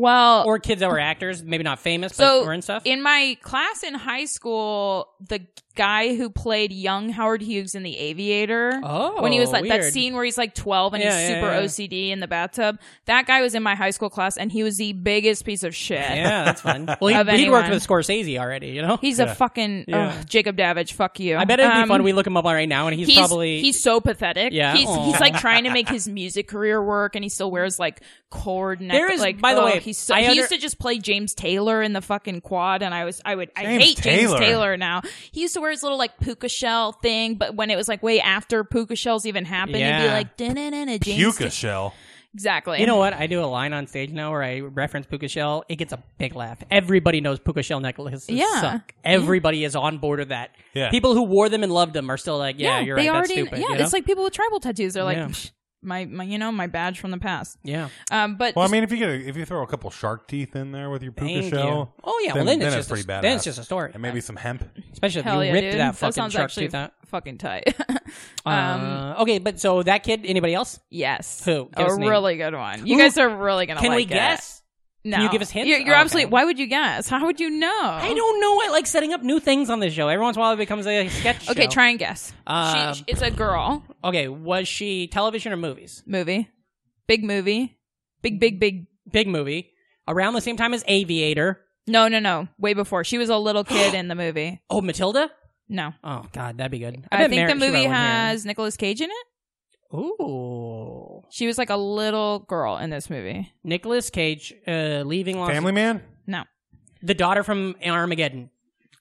[SPEAKER 5] Well,
[SPEAKER 1] Or kids that were actors, maybe not famous,
[SPEAKER 5] So,
[SPEAKER 1] but were in stuff.
[SPEAKER 5] in my class in high school, the guy who played young Howard Hughes in The Aviator,
[SPEAKER 1] oh,
[SPEAKER 5] when he was like that
[SPEAKER 1] weird.
[SPEAKER 5] scene where he's like 12 and
[SPEAKER 1] Yeah,
[SPEAKER 5] he's
[SPEAKER 1] yeah,
[SPEAKER 5] super
[SPEAKER 1] yeah.
[SPEAKER 5] OCD in the bathtub, that guy was in my high school class and he was the biggest piece of shit.
[SPEAKER 1] Yeah, that's fun. Well,
[SPEAKER 5] Of
[SPEAKER 1] he, he'd worked
[SPEAKER 5] anyone.
[SPEAKER 1] with Scorsese already, you know.
[SPEAKER 5] He's a fucking
[SPEAKER 1] Yeah.
[SPEAKER 5] ugh, Jacob Davidge. Fuck you.
[SPEAKER 1] I bet it'd be
[SPEAKER 5] Um,
[SPEAKER 1] fun. We look him up right now, and he's, probably
[SPEAKER 5] he's so pathetic.
[SPEAKER 1] Yeah.
[SPEAKER 5] he's
[SPEAKER 1] Aw.
[SPEAKER 5] he's like trying to make his music career work, and he still wears like cord. Neck,
[SPEAKER 1] There is-
[SPEAKER 5] like,
[SPEAKER 1] by the
[SPEAKER 5] ugh,
[SPEAKER 1] way,
[SPEAKER 5] he's so,
[SPEAKER 1] I
[SPEAKER 5] he
[SPEAKER 1] under-
[SPEAKER 5] used to just play James Taylor in the fucking quad, and I was I would I
[SPEAKER 2] James
[SPEAKER 5] hate
[SPEAKER 2] Taylor.
[SPEAKER 5] James Taylor now. He used to wear his little like puka shell thing, but when it was like way after puka shells even happened, he'd be
[SPEAKER 1] Yeah.
[SPEAKER 5] like "Da-na-na-na, James
[SPEAKER 2] Puka
[SPEAKER 5] Ta-"
[SPEAKER 2] shell.
[SPEAKER 5] exactly.
[SPEAKER 1] You know what? I do a line on stage now where I reference puka shell. It gets a big laugh. Everybody knows puka shell necklaces
[SPEAKER 5] Yeah.
[SPEAKER 1] suck. Everybody is on board with that.
[SPEAKER 2] Yeah.
[SPEAKER 1] People who wore them and loved them are still like, yeah, you're
[SPEAKER 5] they
[SPEAKER 1] right.
[SPEAKER 5] already.
[SPEAKER 1] That's stupid.
[SPEAKER 5] yeah,
[SPEAKER 1] you know?
[SPEAKER 5] it's like people with tribal tattoos. They're like
[SPEAKER 1] Yeah.
[SPEAKER 5] "Psh, my, my you know my badge from the past.
[SPEAKER 1] yeah.
[SPEAKER 5] Um, but
[SPEAKER 2] Well, I mean, if you get a, if you throw a couple shark teeth in there with your puka
[SPEAKER 1] Thank
[SPEAKER 2] shell,
[SPEAKER 1] you. Oh, yeah,
[SPEAKER 2] then,
[SPEAKER 1] well, then it's
[SPEAKER 2] then
[SPEAKER 1] just
[SPEAKER 2] pretty
[SPEAKER 1] a-
[SPEAKER 2] badass.
[SPEAKER 1] then it's just a story.
[SPEAKER 2] and maybe some hemp.
[SPEAKER 1] Especially if
[SPEAKER 5] hell
[SPEAKER 1] you
[SPEAKER 5] yeah,
[SPEAKER 1] ripped
[SPEAKER 5] dude.
[SPEAKER 1] that
[SPEAKER 5] that
[SPEAKER 1] fucking
[SPEAKER 5] sounds
[SPEAKER 1] shark
[SPEAKER 5] actually
[SPEAKER 1] tooth out.
[SPEAKER 5] fucking tight.
[SPEAKER 1] Um, okay, but so that kid, anybody else?
[SPEAKER 5] Yes.
[SPEAKER 1] Who? Give us
[SPEAKER 5] A
[SPEAKER 1] a name.
[SPEAKER 5] really good one. You
[SPEAKER 1] Who-
[SPEAKER 5] guys are really gonna
[SPEAKER 1] Can we
[SPEAKER 5] like it.
[SPEAKER 1] guess?
[SPEAKER 5] No.
[SPEAKER 1] you give us hints?
[SPEAKER 5] You're, you're
[SPEAKER 1] Oh,
[SPEAKER 5] absolutely.
[SPEAKER 1] okay.
[SPEAKER 5] Why would you guess? How would you know?
[SPEAKER 1] I don't know. I like setting up new things on this show. Every once in a while, it becomes a sketch.
[SPEAKER 5] Okay,
[SPEAKER 1] show.
[SPEAKER 5] try and guess.
[SPEAKER 1] Um,
[SPEAKER 5] she, it's a girl
[SPEAKER 1] Okay, was she television or movies?
[SPEAKER 5] movie, big movie, big big big.
[SPEAKER 1] Big movie. Around the same time as Aviator.
[SPEAKER 5] No, no, no. Way before she was a little kid in the movie.
[SPEAKER 1] Oh, Matilda.
[SPEAKER 5] No,
[SPEAKER 1] Oh God, that'd be good.
[SPEAKER 5] I,
[SPEAKER 1] bet
[SPEAKER 5] think
[SPEAKER 1] Merritt should
[SPEAKER 5] the movie
[SPEAKER 1] write one here.
[SPEAKER 5] has Nicolas Cage in it.
[SPEAKER 1] Ooh.
[SPEAKER 5] She was like a little girl in this movie.
[SPEAKER 1] Nicholas Cage uh, leaving Los
[SPEAKER 2] Family man.
[SPEAKER 5] No,
[SPEAKER 1] The daughter from Armageddon.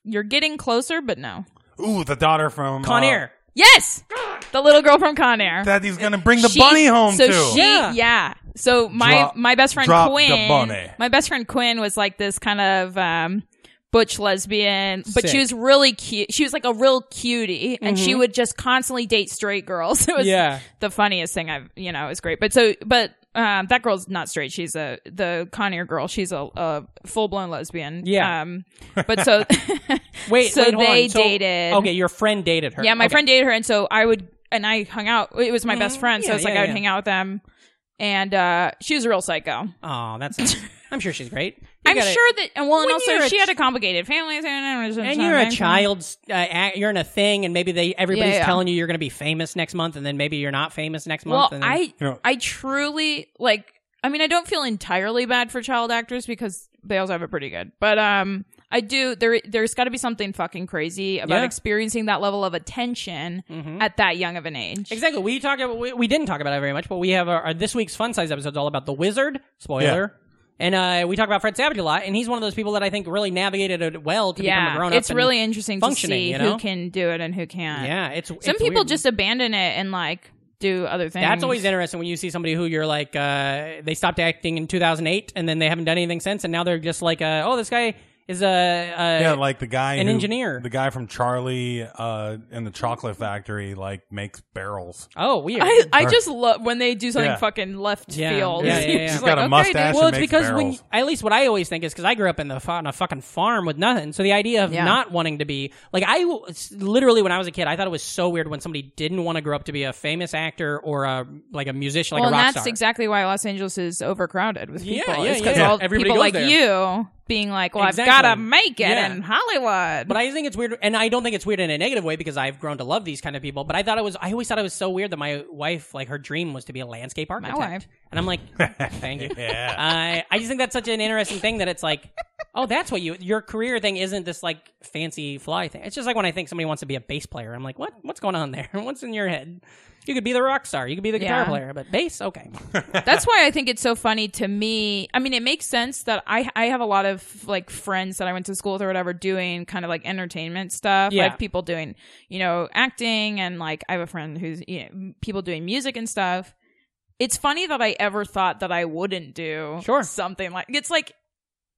[SPEAKER 5] you're getting closer, but no.
[SPEAKER 2] Ooh, the daughter from
[SPEAKER 1] Con
[SPEAKER 2] uh,
[SPEAKER 1] Air.
[SPEAKER 5] Yes, the little girl from Con Air.
[SPEAKER 2] that he's gonna bring the
[SPEAKER 5] She-
[SPEAKER 2] bunny home
[SPEAKER 5] so
[SPEAKER 2] to.
[SPEAKER 5] She,
[SPEAKER 1] Yeah.
[SPEAKER 5] yeah. So my
[SPEAKER 2] Drop-
[SPEAKER 5] my best friend
[SPEAKER 2] drop the
[SPEAKER 5] Quinn,
[SPEAKER 2] bunny.
[SPEAKER 5] my best friend Quinn was like this kind of um, butch lesbian, but
[SPEAKER 1] Sick.
[SPEAKER 5] she was really cute. She was like a real cutie, and she would just constantly date straight girls. It was
[SPEAKER 1] Yeah.
[SPEAKER 5] the funniest thing I've you know. It was great, but so but. Um, that girl's not straight. She's a the Conair girl. She's a, a full blown lesbian.
[SPEAKER 1] Yeah.
[SPEAKER 5] Um, but so
[SPEAKER 1] Wait,
[SPEAKER 5] so
[SPEAKER 1] wait, hold
[SPEAKER 5] they
[SPEAKER 1] on. So-
[SPEAKER 5] dated.
[SPEAKER 1] okay, your friend dated her.
[SPEAKER 5] Yeah, my
[SPEAKER 1] Okay. Oh,
[SPEAKER 5] friend dated her, and so I would and I hung out. It was my best friend, so
[SPEAKER 1] Yeah,
[SPEAKER 5] it's like
[SPEAKER 1] yeah,
[SPEAKER 5] I would
[SPEAKER 1] yeah.
[SPEAKER 5] hang out with them, and uh, she was a real psycho.
[SPEAKER 1] Oh, that's. I'm sure she's great. You
[SPEAKER 5] I'm
[SPEAKER 1] gotta-
[SPEAKER 5] sure that, and well, and
[SPEAKER 1] When
[SPEAKER 5] also
[SPEAKER 1] you're a
[SPEAKER 5] she
[SPEAKER 1] ch-
[SPEAKER 5] had a complicated family, and
[SPEAKER 1] And you're a child. Uh, act- you're in a thing, and maybe they everybody's
[SPEAKER 5] Yeah, yeah.
[SPEAKER 1] telling you you're going to be famous next month, and then maybe you're not famous next
[SPEAKER 5] Well,
[SPEAKER 1] month. and then-
[SPEAKER 5] I
[SPEAKER 2] know-
[SPEAKER 5] I truly like. I mean, I don't feel entirely bad for child actors because they also have it pretty good, but um. I do. There, there's got to be something fucking crazy about
[SPEAKER 1] Yeah. Mm-hmm.
[SPEAKER 5] experiencing that level of attention at that young of an age.
[SPEAKER 1] Exactly. We talked about we, we didn't talk about it very much, but we have our, our this week's fun size episodes all about the wizard spoiler, and uh, we talk about Fred Savage a lot, and he's one of those people that I think really navigated it well to become a grown
[SPEAKER 5] Yeah,
[SPEAKER 1] up.
[SPEAKER 5] it's really interesting to
[SPEAKER 1] functioning,
[SPEAKER 5] see
[SPEAKER 1] you know?
[SPEAKER 5] who can do it and who can't.
[SPEAKER 1] yeah. It's
[SPEAKER 5] Some
[SPEAKER 1] it's
[SPEAKER 5] people
[SPEAKER 1] weird.
[SPEAKER 5] just abandon it and like do other things.
[SPEAKER 1] That's always interesting when you see somebody who you're like, uh, they stopped acting in 2008 and then they haven't done anything since, and now they're just like, uh, oh, this guy is a, a
[SPEAKER 2] yeah, like the guy,
[SPEAKER 1] an
[SPEAKER 2] who-
[SPEAKER 1] engineer.
[SPEAKER 2] the guy from Charlie uh, and the Chocolate Factory, like makes barrels.
[SPEAKER 1] oh weird.
[SPEAKER 5] I, I just love when they do something
[SPEAKER 2] Yeah.
[SPEAKER 5] fucking left
[SPEAKER 1] Yeah.
[SPEAKER 5] field.
[SPEAKER 1] Yeah, yeah, yeah.
[SPEAKER 5] It's
[SPEAKER 1] He's
[SPEAKER 2] got a mustache.
[SPEAKER 5] dude.
[SPEAKER 1] well,
[SPEAKER 2] and
[SPEAKER 1] it's
[SPEAKER 2] makes
[SPEAKER 1] because when
[SPEAKER 2] barrels.
[SPEAKER 1] at least what I always think is because I grew up in the fa- on a fucking farm with nothing, so the idea of
[SPEAKER 5] Yeah.
[SPEAKER 1] not wanting to be like I w- s- literally when I was a kid, I thought it was so weird when somebody didn't want to grow up to be a famous actor or a like a musician, like a
[SPEAKER 5] well,
[SPEAKER 1] rock
[SPEAKER 5] and that's
[SPEAKER 1] star.
[SPEAKER 5] exactly why Los Angeles is overcrowded with
[SPEAKER 1] Yeah,
[SPEAKER 5] people.
[SPEAKER 1] yeah,
[SPEAKER 5] because
[SPEAKER 1] yeah.
[SPEAKER 5] all
[SPEAKER 1] Everybody
[SPEAKER 5] people
[SPEAKER 1] goes
[SPEAKER 5] like
[SPEAKER 1] there.
[SPEAKER 5] you being like, "Well,
[SPEAKER 1] Exactly.
[SPEAKER 5] I've got to make it
[SPEAKER 1] Yeah.
[SPEAKER 5] in Hollywood."
[SPEAKER 1] But I think it's weird, and I don't think it's weird in a negative way because I've grown to love these kind of people. But I thought it was, I always thought it was so weird that my wife, like her dream was to be a landscape architect.
[SPEAKER 5] wife.
[SPEAKER 1] And I'm like, thank you.
[SPEAKER 2] Yeah.
[SPEAKER 1] I, I just think that's such an interesting thing that it's like, oh, that's what you, your career thing isn't this like fancy fly thing. It's just like when I think somebody wants to be a bass player, I'm like, what, what's going on there? What's in your head? You could be the rock star. You could be the guitar
[SPEAKER 5] Yeah.
[SPEAKER 1] player, but bass, okay.
[SPEAKER 5] That's why I think it's so funny to me. I mean, it makes sense that I I have a lot of like friends that I went to school with or whatever doing kind of like entertainment stuff,
[SPEAKER 1] Yeah.
[SPEAKER 5] like people doing you know acting and like I have a friend who's you know, m- people doing music and stuff. It's funny that I ever thought that I wouldn't do
[SPEAKER 1] Sure.
[SPEAKER 5] something like it's like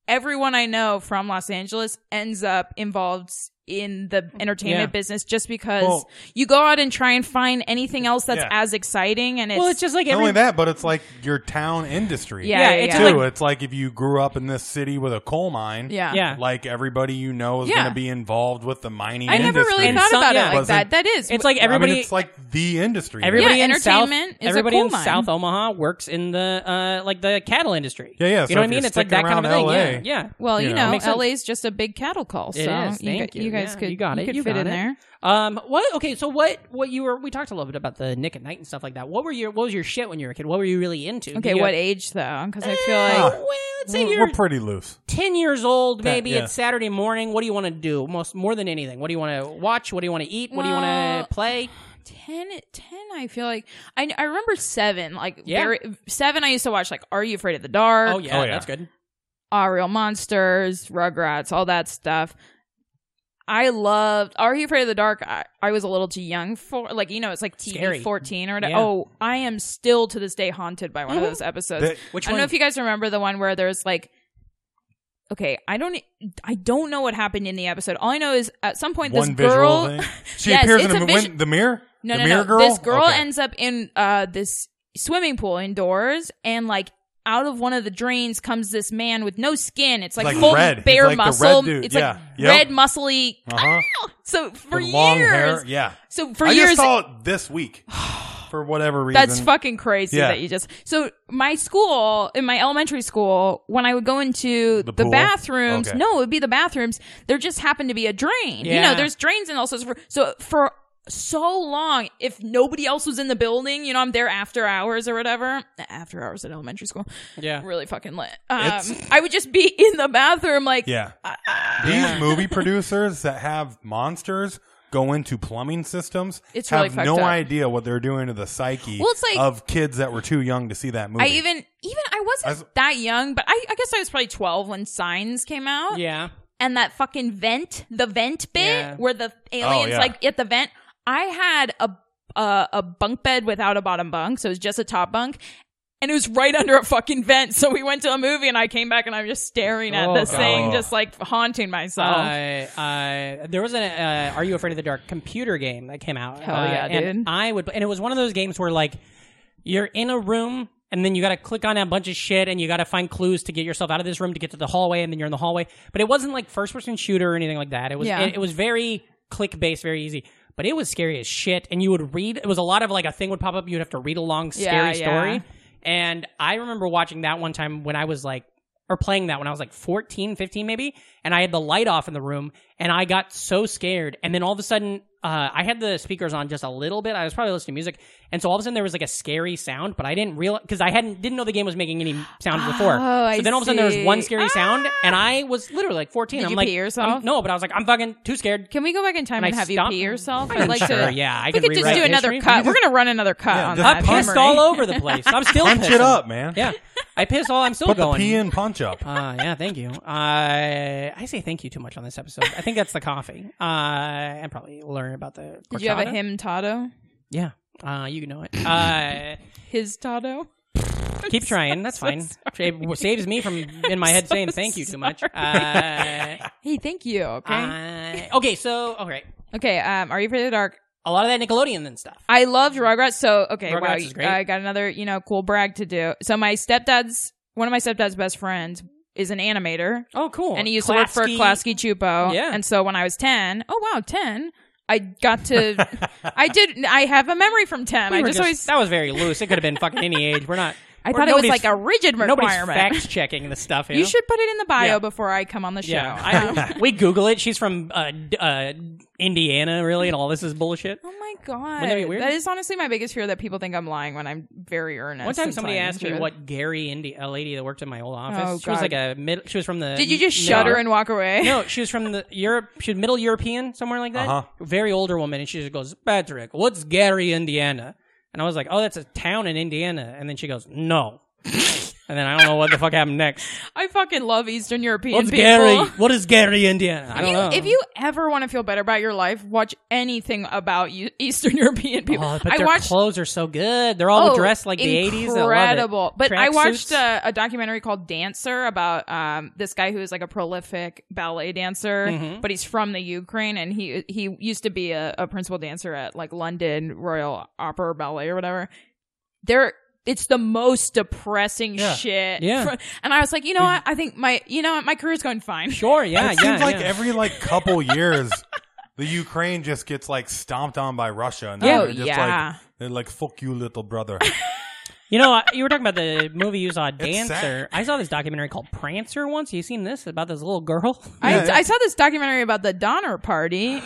[SPEAKER 5] everyone I know from Los Angeles ends up involved in the entertainment
[SPEAKER 1] Yeah.
[SPEAKER 5] business just because
[SPEAKER 2] Well-
[SPEAKER 5] you go out and try and find anything else that's
[SPEAKER 2] Yeah.
[SPEAKER 5] as exciting and it's,
[SPEAKER 1] well, it's just like
[SPEAKER 2] Not
[SPEAKER 1] every
[SPEAKER 2] only that, but it's like your town industry.
[SPEAKER 5] yeah,
[SPEAKER 1] yeah,
[SPEAKER 5] yeah,
[SPEAKER 1] it's
[SPEAKER 5] yeah.
[SPEAKER 2] Too.
[SPEAKER 1] like-
[SPEAKER 2] it's like if you grew up in this city with a coal mine.
[SPEAKER 5] yeah.
[SPEAKER 1] yeah.
[SPEAKER 2] Like everybody you know is
[SPEAKER 5] Yeah.
[SPEAKER 2] going to be involved with the mining
[SPEAKER 5] I never
[SPEAKER 2] industry.
[SPEAKER 5] really
[SPEAKER 1] And
[SPEAKER 5] thought
[SPEAKER 1] some-
[SPEAKER 5] about
[SPEAKER 1] yeah.
[SPEAKER 5] it like
[SPEAKER 2] Wasn't-
[SPEAKER 5] that. That is.
[SPEAKER 1] It's like everybody
[SPEAKER 2] I mean, it's like the industry.
[SPEAKER 1] everybody
[SPEAKER 5] Yeah,
[SPEAKER 1] in South
[SPEAKER 5] entertainment is a
[SPEAKER 1] everybody
[SPEAKER 5] coal
[SPEAKER 1] in
[SPEAKER 5] mine.
[SPEAKER 1] South Omaha works in the uh like the cattle industry.
[SPEAKER 2] Yeah, yeah, so
[SPEAKER 1] you know what I
[SPEAKER 2] if you're
[SPEAKER 1] mean? It's like that
[SPEAKER 2] sticking
[SPEAKER 1] kind of a
[SPEAKER 2] around
[SPEAKER 1] thing. Yeah,
[SPEAKER 2] LA,
[SPEAKER 1] yeah.
[SPEAKER 5] well,
[SPEAKER 2] you
[SPEAKER 5] you
[SPEAKER 2] know,
[SPEAKER 5] know,
[SPEAKER 1] makes sense.
[SPEAKER 5] LA is just a big cattle call, so
[SPEAKER 1] It is.
[SPEAKER 5] you,
[SPEAKER 1] Thank
[SPEAKER 5] gu-
[SPEAKER 1] you.
[SPEAKER 5] you guys
[SPEAKER 1] Yeah,
[SPEAKER 5] could
[SPEAKER 1] you got it.
[SPEAKER 5] could
[SPEAKER 1] You
[SPEAKER 5] fit
[SPEAKER 1] got
[SPEAKER 5] in
[SPEAKER 1] it.
[SPEAKER 5] there.
[SPEAKER 1] Um, what? Okay, so what? What you were? We talked a little bit about the Nick at Night and stuff like that. What were your? What was your shit when you were a kid? What were you really into?
[SPEAKER 5] Okay,
[SPEAKER 1] Did you-
[SPEAKER 5] what age though? Because I feel
[SPEAKER 1] Uh,
[SPEAKER 5] like
[SPEAKER 1] well, let's say
[SPEAKER 2] We're,
[SPEAKER 1] you're
[SPEAKER 2] we're pretty loose.
[SPEAKER 1] ten years old.
[SPEAKER 2] Okay,
[SPEAKER 1] Maybe
[SPEAKER 2] yeah.
[SPEAKER 1] it's Saturday morning. What do you want to do? Most more than anything. What do you want to watch? What do you want to eat? What do you
[SPEAKER 5] Well-
[SPEAKER 1] want to play?
[SPEAKER 5] 10, 10 I feel like I I remember seven, like
[SPEAKER 1] Yeah.
[SPEAKER 5] very seven. I used to watch like Are You Afraid of the Dark?
[SPEAKER 1] Oh yeah,
[SPEAKER 2] Oh, yeah.
[SPEAKER 1] that's good.
[SPEAKER 5] Ariel Monsters, Rugrats, all that stuff. I loved Are You Afraid of the Dark? I, I was a little too young for like you know it's like TV
[SPEAKER 1] Scary.
[SPEAKER 5] fourteen or whatever.
[SPEAKER 1] Yeah. Mm-hmm.
[SPEAKER 5] Oh, I am still to this day haunted by one of those episodes.
[SPEAKER 2] That-
[SPEAKER 1] Which
[SPEAKER 5] I don't
[SPEAKER 1] one?
[SPEAKER 5] know if you guys remember the one where there's like okay, I don't e, I don't know what happened in the episode. All I know is at some point this
[SPEAKER 2] One
[SPEAKER 5] girl
[SPEAKER 2] visual thing. She
[SPEAKER 5] Yes,
[SPEAKER 2] appears in
[SPEAKER 5] it's
[SPEAKER 2] the,
[SPEAKER 5] a
[SPEAKER 2] mi-
[SPEAKER 5] visu-
[SPEAKER 2] when- the mirror.
[SPEAKER 5] no,
[SPEAKER 2] the
[SPEAKER 5] no,
[SPEAKER 2] mirror
[SPEAKER 5] no.
[SPEAKER 2] girl.
[SPEAKER 5] This girl
[SPEAKER 2] Okay.
[SPEAKER 5] ends up in uh this swimming pool indoors and like out of one of the drains comes this man with no skin. It's like,
[SPEAKER 2] Like
[SPEAKER 5] full
[SPEAKER 2] red. He's
[SPEAKER 5] bare
[SPEAKER 2] like the red
[SPEAKER 5] muscle.
[SPEAKER 2] dude.
[SPEAKER 5] It's
[SPEAKER 2] Yeah.
[SPEAKER 5] like
[SPEAKER 2] Yep.
[SPEAKER 5] red muscly.
[SPEAKER 2] Uh-huh.
[SPEAKER 5] So for
[SPEAKER 2] With
[SPEAKER 5] years,
[SPEAKER 2] long hair. Yeah.
[SPEAKER 5] so for
[SPEAKER 2] I
[SPEAKER 5] years,
[SPEAKER 2] just saw it this week for whatever reason.
[SPEAKER 5] That's fucking crazy
[SPEAKER 2] Yeah.
[SPEAKER 5] that you just. So my school in my elementary school, when I would go into
[SPEAKER 2] The
[SPEAKER 5] the,
[SPEAKER 2] pool?
[SPEAKER 5] bathrooms,
[SPEAKER 2] Okay.
[SPEAKER 5] no, it would be the bathrooms. There just happened to be a drain. You
[SPEAKER 1] Yeah.
[SPEAKER 5] know, there's drains and all sorts. Of, so for so long, if nobody else was in the building, you know, I'm there after hours or whatever. After hours at elementary school,
[SPEAKER 1] Yeah.
[SPEAKER 5] really fucking lit. Um,
[SPEAKER 2] It's-
[SPEAKER 5] I would just be in the bathroom, like
[SPEAKER 2] Yeah. These movie producers that have monsters go into plumbing systems
[SPEAKER 5] It's really
[SPEAKER 2] have
[SPEAKER 5] fucked
[SPEAKER 2] no
[SPEAKER 5] up.
[SPEAKER 2] idea what they're doing to the psyche
[SPEAKER 5] Well, it's like-
[SPEAKER 2] of kids that were too young to see that movie.
[SPEAKER 5] I even even I wasn't
[SPEAKER 2] As-
[SPEAKER 5] that young, but I, I guess I was probably twelve when Signs came out.
[SPEAKER 1] Yeah.
[SPEAKER 5] and that fucking vent, the vent bit
[SPEAKER 1] Yeah.
[SPEAKER 5] where the aliens
[SPEAKER 2] yeah.
[SPEAKER 5] like at the vent. I had a uh, a bunk bed without a bottom bunk, so it was just a top bunk. And it was right under a fucking vent. So we went to a movie and I came back and I'm just staring at
[SPEAKER 1] Oh,
[SPEAKER 5] this
[SPEAKER 1] God.
[SPEAKER 5] thing, just like haunting myself.
[SPEAKER 1] Uh, uh, there was an uh, Are You Afraid of the Dark computer game that came out.
[SPEAKER 5] Hell
[SPEAKER 1] Uh,
[SPEAKER 5] yeah,
[SPEAKER 1] and
[SPEAKER 5] dude.
[SPEAKER 1] I would, and it was one of those games where like you're in a room and then you got to click on a bunch of shit and you got to find clues to get yourself out of this room to get to the hallway and then you're in the hallway. But it wasn't like first person shooter or anything like that. It was
[SPEAKER 5] Yeah.
[SPEAKER 1] it, it was very click based, very easy. But it was scary as shit, and you would read. It was a lot of like a thing would pop up. You'd have to read a long
[SPEAKER 5] Yeah,
[SPEAKER 1] scary
[SPEAKER 5] yeah.
[SPEAKER 1] story. And I remember watching that one time when I was like, or playing that when I was like 14, 15 maybe, and I had the light off in the room, and I got so scared. And then all of a sudden, uh, I had the speakers on just a little bit. I was probably listening to music, and so all of a sudden there was like a scary sound, but I didn't realize because I hadn't didn't know the game was making any sound before. so
[SPEAKER 5] Oh, I
[SPEAKER 1] then all of a sudden there was one
[SPEAKER 5] see. Ah!
[SPEAKER 1] scary sound, and I was literally like 14.
[SPEAKER 5] Did
[SPEAKER 1] I'm
[SPEAKER 5] you
[SPEAKER 1] like,
[SPEAKER 5] pee yourself?
[SPEAKER 1] I'm- no, but I was like, I'm fucking too scared.
[SPEAKER 5] Can we go back in time
[SPEAKER 1] And
[SPEAKER 5] and,
[SPEAKER 1] I
[SPEAKER 5] have
[SPEAKER 1] stopped-
[SPEAKER 5] you pee yourself?
[SPEAKER 1] I'm
[SPEAKER 5] I'd like
[SPEAKER 1] sure,
[SPEAKER 5] to.
[SPEAKER 1] yeah, I
[SPEAKER 5] we
[SPEAKER 1] can
[SPEAKER 5] could just
[SPEAKER 1] rewrite
[SPEAKER 5] do another
[SPEAKER 1] history.
[SPEAKER 5] cut. We're gonna run another cut
[SPEAKER 2] Yeah,
[SPEAKER 5] on
[SPEAKER 2] just
[SPEAKER 5] that.
[SPEAKER 1] I pissed
[SPEAKER 5] memory.
[SPEAKER 1] all over the place. I'm still
[SPEAKER 2] punch
[SPEAKER 1] pissing.
[SPEAKER 2] it up, man.
[SPEAKER 1] Yeah, I piss all. I'm still
[SPEAKER 2] Put the
[SPEAKER 1] going.
[SPEAKER 2] pee in punch up.
[SPEAKER 1] Uh, yeah, thank you. Uh, I I say thank you too much on this episode. I think that's the coffee. Uh, and probably learn about the.
[SPEAKER 5] Did you have a
[SPEAKER 1] horchata.
[SPEAKER 5] him Tato?
[SPEAKER 1] Yeah. Uh, you know it. Uh,
[SPEAKER 5] His Tato?
[SPEAKER 1] keep trying. That's fine. It saves me from in my head saying thank you too much. Uh,
[SPEAKER 5] Hey, thank you. Okay.
[SPEAKER 1] uh, okay, so all right,
[SPEAKER 5] okay. Um, are you afraid of the dark?
[SPEAKER 1] a lot of that Nickelodeon then stuff.
[SPEAKER 5] I loved Rugrats. So okay,
[SPEAKER 1] Rugrats
[SPEAKER 5] wow,
[SPEAKER 1] is great.
[SPEAKER 5] I got another you know cool brag to do. So my stepdad's one of my stepdad's best friends is an animator,
[SPEAKER 1] Oh, cool.
[SPEAKER 5] and he used to work for Klasky Chupo.
[SPEAKER 1] Yeah.
[SPEAKER 5] and so when I was ten, oh wow, ten. I got to, I did. I have a memory from ten.
[SPEAKER 1] We
[SPEAKER 5] I
[SPEAKER 1] were
[SPEAKER 5] just, always,
[SPEAKER 1] that was very loose. It could have been fucking any age. We're not.
[SPEAKER 5] I
[SPEAKER 1] we're-
[SPEAKER 5] thought it was
[SPEAKER 1] nobody's-
[SPEAKER 5] like a rigid
[SPEAKER 1] Nobody's
[SPEAKER 5] requirement.
[SPEAKER 1] fact checking the stuff.
[SPEAKER 5] You
[SPEAKER 1] know?
[SPEAKER 5] should put it in the bio
[SPEAKER 1] Yeah.
[SPEAKER 5] before I come on the show.
[SPEAKER 1] Yeah,
[SPEAKER 5] Um,
[SPEAKER 1] I, we Google it. She's from uh, d- uh, Indiana, really, and all this is bullshit.
[SPEAKER 5] oh my god,
[SPEAKER 1] Wouldn't that be weird?
[SPEAKER 5] that is honestly my biggest fear that people think I'm lying when I'm very earnest.
[SPEAKER 1] One time,
[SPEAKER 5] and
[SPEAKER 1] somebody
[SPEAKER 5] telling the
[SPEAKER 1] asked me
[SPEAKER 5] truth.
[SPEAKER 1] what Gary, Indi- a lady that worked in my old office,
[SPEAKER 5] Oh,
[SPEAKER 1] she was
[SPEAKER 5] God.
[SPEAKER 1] like a mid- she was from the.
[SPEAKER 5] Did you just shudder
[SPEAKER 1] No.
[SPEAKER 5] and walk away?
[SPEAKER 1] No, she was from the Europe. She was middle European, somewhere like that.
[SPEAKER 2] Uh-huh.
[SPEAKER 1] Very older woman, and she just goes, "Patrick, what's Gary, Indiana?" And I was like, oh, that's a town in Indiana. And then she goes, no. and then I don't know what the fuck happened next.
[SPEAKER 5] I fucking love Eastern European
[SPEAKER 1] What's
[SPEAKER 5] people.
[SPEAKER 1] Gary? What is Gary, Indiana? I
[SPEAKER 5] If
[SPEAKER 1] don't
[SPEAKER 5] you,
[SPEAKER 1] know.
[SPEAKER 5] if you ever want to feel better about your life, watch anything about you, Eastern European people.
[SPEAKER 1] Oh, but
[SPEAKER 5] I
[SPEAKER 1] their
[SPEAKER 5] watched
[SPEAKER 1] clothes are so good. They're all
[SPEAKER 5] oh,
[SPEAKER 1] dressed like the eighties.
[SPEAKER 5] Incredible. But I watched
[SPEAKER 1] Uh,
[SPEAKER 5] a, a documentary called Dancer about um, this guy who is like a prolific ballet dancer,
[SPEAKER 1] Mm-hmm.
[SPEAKER 5] but he's from the Ukraine and he he used to be a, a principal dancer at like London Royal Opera Ballet or whatever. There. It's the most depressing
[SPEAKER 1] Yeah.
[SPEAKER 5] shit.
[SPEAKER 1] Yeah.
[SPEAKER 5] Fr- And I was like, you know what? I think my, you know what? My career's going fine.
[SPEAKER 1] sure. Yeah.
[SPEAKER 2] it
[SPEAKER 1] yeah.
[SPEAKER 2] seems like
[SPEAKER 1] yeah.
[SPEAKER 2] every like couple years, the Ukraine just gets like stomped on by Russia, and
[SPEAKER 5] Yeah,
[SPEAKER 2] they're just
[SPEAKER 5] Oh, yeah.
[SPEAKER 2] like they're like "fuck you, little brother."
[SPEAKER 1] you know, I- you were talking about the movie you saw,
[SPEAKER 2] It's sad.
[SPEAKER 1] Dancer. I saw this documentary called Prancer once. You seen this about this little girl?
[SPEAKER 5] I, I saw this documentary about the Donner Party.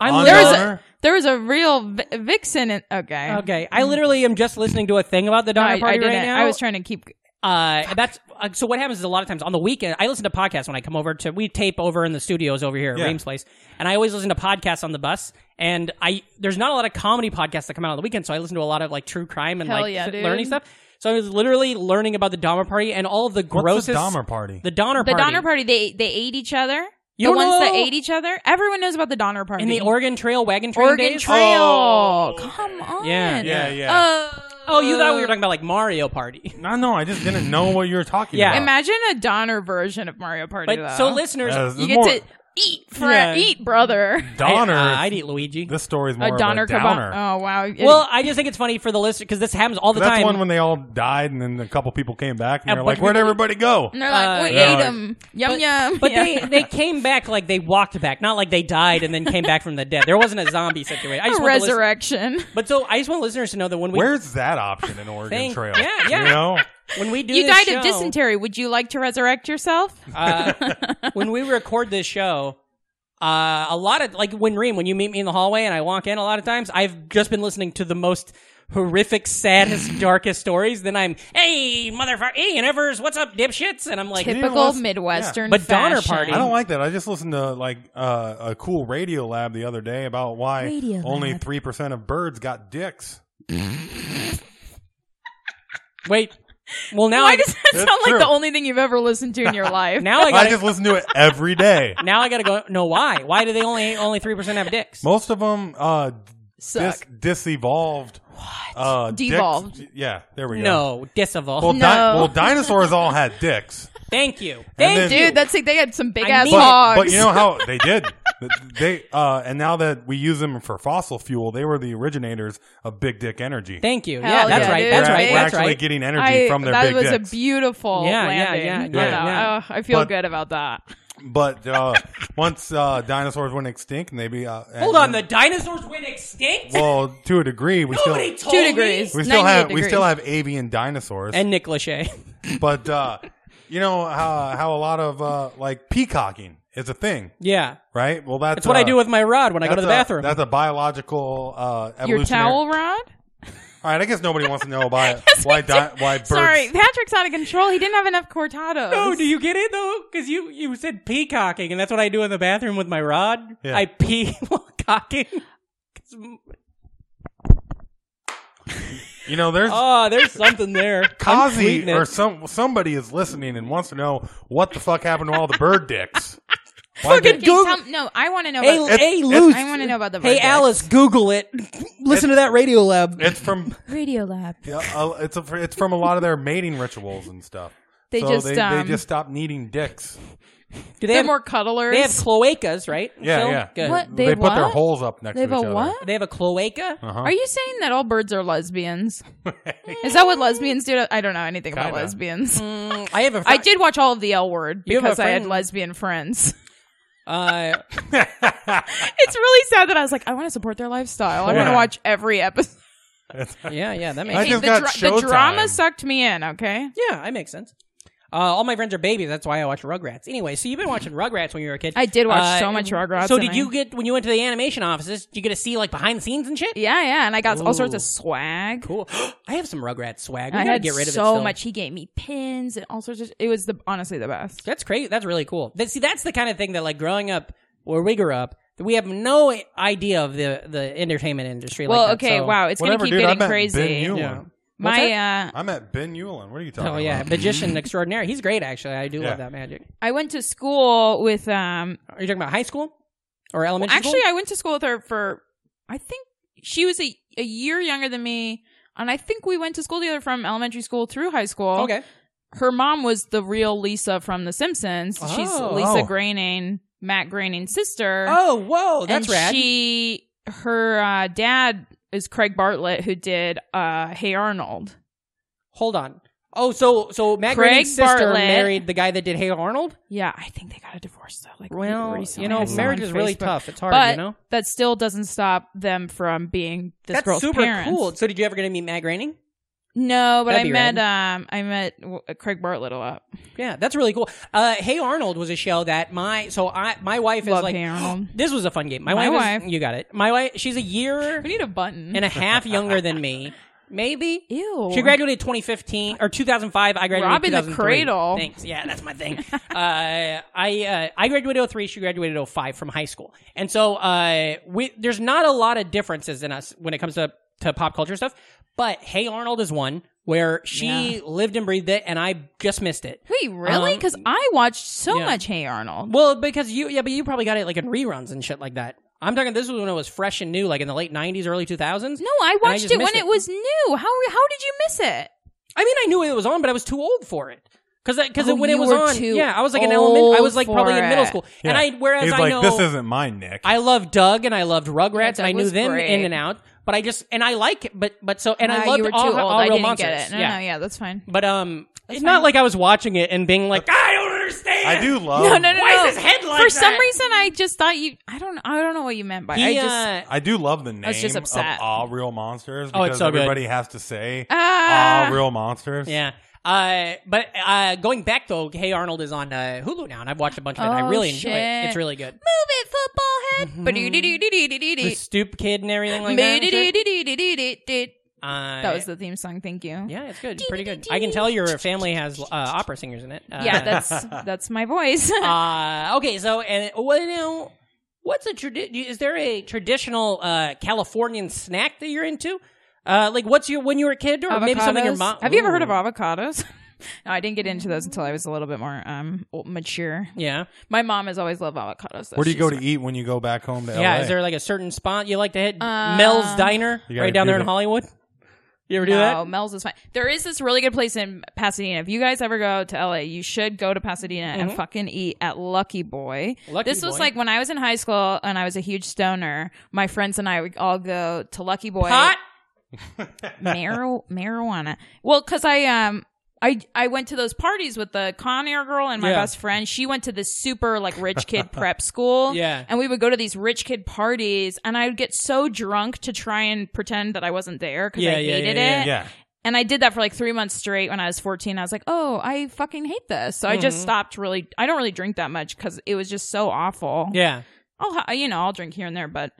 [SPEAKER 1] I'm
[SPEAKER 2] On
[SPEAKER 5] There
[SPEAKER 1] literally-
[SPEAKER 5] was
[SPEAKER 2] Donner?
[SPEAKER 5] a there was a real vi- vixen. In, okay,
[SPEAKER 1] Okay, I literally am just listening to a thing about the
[SPEAKER 5] No,
[SPEAKER 1] Donner
[SPEAKER 5] I, I
[SPEAKER 1] Party
[SPEAKER 5] didn't.
[SPEAKER 1] right now.
[SPEAKER 5] I was trying to keep.
[SPEAKER 1] Uh, that's uh, so. What happens is a lot of times on the weekend, I listen to podcasts when I come over to. We tape over in the studios over here at
[SPEAKER 2] Yeah.
[SPEAKER 1] Reem's place, and I always listen to podcasts on the bus. And I there's not a lot of comedy podcasts that come out on the weekend, so I listen to a lot of like true crime and
[SPEAKER 5] Hell
[SPEAKER 1] like
[SPEAKER 5] yeah,
[SPEAKER 1] th-
[SPEAKER 5] dude.
[SPEAKER 1] learning stuff. So I was literally learning about the Dahmer Party and all of the
[SPEAKER 2] What's
[SPEAKER 1] grossest
[SPEAKER 2] the Dahmer party?
[SPEAKER 1] the Donner
[SPEAKER 5] The
[SPEAKER 1] Party,
[SPEAKER 5] Donner Party. They they ate each other.
[SPEAKER 1] You
[SPEAKER 5] the
[SPEAKER 1] don't
[SPEAKER 5] ones that
[SPEAKER 1] know-
[SPEAKER 5] ate each other. Everyone knows about the Donner Party.
[SPEAKER 1] in the Oregon Trail wagon train
[SPEAKER 5] Oregon
[SPEAKER 1] days.
[SPEAKER 5] Trail.
[SPEAKER 2] Oh.
[SPEAKER 5] Come on.
[SPEAKER 1] Yeah.
[SPEAKER 2] yeah, yeah.
[SPEAKER 5] Oh.
[SPEAKER 1] Oh, you thought we were talking about like Mario Party?
[SPEAKER 2] no, no, I just didn't know what you were talking
[SPEAKER 1] Yeah.
[SPEAKER 2] about.
[SPEAKER 5] Imagine a Donner version of Mario Party.
[SPEAKER 1] But
[SPEAKER 5] though.
[SPEAKER 1] so listeners,
[SPEAKER 2] Uh, this
[SPEAKER 5] you
[SPEAKER 2] is
[SPEAKER 5] get
[SPEAKER 2] more,
[SPEAKER 5] to eat for
[SPEAKER 1] Yeah.
[SPEAKER 5] eat brother.
[SPEAKER 2] Donner.
[SPEAKER 1] I, uh, I'd eat Luigi.
[SPEAKER 2] this story's more
[SPEAKER 5] A Donner
[SPEAKER 2] of a downer.
[SPEAKER 5] kebab. Oh wow. It-
[SPEAKER 1] Well, I just think it's funny for the listener because this happens all the
[SPEAKER 2] That's
[SPEAKER 1] time.
[SPEAKER 2] one when they all died, and then a couple people came back, and
[SPEAKER 1] A
[SPEAKER 2] they're
[SPEAKER 1] bunch
[SPEAKER 2] like,
[SPEAKER 1] of
[SPEAKER 2] "Where'd
[SPEAKER 1] people-
[SPEAKER 2] everybody go?"
[SPEAKER 5] and they're like,
[SPEAKER 1] uh,
[SPEAKER 5] we
[SPEAKER 2] yeah.
[SPEAKER 5] ate them. Yum
[SPEAKER 1] But-
[SPEAKER 5] yum.
[SPEAKER 1] But
[SPEAKER 5] Yeah.
[SPEAKER 1] they, they came back like they walked back, not like they died and then came back from the dead. There wasn't a zombie situation. I just want the listen-
[SPEAKER 5] resurrection.
[SPEAKER 1] But so I just want listeners to know that when we
[SPEAKER 2] Where's that option in Oregon
[SPEAKER 1] Thank-
[SPEAKER 2] Trail?
[SPEAKER 1] yeah, yeah.
[SPEAKER 2] You know,
[SPEAKER 1] when we do
[SPEAKER 5] You
[SPEAKER 1] this
[SPEAKER 5] died
[SPEAKER 1] show,
[SPEAKER 5] of dysentery. Would you like to resurrect yourself?
[SPEAKER 1] uh, when we record this show, uh, a lot of like when Reem, when you meet me in the hallway and I walk in, a lot of times I've just been listening to the most horrific, saddest, darkest stories. Then I'm, hey, motherfucker, hey, and Evers, what's up, dipshits? And I'm like,
[SPEAKER 2] Tip-
[SPEAKER 5] Typical
[SPEAKER 2] listen-
[SPEAKER 5] Midwestern.
[SPEAKER 1] But Donner
[SPEAKER 5] fashion.
[SPEAKER 1] Party.
[SPEAKER 2] I don't like that. I just listened to like uh, a cool radio lab the other day about why only three percent of birds got dicks.
[SPEAKER 1] wait, well now
[SPEAKER 5] Why
[SPEAKER 1] I
[SPEAKER 5] does that
[SPEAKER 2] That's
[SPEAKER 5] sound like
[SPEAKER 2] true.
[SPEAKER 5] the only thing you've ever listened to in your life?
[SPEAKER 1] now Oh, I
[SPEAKER 2] I
[SPEAKER 1] gotta
[SPEAKER 2] just listen to it every day.
[SPEAKER 1] now I gotta go. No, why? Why do they only only three percent have dicks?
[SPEAKER 2] Most of them uh, dis-
[SPEAKER 5] Suck.
[SPEAKER 2] disevolved. What? Uh, dicks-
[SPEAKER 5] Devolved.
[SPEAKER 2] Yeah, there we go.
[SPEAKER 1] No, disavow.
[SPEAKER 2] Well, di-
[SPEAKER 5] No.
[SPEAKER 2] well, dinosaurs all had dicks.
[SPEAKER 1] Thank you. Thank
[SPEAKER 2] then-
[SPEAKER 1] you.
[SPEAKER 5] Dude, that's like they had some big
[SPEAKER 1] I
[SPEAKER 5] ass
[SPEAKER 1] mean-
[SPEAKER 2] But,
[SPEAKER 5] hogs.
[SPEAKER 2] but you know how they did. They uh, and now that we use them for fossil fuel, they were the originators of big dick energy.
[SPEAKER 1] Thank you.
[SPEAKER 5] Hell
[SPEAKER 1] Yeah, that's
[SPEAKER 5] yeah,
[SPEAKER 1] right.
[SPEAKER 5] dude.
[SPEAKER 1] That's
[SPEAKER 2] we're
[SPEAKER 1] right.
[SPEAKER 2] we're
[SPEAKER 1] That's
[SPEAKER 2] actually
[SPEAKER 1] right.
[SPEAKER 2] getting energy
[SPEAKER 5] I,
[SPEAKER 2] from their
[SPEAKER 5] that
[SPEAKER 2] big
[SPEAKER 5] was
[SPEAKER 2] dicks.
[SPEAKER 5] a beautiful
[SPEAKER 1] Yeah, yeah,
[SPEAKER 5] landing.
[SPEAKER 1] yeah,
[SPEAKER 5] I
[SPEAKER 1] yeah,
[SPEAKER 5] know.
[SPEAKER 1] yeah.
[SPEAKER 5] Oh, I feel
[SPEAKER 2] But-
[SPEAKER 5] good about that.
[SPEAKER 2] but uh, once uh, dinosaurs went extinct, and they be uh, and-
[SPEAKER 1] Hold on, the dinosaurs went extinct.
[SPEAKER 2] well to a degree we still
[SPEAKER 1] Nobody
[SPEAKER 2] we
[SPEAKER 1] told
[SPEAKER 5] Two
[SPEAKER 1] me.
[SPEAKER 5] degrees.
[SPEAKER 2] still
[SPEAKER 5] 98
[SPEAKER 2] have we
[SPEAKER 5] degrees.
[SPEAKER 2] still have avian dinosaurs,
[SPEAKER 1] And Nick Lachey.
[SPEAKER 2] but uh, you know how how a lot of uh, like peacocking is a thing,
[SPEAKER 1] Yeah,
[SPEAKER 2] right? Well, that's
[SPEAKER 1] that's what I
[SPEAKER 2] uh,
[SPEAKER 1] do with my rod when I go to
[SPEAKER 2] that's
[SPEAKER 1] the
[SPEAKER 2] a-
[SPEAKER 1] bathroom.
[SPEAKER 2] That's a biological uh, evolutionary.
[SPEAKER 5] Your towel rod?
[SPEAKER 2] All right, I guess nobody wants to know about why di- why birds.
[SPEAKER 5] Sorry, Patrick's out of control. He didn't have enough cortados.
[SPEAKER 1] no, do you get it though? Because you you said peacocking, and that's what I do in the bathroom with my rod.
[SPEAKER 2] Yeah.
[SPEAKER 1] I pee while cocking.
[SPEAKER 2] You know, there's
[SPEAKER 1] Oh, there's something there. I'm tweeting
[SPEAKER 2] Kazi
[SPEAKER 1] it.
[SPEAKER 2] or some somebody is listening and wants to know what the fuck happened to all the bird dicks. Why did-
[SPEAKER 5] Okay, tell- no, I want to know.
[SPEAKER 1] Hey,
[SPEAKER 5] about,
[SPEAKER 2] It's-
[SPEAKER 1] hey,
[SPEAKER 2] it's-
[SPEAKER 1] Luce.
[SPEAKER 5] I want to know about the.
[SPEAKER 1] Hey,
[SPEAKER 5] Vertex.
[SPEAKER 1] Alice, Google it. Listen to that Radio Lab.
[SPEAKER 2] it's from
[SPEAKER 5] Radiolab.
[SPEAKER 2] yeah, uh, it's a, it's from a lot of their mating rituals and stuff.
[SPEAKER 5] They
[SPEAKER 2] so
[SPEAKER 5] just,
[SPEAKER 2] they,
[SPEAKER 5] um,
[SPEAKER 2] they just stopped needing dicks.
[SPEAKER 1] Do they
[SPEAKER 5] They're
[SPEAKER 1] have
[SPEAKER 5] more cuddlers.
[SPEAKER 1] They have cloacas, right?
[SPEAKER 2] Yeah,
[SPEAKER 1] Still?
[SPEAKER 2] yeah.
[SPEAKER 1] Good.
[SPEAKER 5] What?
[SPEAKER 2] They,
[SPEAKER 5] They
[SPEAKER 2] put their
[SPEAKER 5] what?
[SPEAKER 2] holes up next
[SPEAKER 5] They have
[SPEAKER 2] to
[SPEAKER 5] a
[SPEAKER 2] each other.
[SPEAKER 5] what?
[SPEAKER 1] They have a cloaca.
[SPEAKER 2] Uh-huh.
[SPEAKER 5] Are you saying that all birds are lesbians? Is that what lesbians do? to- I don't know anything about
[SPEAKER 2] Kinda.
[SPEAKER 5] lesbians.
[SPEAKER 1] Mm, I have a. Fr-
[SPEAKER 5] I did watch all of the L Word
[SPEAKER 1] You have a
[SPEAKER 5] because I had
[SPEAKER 1] friend-
[SPEAKER 5] lesbian friends.
[SPEAKER 1] Uh,
[SPEAKER 5] it's really sad that I was like, I want to support their lifestyle. I want
[SPEAKER 2] Yeah.
[SPEAKER 5] to watch every episode.
[SPEAKER 1] yeah, yeah, that makes.
[SPEAKER 2] I
[SPEAKER 5] Hey,
[SPEAKER 2] just
[SPEAKER 5] the,
[SPEAKER 2] got
[SPEAKER 5] the drama
[SPEAKER 2] Showtime.
[SPEAKER 5] sucked me in. Okay,
[SPEAKER 1] yeah, I make sense. Uh, all my friends are babies. That's why I watch Rugrats. Anyway, so you've been watching Rugrats when you were a kid.
[SPEAKER 5] I did watch
[SPEAKER 1] Uh,
[SPEAKER 5] so much Rugrats.
[SPEAKER 1] So
[SPEAKER 5] and
[SPEAKER 1] did
[SPEAKER 5] I-
[SPEAKER 1] you get when you went to the animation offices? Did you get to see like behind the scenes and shit?
[SPEAKER 5] Yeah, yeah, and I got all sorts
[SPEAKER 1] Ooh.
[SPEAKER 5] of swag.
[SPEAKER 1] Cool. I have some Rugrats swag. We
[SPEAKER 5] And
[SPEAKER 1] gotta
[SPEAKER 5] I had
[SPEAKER 1] get rid of it
[SPEAKER 5] so
[SPEAKER 1] still.
[SPEAKER 5] much. He gave me pins and all sorts of. It was the honestly the best.
[SPEAKER 1] That's crazy. That's really cool. That, see, that's the kind of thing that like growing up where we grew up. We have no idea of the the entertainment industry.
[SPEAKER 5] well,
[SPEAKER 1] like that,
[SPEAKER 5] okay,
[SPEAKER 1] so-
[SPEAKER 5] wow, it's
[SPEAKER 2] Whatever,
[SPEAKER 5] gonna keep
[SPEAKER 2] dude,
[SPEAKER 5] getting
[SPEAKER 2] I met Ben
[SPEAKER 5] crazy.
[SPEAKER 2] Eulen.
[SPEAKER 1] Yeah. What's
[SPEAKER 5] My uh,
[SPEAKER 2] I met Ben Eulen. What are you talking
[SPEAKER 1] Oh yeah,
[SPEAKER 2] about?
[SPEAKER 1] magician extraordinaire. He's great, actually. I do
[SPEAKER 2] Yeah.
[SPEAKER 1] love that magic.
[SPEAKER 5] I went to school with um.
[SPEAKER 1] Are you talking about high school or elementary?
[SPEAKER 5] Actually,
[SPEAKER 1] school?
[SPEAKER 5] I went to school with her for I think she was a a year younger than me, and I think we went to school together from elementary school through high school.
[SPEAKER 1] okay.
[SPEAKER 5] her mom was the real Lisa from The Simpsons. She's
[SPEAKER 1] Oh.
[SPEAKER 5] Lisa
[SPEAKER 2] Oh.
[SPEAKER 5] Groening, Matt Groening's sister.
[SPEAKER 1] Oh whoa, that's
[SPEAKER 5] and
[SPEAKER 1] rad.
[SPEAKER 5] She, her uh, dad is Craig Bartlett, who did uh, Hey Arnold.
[SPEAKER 1] Hold on. Oh, so so Matt
[SPEAKER 5] Craig
[SPEAKER 1] Groening's sister
[SPEAKER 5] Bartlett.
[SPEAKER 1] married the guy that did Hey Arnold.
[SPEAKER 5] Yeah, I think they got a divorce though. Like
[SPEAKER 1] Well,
[SPEAKER 5] recently.
[SPEAKER 1] you
[SPEAKER 5] I
[SPEAKER 1] know,
[SPEAKER 5] saw
[SPEAKER 1] marriage
[SPEAKER 5] on
[SPEAKER 1] is really
[SPEAKER 5] Facebook.
[SPEAKER 1] tough. It's hard,
[SPEAKER 5] But
[SPEAKER 1] you know.
[SPEAKER 5] that still doesn't stop them from being this
[SPEAKER 1] That's
[SPEAKER 5] girl's
[SPEAKER 1] super
[SPEAKER 5] parents.
[SPEAKER 1] cool. So, did you ever get to meet Matt Groening?
[SPEAKER 5] No, but
[SPEAKER 1] That'd
[SPEAKER 5] I
[SPEAKER 1] be
[SPEAKER 5] met um, I met w- Craig Bartlett a lot.
[SPEAKER 1] Yeah, that's really cool. Uh, hey Arnold was a show that my so I my wife is
[SPEAKER 5] Love
[SPEAKER 1] like
[SPEAKER 5] Hey Arnold.
[SPEAKER 1] this was a fun game. My,
[SPEAKER 5] My
[SPEAKER 1] wife, is-
[SPEAKER 5] wife.
[SPEAKER 1] you got it. My wife, she's a year
[SPEAKER 5] We need a button.
[SPEAKER 1] and a half younger than me, maybe.
[SPEAKER 5] Ew.
[SPEAKER 1] She graduated 2015 or 2005. I graduated
[SPEAKER 5] Robbing the
[SPEAKER 1] 2003.
[SPEAKER 5] cradle.
[SPEAKER 1] Thanks. Yeah, that's my thing. uh, I uh, I graduated 03. She graduated 05 from high school, and so uh, we there's not a lot of differences in us when it comes to to pop culture stuff. But Hey Arnold is one where she lived and breathed it, and I just missed it.
[SPEAKER 5] Wait, really?
[SPEAKER 1] Um,
[SPEAKER 5] Because I watched so
[SPEAKER 1] yeah.
[SPEAKER 5] much Hey Arnold.
[SPEAKER 1] Well, because you yeah, but you probably got it like in reruns and shit like that. I'm talking. This was when it was fresh and new, like in the late 90s, early 2000s.
[SPEAKER 5] No, I
[SPEAKER 1] I
[SPEAKER 5] watched
[SPEAKER 1] just
[SPEAKER 5] it when
[SPEAKER 1] missed
[SPEAKER 5] it.
[SPEAKER 1] it.
[SPEAKER 5] was new. How how did you miss it?
[SPEAKER 1] I mean, I knew it was on, but I was too old for it. Because because
[SPEAKER 5] Oh,
[SPEAKER 1] when it
[SPEAKER 5] you
[SPEAKER 1] was
[SPEAKER 5] were
[SPEAKER 1] on,
[SPEAKER 5] too
[SPEAKER 1] yeah, I was like an element. I
[SPEAKER 5] old
[SPEAKER 1] was like probably
[SPEAKER 5] for
[SPEAKER 1] in middle
[SPEAKER 5] it.
[SPEAKER 1] school,
[SPEAKER 2] Yeah.
[SPEAKER 1] and I whereas
[SPEAKER 2] He's
[SPEAKER 1] I
[SPEAKER 2] like,
[SPEAKER 1] know
[SPEAKER 2] this isn't mine, Nick.
[SPEAKER 1] I love Doug and I loved Rugrats and
[SPEAKER 5] Yeah,
[SPEAKER 1] I
[SPEAKER 5] Doug
[SPEAKER 1] knew
[SPEAKER 5] was
[SPEAKER 1] them
[SPEAKER 5] great.
[SPEAKER 1] in and out, but I just and I like it, but but so and I
[SPEAKER 5] Ah,
[SPEAKER 1] loved
[SPEAKER 5] you were too
[SPEAKER 1] all,
[SPEAKER 5] old.
[SPEAKER 1] all
[SPEAKER 5] I
[SPEAKER 1] real
[SPEAKER 5] didn't
[SPEAKER 1] monsters.
[SPEAKER 5] get it. No,
[SPEAKER 1] yeah.
[SPEAKER 5] no, yeah, that's fine.
[SPEAKER 1] but um, it's not like I was watching it and being like, I don't understand.
[SPEAKER 2] I do love.
[SPEAKER 5] no, no, no.
[SPEAKER 1] Why
[SPEAKER 5] no.
[SPEAKER 1] is his head like
[SPEAKER 5] For some
[SPEAKER 1] that?
[SPEAKER 5] reason, I just thought you. I don't. I don't know what you meant by.
[SPEAKER 1] He,
[SPEAKER 5] I just.
[SPEAKER 1] uh,
[SPEAKER 2] I do love the name
[SPEAKER 5] was just upset.
[SPEAKER 2] of all real monsters
[SPEAKER 1] Oh,
[SPEAKER 2] because
[SPEAKER 1] it's so good.
[SPEAKER 2] everybody has to say
[SPEAKER 5] Ah.
[SPEAKER 2] all real monsters.
[SPEAKER 1] yeah. Uh, but uh, going back though, Hey Arnold is on uh, Hulu now, and I've watched a bunch of it. I
[SPEAKER 5] Oh,
[SPEAKER 1] really enjoy
[SPEAKER 5] shit.
[SPEAKER 1] it. It's really good.
[SPEAKER 5] Move it, football head.
[SPEAKER 1] The
[SPEAKER 5] Ba-do-do-do-do-do-do-do.
[SPEAKER 1] Stoop Kid and everything like that. and shit.
[SPEAKER 5] Ba-do-do-do-do-do-do-do.
[SPEAKER 1] Uh,
[SPEAKER 5] That was the theme song. Thank you.
[SPEAKER 1] Yeah, it's good. Pretty good. I can tell your family has uh, opera singers in it. Uh,
[SPEAKER 5] Yeah, that's that's my voice.
[SPEAKER 1] uh, okay. So, and what now? What's a tradi- do you- Is there a traditional uh, Californian snack that you're into? Uh, like, what's your when you were a kid, or maybe something your
[SPEAKER 5] Avocados.
[SPEAKER 1] mom?
[SPEAKER 5] Have you ever heard of
[SPEAKER 1] Ooh.
[SPEAKER 5] avocados? no, I didn't get into those until I was a little bit more um old- mature.
[SPEAKER 1] Yeah,
[SPEAKER 5] My mom has always loved avocados. though.
[SPEAKER 2] Where do you
[SPEAKER 5] She's
[SPEAKER 2] go to eat when you go back home to LA?
[SPEAKER 1] yeah. Is there like a certain spot you like to hit?
[SPEAKER 5] Um,
[SPEAKER 1] Mel's Diner,
[SPEAKER 2] You gotta
[SPEAKER 1] right down there
[SPEAKER 2] do
[SPEAKER 1] in
[SPEAKER 2] that.
[SPEAKER 1] Hollywood. You ever do
[SPEAKER 5] No,
[SPEAKER 1] that?
[SPEAKER 5] Mel's is fine. There is this really good place in Pasadena. If you guys ever go to LA, you should go to Pasadena and fucking eat at Lucky Boy.
[SPEAKER 1] Mm-hmm. Lucky
[SPEAKER 5] this was
[SPEAKER 1] Boy.
[SPEAKER 5] like when I was in high school and I was a huge stoner. My friends and I would all go to Lucky Boy.
[SPEAKER 1] Pot.
[SPEAKER 5] Mar- marijuana. Well, because I um. I, I went to those parties with the Con Air girl and my
[SPEAKER 1] Yeah.
[SPEAKER 5] best friend. She went to this super like rich kid prep school.
[SPEAKER 1] Yeah.
[SPEAKER 5] And we would go to these rich kid parties and I would get so drunk to try and pretend that I wasn't there because I
[SPEAKER 1] Yeah, yeah,
[SPEAKER 5] hated
[SPEAKER 1] yeah, yeah,
[SPEAKER 5] it.
[SPEAKER 2] Yeah.
[SPEAKER 5] And I did that for like three months straight when I was 14. I was like, oh, I fucking hate this. So I
[SPEAKER 1] Mm-hmm.
[SPEAKER 5] just stopped really, I don't really drink that much because it was just so awful.
[SPEAKER 1] Yeah.
[SPEAKER 5] I'll, ha- you know, I'll drink here and there, but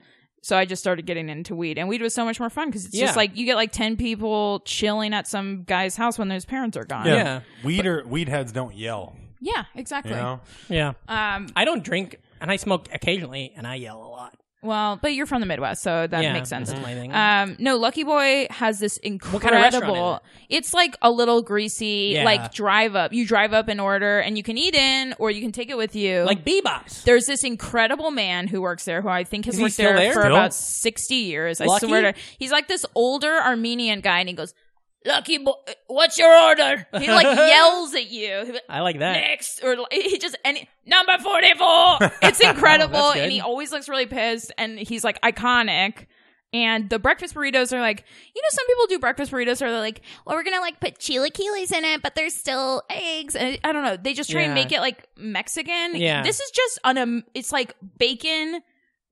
[SPEAKER 5] so I just started getting into weed. And weed was so much more fun because it's
[SPEAKER 1] Yeah.
[SPEAKER 5] just like you get like 10 people chilling at some guy's house when his parents are gone.
[SPEAKER 2] Yeah.
[SPEAKER 1] Yeah.
[SPEAKER 2] Weed or weed heads don't yell.
[SPEAKER 5] Yeah, exactly.
[SPEAKER 2] You know?
[SPEAKER 1] Yeah.
[SPEAKER 5] Um,
[SPEAKER 1] I don't drink, and I smoke occasionally, and I yell a lot.
[SPEAKER 5] well, but you're from the Midwest, so that
[SPEAKER 1] Yeah,
[SPEAKER 5] makes sense.
[SPEAKER 1] that's my thing.
[SPEAKER 5] Um, no, Lucky Boy has this incredible.
[SPEAKER 1] kind of restaurant
[SPEAKER 5] It's like a little greasy,
[SPEAKER 1] Yeah.
[SPEAKER 5] like drive up. You drive up and order, and you can eat in, or you can take it with you.
[SPEAKER 1] Like Bebop's.
[SPEAKER 5] there's this incredible man who works there, who I think has
[SPEAKER 1] Is he
[SPEAKER 5] worked
[SPEAKER 1] still
[SPEAKER 5] there,
[SPEAKER 1] there?
[SPEAKER 5] for
[SPEAKER 2] Still?
[SPEAKER 5] about sixty years.
[SPEAKER 1] Lucky?
[SPEAKER 5] I swear to. He's like this older Armenian guy, and he goes, "Lucky boy, what's your order?" He like yells at you. He'll be like,
[SPEAKER 1] I like that.
[SPEAKER 5] next or like, he just any number 44 it's incredible
[SPEAKER 1] Oh, that's good.
[SPEAKER 5] and he always looks really pissed and he's like iconic and the breakfast burritos are like you know some people do breakfast burritos where they're like well we're gonna like put chilaquiles in it but there's still eggs and i don't know they just try and
[SPEAKER 1] Yeah.
[SPEAKER 5] make it like mexican
[SPEAKER 1] Yeah.
[SPEAKER 5] this is just on a it's like bacon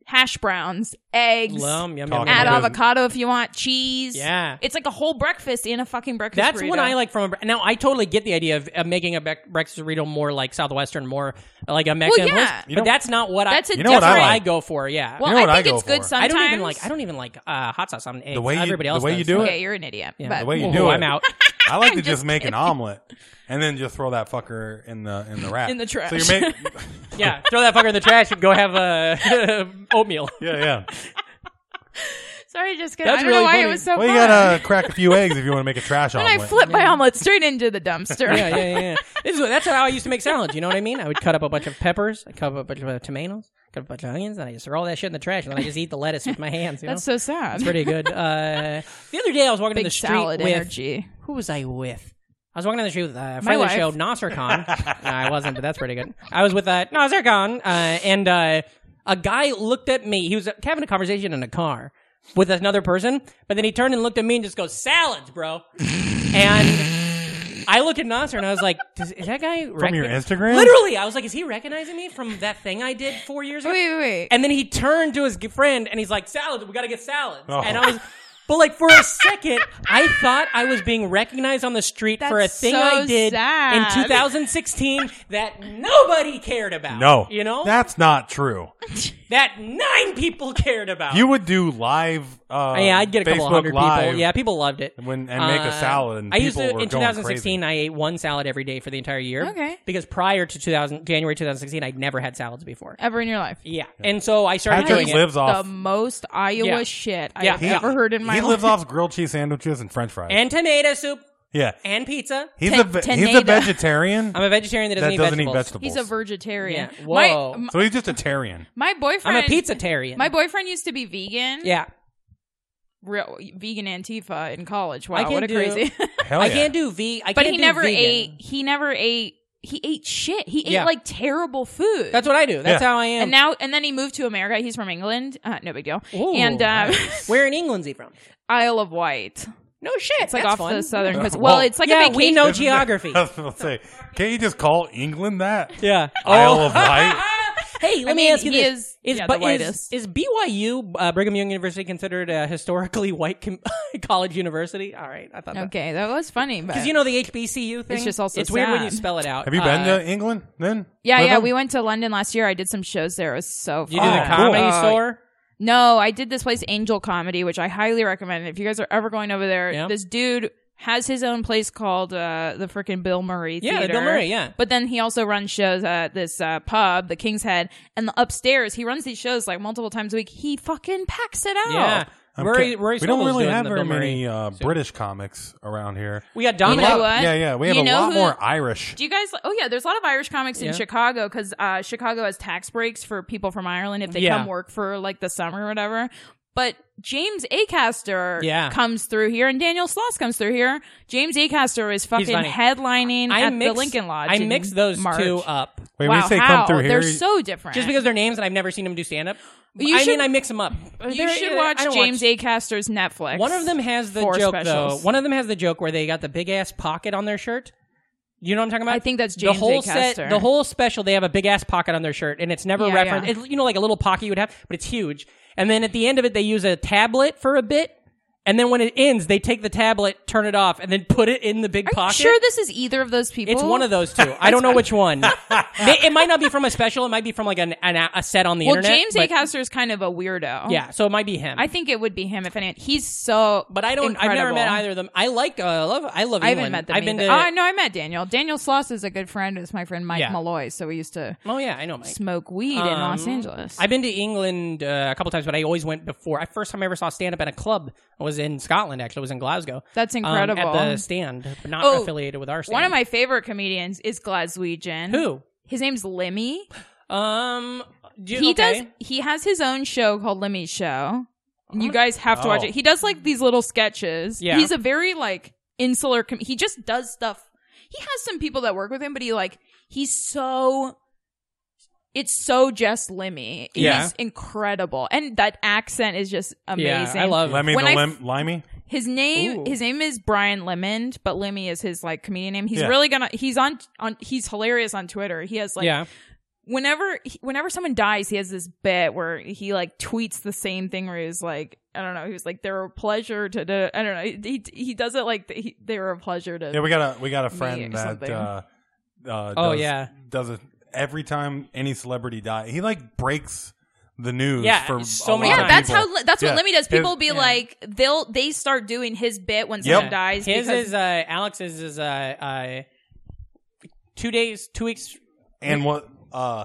[SPEAKER 5] hash browns eggs
[SPEAKER 1] Lum, yum, yum,
[SPEAKER 2] Talking
[SPEAKER 5] add
[SPEAKER 2] about
[SPEAKER 1] yum.
[SPEAKER 2] it.
[SPEAKER 5] avocado if you want cheese
[SPEAKER 1] Yeah.
[SPEAKER 5] it's like a whole breakfast in a fucking breakfast
[SPEAKER 1] That's
[SPEAKER 5] burrito.
[SPEAKER 1] what I like from a. bre- Now I totally get the idea of, of making a bec- breakfast burrito more like southwestern, more like a Mexican.
[SPEAKER 5] yeah.
[SPEAKER 1] place,
[SPEAKER 2] You
[SPEAKER 1] but
[SPEAKER 2] know-
[SPEAKER 1] that's not what I.
[SPEAKER 5] that's a
[SPEAKER 2] You know what I
[SPEAKER 5] different
[SPEAKER 2] like?
[SPEAKER 1] I go for. Yeah.
[SPEAKER 5] Well,
[SPEAKER 2] You know what
[SPEAKER 5] I
[SPEAKER 2] I
[SPEAKER 5] think
[SPEAKER 2] go
[SPEAKER 5] it's good
[SPEAKER 2] for?
[SPEAKER 5] sometimes.
[SPEAKER 1] I don't even like. I don't even like uh, hot sauce on eggs.
[SPEAKER 2] way you-
[SPEAKER 1] Everybody
[SPEAKER 2] the
[SPEAKER 1] else.
[SPEAKER 2] way
[SPEAKER 1] does.
[SPEAKER 2] you do it?
[SPEAKER 5] Okay, you're an idiot.
[SPEAKER 1] Yeah.
[SPEAKER 5] but
[SPEAKER 2] The way you
[SPEAKER 1] Whoa,
[SPEAKER 2] do it.
[SPEAKER 1] I'm out.
[SPEAKER 2] I like to
[SPEAKER 5] I'm
[SPEAKER 2] just,
[SPEAKER 5] just
[SPEAKER 2] make an omelet and then just throw that fucker in the in the rack
[SPEAKER 5] In the trash.
[SPEAKER 2] So you make
[SPEAKER 1] Yeah, throw that fucker in the trash and go have a oatmeal.
[SPEAKER 2] yeah yeah.
[SPEAKER 5] Sorry, Jessica.
[SPEAKER 1] That's
[SPEAKER 5] I don't
[SPEAKER 1] really
[SPEAKER 5] know why
[SPEAKER 1] funny.
[SPEAKER 5] it was so
[SPEAKER 2] Well, you
[SPEAKER 5] fun.
[SPEAKER 2] gotta crack a few eggs if you want to make a trash
[SPEAKER 5] then
[SPEAKER 2] omelet.
[SPEAKER 5] I flipped my omelet straight into the dumpster.
[SPEAKER 1] Oh, Yeah, yeah, yeah. This is what, that's how I used to make salads. You know what I mean? I would cut up a bunch of peppers, I cut up a bunch of uh, tomatoes, cut up a bunch of onions, and I just throw all that shit in the trash, and then I just eat the lettuce with my hands. You know?
[SPEAKER 5] That's so sad.
[SPEAKER 1] It's pretty good. Uh, the other day I was walking down
[SPEAKER 5] Big
[SPEAKER 1] the street
[SPEAKER 5] salad
[SPEAKER 1] with
[SPEAKER 5] energy.
[SPEAKER 1] who was I with? I was walking down the street with uh, a friend of the
[SPEAKER 5] wife.
[SPEAKER 1] show, Nasser Khan. no, I wasn't, but that's pretty good. I was with uh, Nasser Khan, uh, and uh, a guy looked at me. He was having a conversation in a car with another person, but then he turned and looked at me and just goes, "Salads, bro." and I looked at Nasser and I was like, Does, "Is that guy
[SPEAKER 2] from your Instagram.
[SPEAKER 1] Literally, I was like, "Is he recognizing me from that thing I did four years ago?"
[SPEAKER 5] Wait, wait, wait.
[SPEAKER 1] And then he turned to his g- friend and he's like, "Salads, we gotta get salads."
[SPEAKER 2] Oh.
[SPEAKER 1] And I was, but like for a second, I thought I was being recognized on the street for a
[SPEAKER 5] That's
[SPEAKER 1] thing
[SPEAKER 5] so
[SPEAKER 1] I did
[SPEAKER 5] sad.
[SPEAKER 1] in 2016 that nobody cared about.
[SPEAKER 2] No,
[SPEAKER 1] you know
[SPEAKER 2] that's not true.
[SPEAKER 1] that nine people cared about. Oh,
[SPEAKER 2] You would do live. Uh,
[SPEAKER 1] yeah, I'd get a couple
[SPEAKER 2] Facebook
[SPEAKER 1] hundred
[SPEAKER 2] live
[SPEAKER 1] people. Yeah, people loved it.
[SPEAKER 2] when and make a
[SPEAKER 1] Uh,
[SPEAKER 2] salad. And
[SPEAKER 1] I used
[SPEAKER 2] people
[SPEAKER 1] to
[SPEAKER 2] were
[SPEAKER 1] in
[SPEAKER 2] going
[SPEAKER 1] 2016.
[SPEAKER 2] Crazy.
[SPEAKER 1] I ate one salad every day for the entire year.
[SPEAKER 5] Okay.
[SPEAKER 1] Because prior to 2000 January 2016, I'd never had salads before.
[SPEAKER 5] Ever in your life?
[SPEAKER 1] Yeah, and so I started
[SPEAKER 2] Patrick
[SPEAKER 1] doing it.
[SPEAKER 2] lives off.
[SPEAKER 5] The most Iowa
[SPEAKER 1] Yeah.
[SPEAKER 5] shit I
[SPEAKER 1] Yeah.
[SPEAKER 5] have
[SPEAKER 1] He-
[SPEAKER 5] ever heard in my
[SPEAKER 2] he
[SPEAKER 5] life.
[SPEAKER 2] lives off grilled cheese sandwiches and French fries.
[SPEAKER 1] and tomato soup
[SPEAKER 2] yeah,
[SPEAKER 1] and pizza.
[SPEAKER 2] he's
[SPEAKER 5] Ten-
[SPEAKER 2] a ve- he's a
[SPEAKER 5] tenada.
[SPEAKER 2] vegetarian
[SPEAKER 1] I'm a vegetarian that doesn't,
[SPEAKER 2] that
[SPEAKER 1] eat,
[SPEAKER 2] doesn't
[SPEAKER 1] vegetables.
[SPEAKER 2] eat vegetables.
[SPEAKER 5] He's a vegetarian.
[SPEAKER 1] Yeah.
[SPEAKER 5] My-
[SPEAKER 1] Whoa.
[SPEAKER 5] m-
[SPEAKER 2] so he's just a Tarian.
[SPEAKER 5] My, boyfriend.
[SPEAKER 1] I'm a pizzatarian.
[SPEAKER 5] My boyfriend used to be vegan.
[SPEAKER 1] yeah,
[SPEAKER 5] Real, vegan Antifa in college. Wow,
[SPEAKER 1] I can
[SPEAKER 5] what a
[SPEAKER 1] do-
[SPEAKER 5] crazy.
[SPEAKER 2] Hell
[SPEAKER 1] I
[SPEAKER 2] Oh, yeah.
[SPEAKER 1] can't do V. I
[SPEAKER 5] but
[SPEAKER 1] can't
[SPEAKER 5] he
[SPEAKER 1] do
[SPEAKER 5] never
[SPEAKER 1] vegan.
[SPEAKER 5] ate. He never ate. He ate shit. He ate
[SPEAKER 1] Yeah.
[SPEAKER 5] like terrible food.
[SPEAKER 1] That's what I do. That's
[SPEAKER 2] Yeah.
[SPEAKER 1] how I am.
[SPEAKER 5] and now and then he moved to America. He's from England. Uh, no big deal.
[SPEAKER 1] Ooh,
[SPEAKER 5] and um,
[SPEAKER 1] nice. where in England's he from?
[SPEAKER 5] Isle of Wight.
[SPEAKER 1] No shit.
[SPEAKER 5] It's like
[SPEAKER 1] that's
[SPEAKER 5] off
[SPEAKER 1] fun.
[SPEAKER 5] the southern coast.
[SPEAKER 2] Whoa.
[SPEAKER 5] Well, it's like
[SPEAKER 1] yeah,
[SPEAKER 5] a vacation.
[SPEAKER 1] we know geography.
[SPEAKER 2] I was gonna say, can't you just call England that?
[SPEAKER 1] yeah. Oh.
[SPEAKER 5] Oh.
[SPEAKER 2] Isle of Wight.
[SPEAKER 1] Hey, let
[SPEAKER 5] I
[SPEAKER 1] me
[SPEAKER 5] mean,
[SPEAKER 1] ask you
[SPEAKER 5] he
[SPEAKER 1] this:
[SPEAKER 5] is- yeah,
[SPEAKER 1] Bu-
[SPEAKER 5] the whitest.
[SPEAKER 1] is BYU uh, Brigham Young University considered a historically white com- college university? All right, I thought that.
[SPEAKER 5] Okay, that was funny. But
[SPEAKER 1] Because you know the HBCU thing.
[SPEAKER 5] just also
[SPEAKER 1] it's weird when you
[SPEAKER 5] sad.
[SPEAKER 1] spell it out.
[SPEAKER 2] Have you
[SPEAKER 1] Uh,
[SPEAKER 2] been to England then?
[SPEAKER 5] yeah,
[SPEAKER 2] With
[SPEAKER 5] yeah.
[SPEAKER 2] him?
[SPEAKER 5] We went to London last year. I did some shows there. It was so fun.
[SPEAKER 1] You do the
[SPEAKER 2] Oh, cool.
[SPEAKER 1] comedy
[SPEAKER 5] Uh,
[SPEAKER 1] store.
[SPEAKER 5] No, I did this place Angel Comedy, which I highly recommend. If you guys are ever going over there,
[SPEAKER 1] Yeah.
[SPEAKER 5] this dude has his own place called uh, the freaking Bill Murray
[SPEAKER 1] Yeah,
[SPEAKER 5] Theater.
[SPEAKER 1] the Bill Murray, yeah.
[SPEAKER 5] But then he also runs shows at this uh, pub, the King's Head, and the upstairs. He runs these shows like multiple times a week. He fucking packs it out.
[SPEAKER 1] Yeah.
[SPEAKER 2] I'm
[SPEAKER 1] Rory-
[SPEAKER 2] ca-
[SPEAKER 1] Rory
[SPEAKER 2] we don't
[SPEAKER 1] Scovel's
[SPEAKER 2] really
[SPEAKER 1] doing
[SPEAKER 2] have
[SPEAKER 1] the
[SPEAKER 2] very
[SPEAKER 1] Bill Murray
[SPEAKER 2] many uh, British comics around here.
[SPEAKER 1] We got
[SPEAKER 5] You
[SPEAKER 1] Dominic.
[SPEAKER 5] know what?
[SPEAKER 2] Yeah, yeah. We have
[SPEAKER 5] You
[SPEAKER 2] a
[SPEAKER 5] know
[SPEAKER 2] lot
[SPEAKER 5] who-
[SPEAKER 2] more Irish.
[SPEAKER 5] Do you guys? Oh yeah, there's a lot of Irish comics
[SPEAKER 1] Yeah.
[SPEAKER 5] in Chicago because uh, Chicago has tax breaks for people from Ireland if they
[SPEAKER 1] Yeah.
[SPEAKER 5] come work for like the summer or whatever. But James Acaster
[SPEAKER 1] Yeah.
[SPEAKER 5] comes through here, and Daniel Sloss comes through here. James Acaster is fucking
[SPEAKER 1] funny.
[SPEAKER 5] headlining
[SPEAKER 1] I
[SPEAKER 5] at
[SPEAKER 1] mix,
[SPEAKER 5] the Lincoln Lodge.
[SPEAKER 1] I
[SPEAKER 5] in
[SPEAKER 1] mix those
[SPEAKER 5] March.
[SPEAKER 1] two up.
[SPEAKER 2] Wait,
[SPEAKER 5] wow,
[SPEAKER 2] when you say
[SPEAKER 5] how?
[SPEAKER 2] come through here,
[SPEAKER 5] they're so different.
[SPEAKER 1] Just because they're names and I've never seen them do stand up.
[SPEAKER 5] You
[SPEAKER 1] I mean,
[SPEAKER 5] should-
[SPEAKER 1] I mix them up.
[SPEAKER 5] you
[SPEAKER 1] They're-
[SPEAKER 5] should
[SPEAKER 1] I
[SPEAKER 5] watch
[SPEAKER 1] don't
[SPEAKER 5] James
[SPEAKER 1] watch-
[SPEAKER 5] Acaster's Netflix.
[SPEAKER 1] One of them has the
[SPEAKER 5] Four
[SPEAKER 1] joke
[SPEAKER 5] specials.
[SPEAKER 1] though. One of them has the joke where they got the big ass pocket on their shirt. You know what I'm talking about?
[SPEAKER 5] I think that's
[SPEAKER 1] the
[SPEAKER 5] James
[SPEAKER 1] whole
[SPEAKER 5] Acaster.
[SPEAKER 1] set. The whole special, they have a big ass pocket on their shirt, and it's never
[SPEAKER 5] Yeah,
[SPEAKER 1] referenced.
[SPEAKER 5] yeah.
[SPEAKER 1] It's, you know, like a little pocket you would have, but it's huge. And then at the end of it, they use a tablet for a bit, and then when it ends, they take the tablet, turn it off, and then put it in the big
[SPEAKER 5] Are you
[SPEAKER 1] pocket.
[SPEAKER 5] sure this is either of those people?
[SPEAKER 1] It's one of those two. I don't know which one. They- it might not be from a special. It might be from like an, an a set on the
[SPEAKER 5] Well,
[SPEAKER 1] internet.
[SPEAKER 5] James
[SPEAKER 1] but-
[SPEAKER 5] Acaster is kind of a weirdo.
[SPEAKER 1] Yeah, so it might be him.
[SPEAKER 5] I think it would be him if any. He's so.
[SPEAKER 1] but I don't. I've never met
[SPEAKER 5] incredible.
[SPEAKER 1] either of them. I like. Uh, I love. I love.
[SPEAKER 5] I haven't
[SPEAKER 1] England.
[SPEAKER 5] met them.
[SPEAKER 1] I've been
[SPEAKER 5] either.
[SPEAKER 1] to.
[SPEAKER 5] Oh no, I met Daniel. Daniel Sloss is a good friend. It's my friend Mike
[SPEAKER 1] Yeah. Um,
[SPEAKER 5] Malloy. So we used to
[SPEAKER 1] oh yeah, I know Mike.
[SPEAKER 5] smoke weed in Los Angeles.
[SPEAKER 1] I've been to England uh, a couple times, but I always went before. I first time I ever saw stand up at a club was in Scotland. Actually, it was in Glasgow.
[SPEAKER 5] That's
[SPEAKER 1] um,
[SPEAKER 5] incredible.
[SPEAKER 1] at the stand, but not
[SPEAKER 5] Oh,
[SPEAKER 1] affiliated with our stand.
[SPEAKER 5] One of my favorite comedians is Glaswegian.
[SPEAKER 1] who.
[SPEAKER 5] His name's Lemmy.
[SPEAKER 1] Um, do,
[SPEAKER 5] He
[SPEAKER 1] okay.
[SPEAKER 5] does. He has his own show called Lemmy's Show. You guys have to watch
[SPEAKER 2] Oh.
[SPEAKER 5] it. He does like these little sketches.
[SPEAKER 1] Yeah.
[SPEAKER 5] He's a very like insular. Com- he just does stuff. He has some people that work with him, but he like he's so. It's so just Lemmy.
[SPEAKER 1] Yeah.
[SPEAKER 5] He's incredible, and that accent is just
[SPEAKER 1] Yeah,
[SPEAKER 5] amazing.
[SPEAKER 1] I love.
[SPEAKER 2] Lemmy
[SPEAKER 5] When
[SPEAKER 2] the
[SPEAKER 5] I
[SPEAKER 2] lim-
[SPEAKER 5] f-
[SPEAKER 2] Limey.
[SPEAKER 5] His name
[SPEAKER 1] Ooh.
[SPEAKER 5] his name is Brian Lemond, but Lemmy is his like comedian name. He's
[SPEAKER 2] Yeah.
[SPEAKER 5] really gonna he's on on he's hilarious on Twitter. He has like
[SPEAKER 1] yeah,
[SPEAKER 5] whenever he- whenever someone dies, he has this bit where he like tweets the same thing where he's like I don't know, he was like they're a pleasure to do I don't know. He he does it like he, they were a pleasure to
[SPEAKER 2] Yeah, we got a we got a
[SPEAKER 5] or
[SPEAKER 2] friend that
[SPEAKER 5] something.
[SPEAKER 2] uh, uh,
[SPEAKER 1] Oh,
[SPEAKER 2] does,
[SPEAKER 1] yeah.
[SPEAKER 2] does it every time any celebrity dies. He like breaks the news
[SPEAKER 1] Yeah,
[SPEAKER 2] for
[SPEAKER 1] so
[SPEAKER 2] a
[SPEAKER 1] many
[SPEAKER 2] lot
[SPEAKER 5] Yeah,
[SPEAKER 1] times.
[SPEAKER 2] of
[SPEAKER 5] that's
[SPEAKER 2] people.
[SPEAKER 5] how that's
[SPEAKER 2] Yeah.
[SPEAKER 5] what Lemmy does. People
[SPEAKER 2] His-
[SPEAKER 5] be
[SPEAKER 1] Yeah.
[SPEAKER 5] like, they'll they start doing his bit when someone
[SPEAKER 2] Yep.
[SPEAKER 5] dies.
[SPEAKER 1] His
[SPEAKER 5] because-
[SPEAKER 1] is uh, Alex's is uh, uh, two days, two weeks.
[SPEAKER 2] and what uh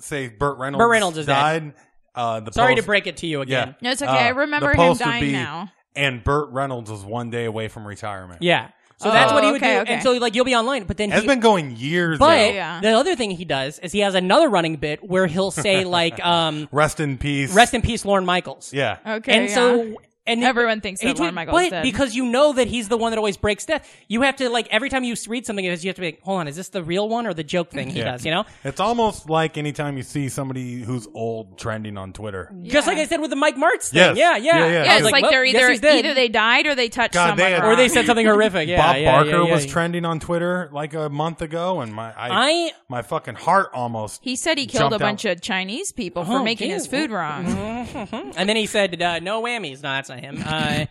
[SPEAKER 2] say Burt Reynolds
[SPEAKER 1] Burt Reynolds is
[SPEAKER 2] died. Uh, the
[SPEAKER 1] Sorry
[SPEAKER 2] post,
[SPEAKER 1] to break it to you again.
[SPEAKER 5] no, it's okay.
[SPEAKER 2] uh,
[SPEAKER 5] I
[SPEAKER 2] the
[SPEAKER 5] remember him
[SPEAKER 2] post would
[SPEAKER 5] dying
[SPEAKER 2] be-
[SPEAKER 5] now.
[SPEAKER 2] and Burt Reynolds was one day away from retirement.
[SPEAKER 1] Yeah. So
[SPEAKER 5] Oh,
[SPEAKER 1] that's what he would
[SPEAKER 5] okay,
[SPEAKER 1] do.
[SPEAKER 5] okay.
[SPEAKER 1] And so like you'll be online, but then
[SPEAKER 2] it's
[SPEAKER 1] he,
[SPEAKER 2] been going years.
[SPEAKER 1] but
[SPEAKER 2] though.
[SPEAKER 5] Yeah.
[SPEAKER 1] the other thing he does is he has another running bit where he'll say like um
[SPEAKER 2] rest in peace.
[SPEAKER 1] rest in peace Lauren Michaels.
[SPEAKER 2] Yeah,
[SPEAKER 5] Okay,
[SPEAKER 1] And
[SPEAKER 5] yeah.
[SPEAKER 1] so and
[SPEAKER 5] Everyone thinks
[SPEAKER 1] he
[SPEAKER 5] that Lorne
[SPEAKER 1] tweet-
[SPEAKER 5] Michaels
[SPEAKER 1] but
[SPEAKER 5] did.
[SPEAKER 1] because you know that he's the one that always breaks death. You have to like every time you s- read something of his, you have to be like, hold on, is this the real one or the joke thing he
[SPEAKER 2] Yeah.
[SPEAKER 1] does? You know,
[SPEAKER 2] it's almost like anytime you see somebody who's old trending on Twitter.
[SPEAKER 1] just
[SPEAKER 5] Yeah.
[SPEAKER 1] like I said with the Mike Martz thing.
[SPEAKER 2] Yes.
[SPEAKER 1] Yeah, yeah,
[SPEAKER 2] Yeah, yeah.
[SPEAKER 1] I
[SPEAKER 2] Yeah,
[SPEAKER 5] Yeah,
[SPEAKER 1] was
[SPEAKER 5] it's like,
[SPEAKER 1] well,
[SPEAKER 5] they're
[SPEAKER 1] guess
[SPEAKER 5] either
[SPEAKER 1] he's dead.
[SPEAKER 5] either they died or they touched
[SPEAKER 2] God, they
[SPEAKER 5] someone,
[SPEAKER 2] had-
[SPEAKER 1] or
[SPEAKER 5] wrong.
[SPEAKER 1] they said something horrific. Yeah,
[SPEAKER 2] Bob
[SPEAKER 1] yeah,
[SPEAKER 2] Barker
[SPEAKER 1] yeah, yeah,
[SPEAKER 2] was
[SPEAKER 1] yeah.
[SPEAKER 2] trending on Twitter like a month ago, and my I,
[SPEAKER 1] I
[SPEAKER 2] my fucking heart almost.
[SPEAKER 5] He said he killed
[SPEAKER 2] jumped
[SPEAKER 5] a bunch
[SPEAKER 2] out.
[SPEAKER 5] of Chinese people for
[SPEAKER 1] Oh,
[SPEAKER 5] making
[SPEAKER 1] geez.
[SPEAKER 5] his food wrong.
[SPEAKER 1] Mhm. and then he said, uh, "No whammies." No, that's not him. Uh,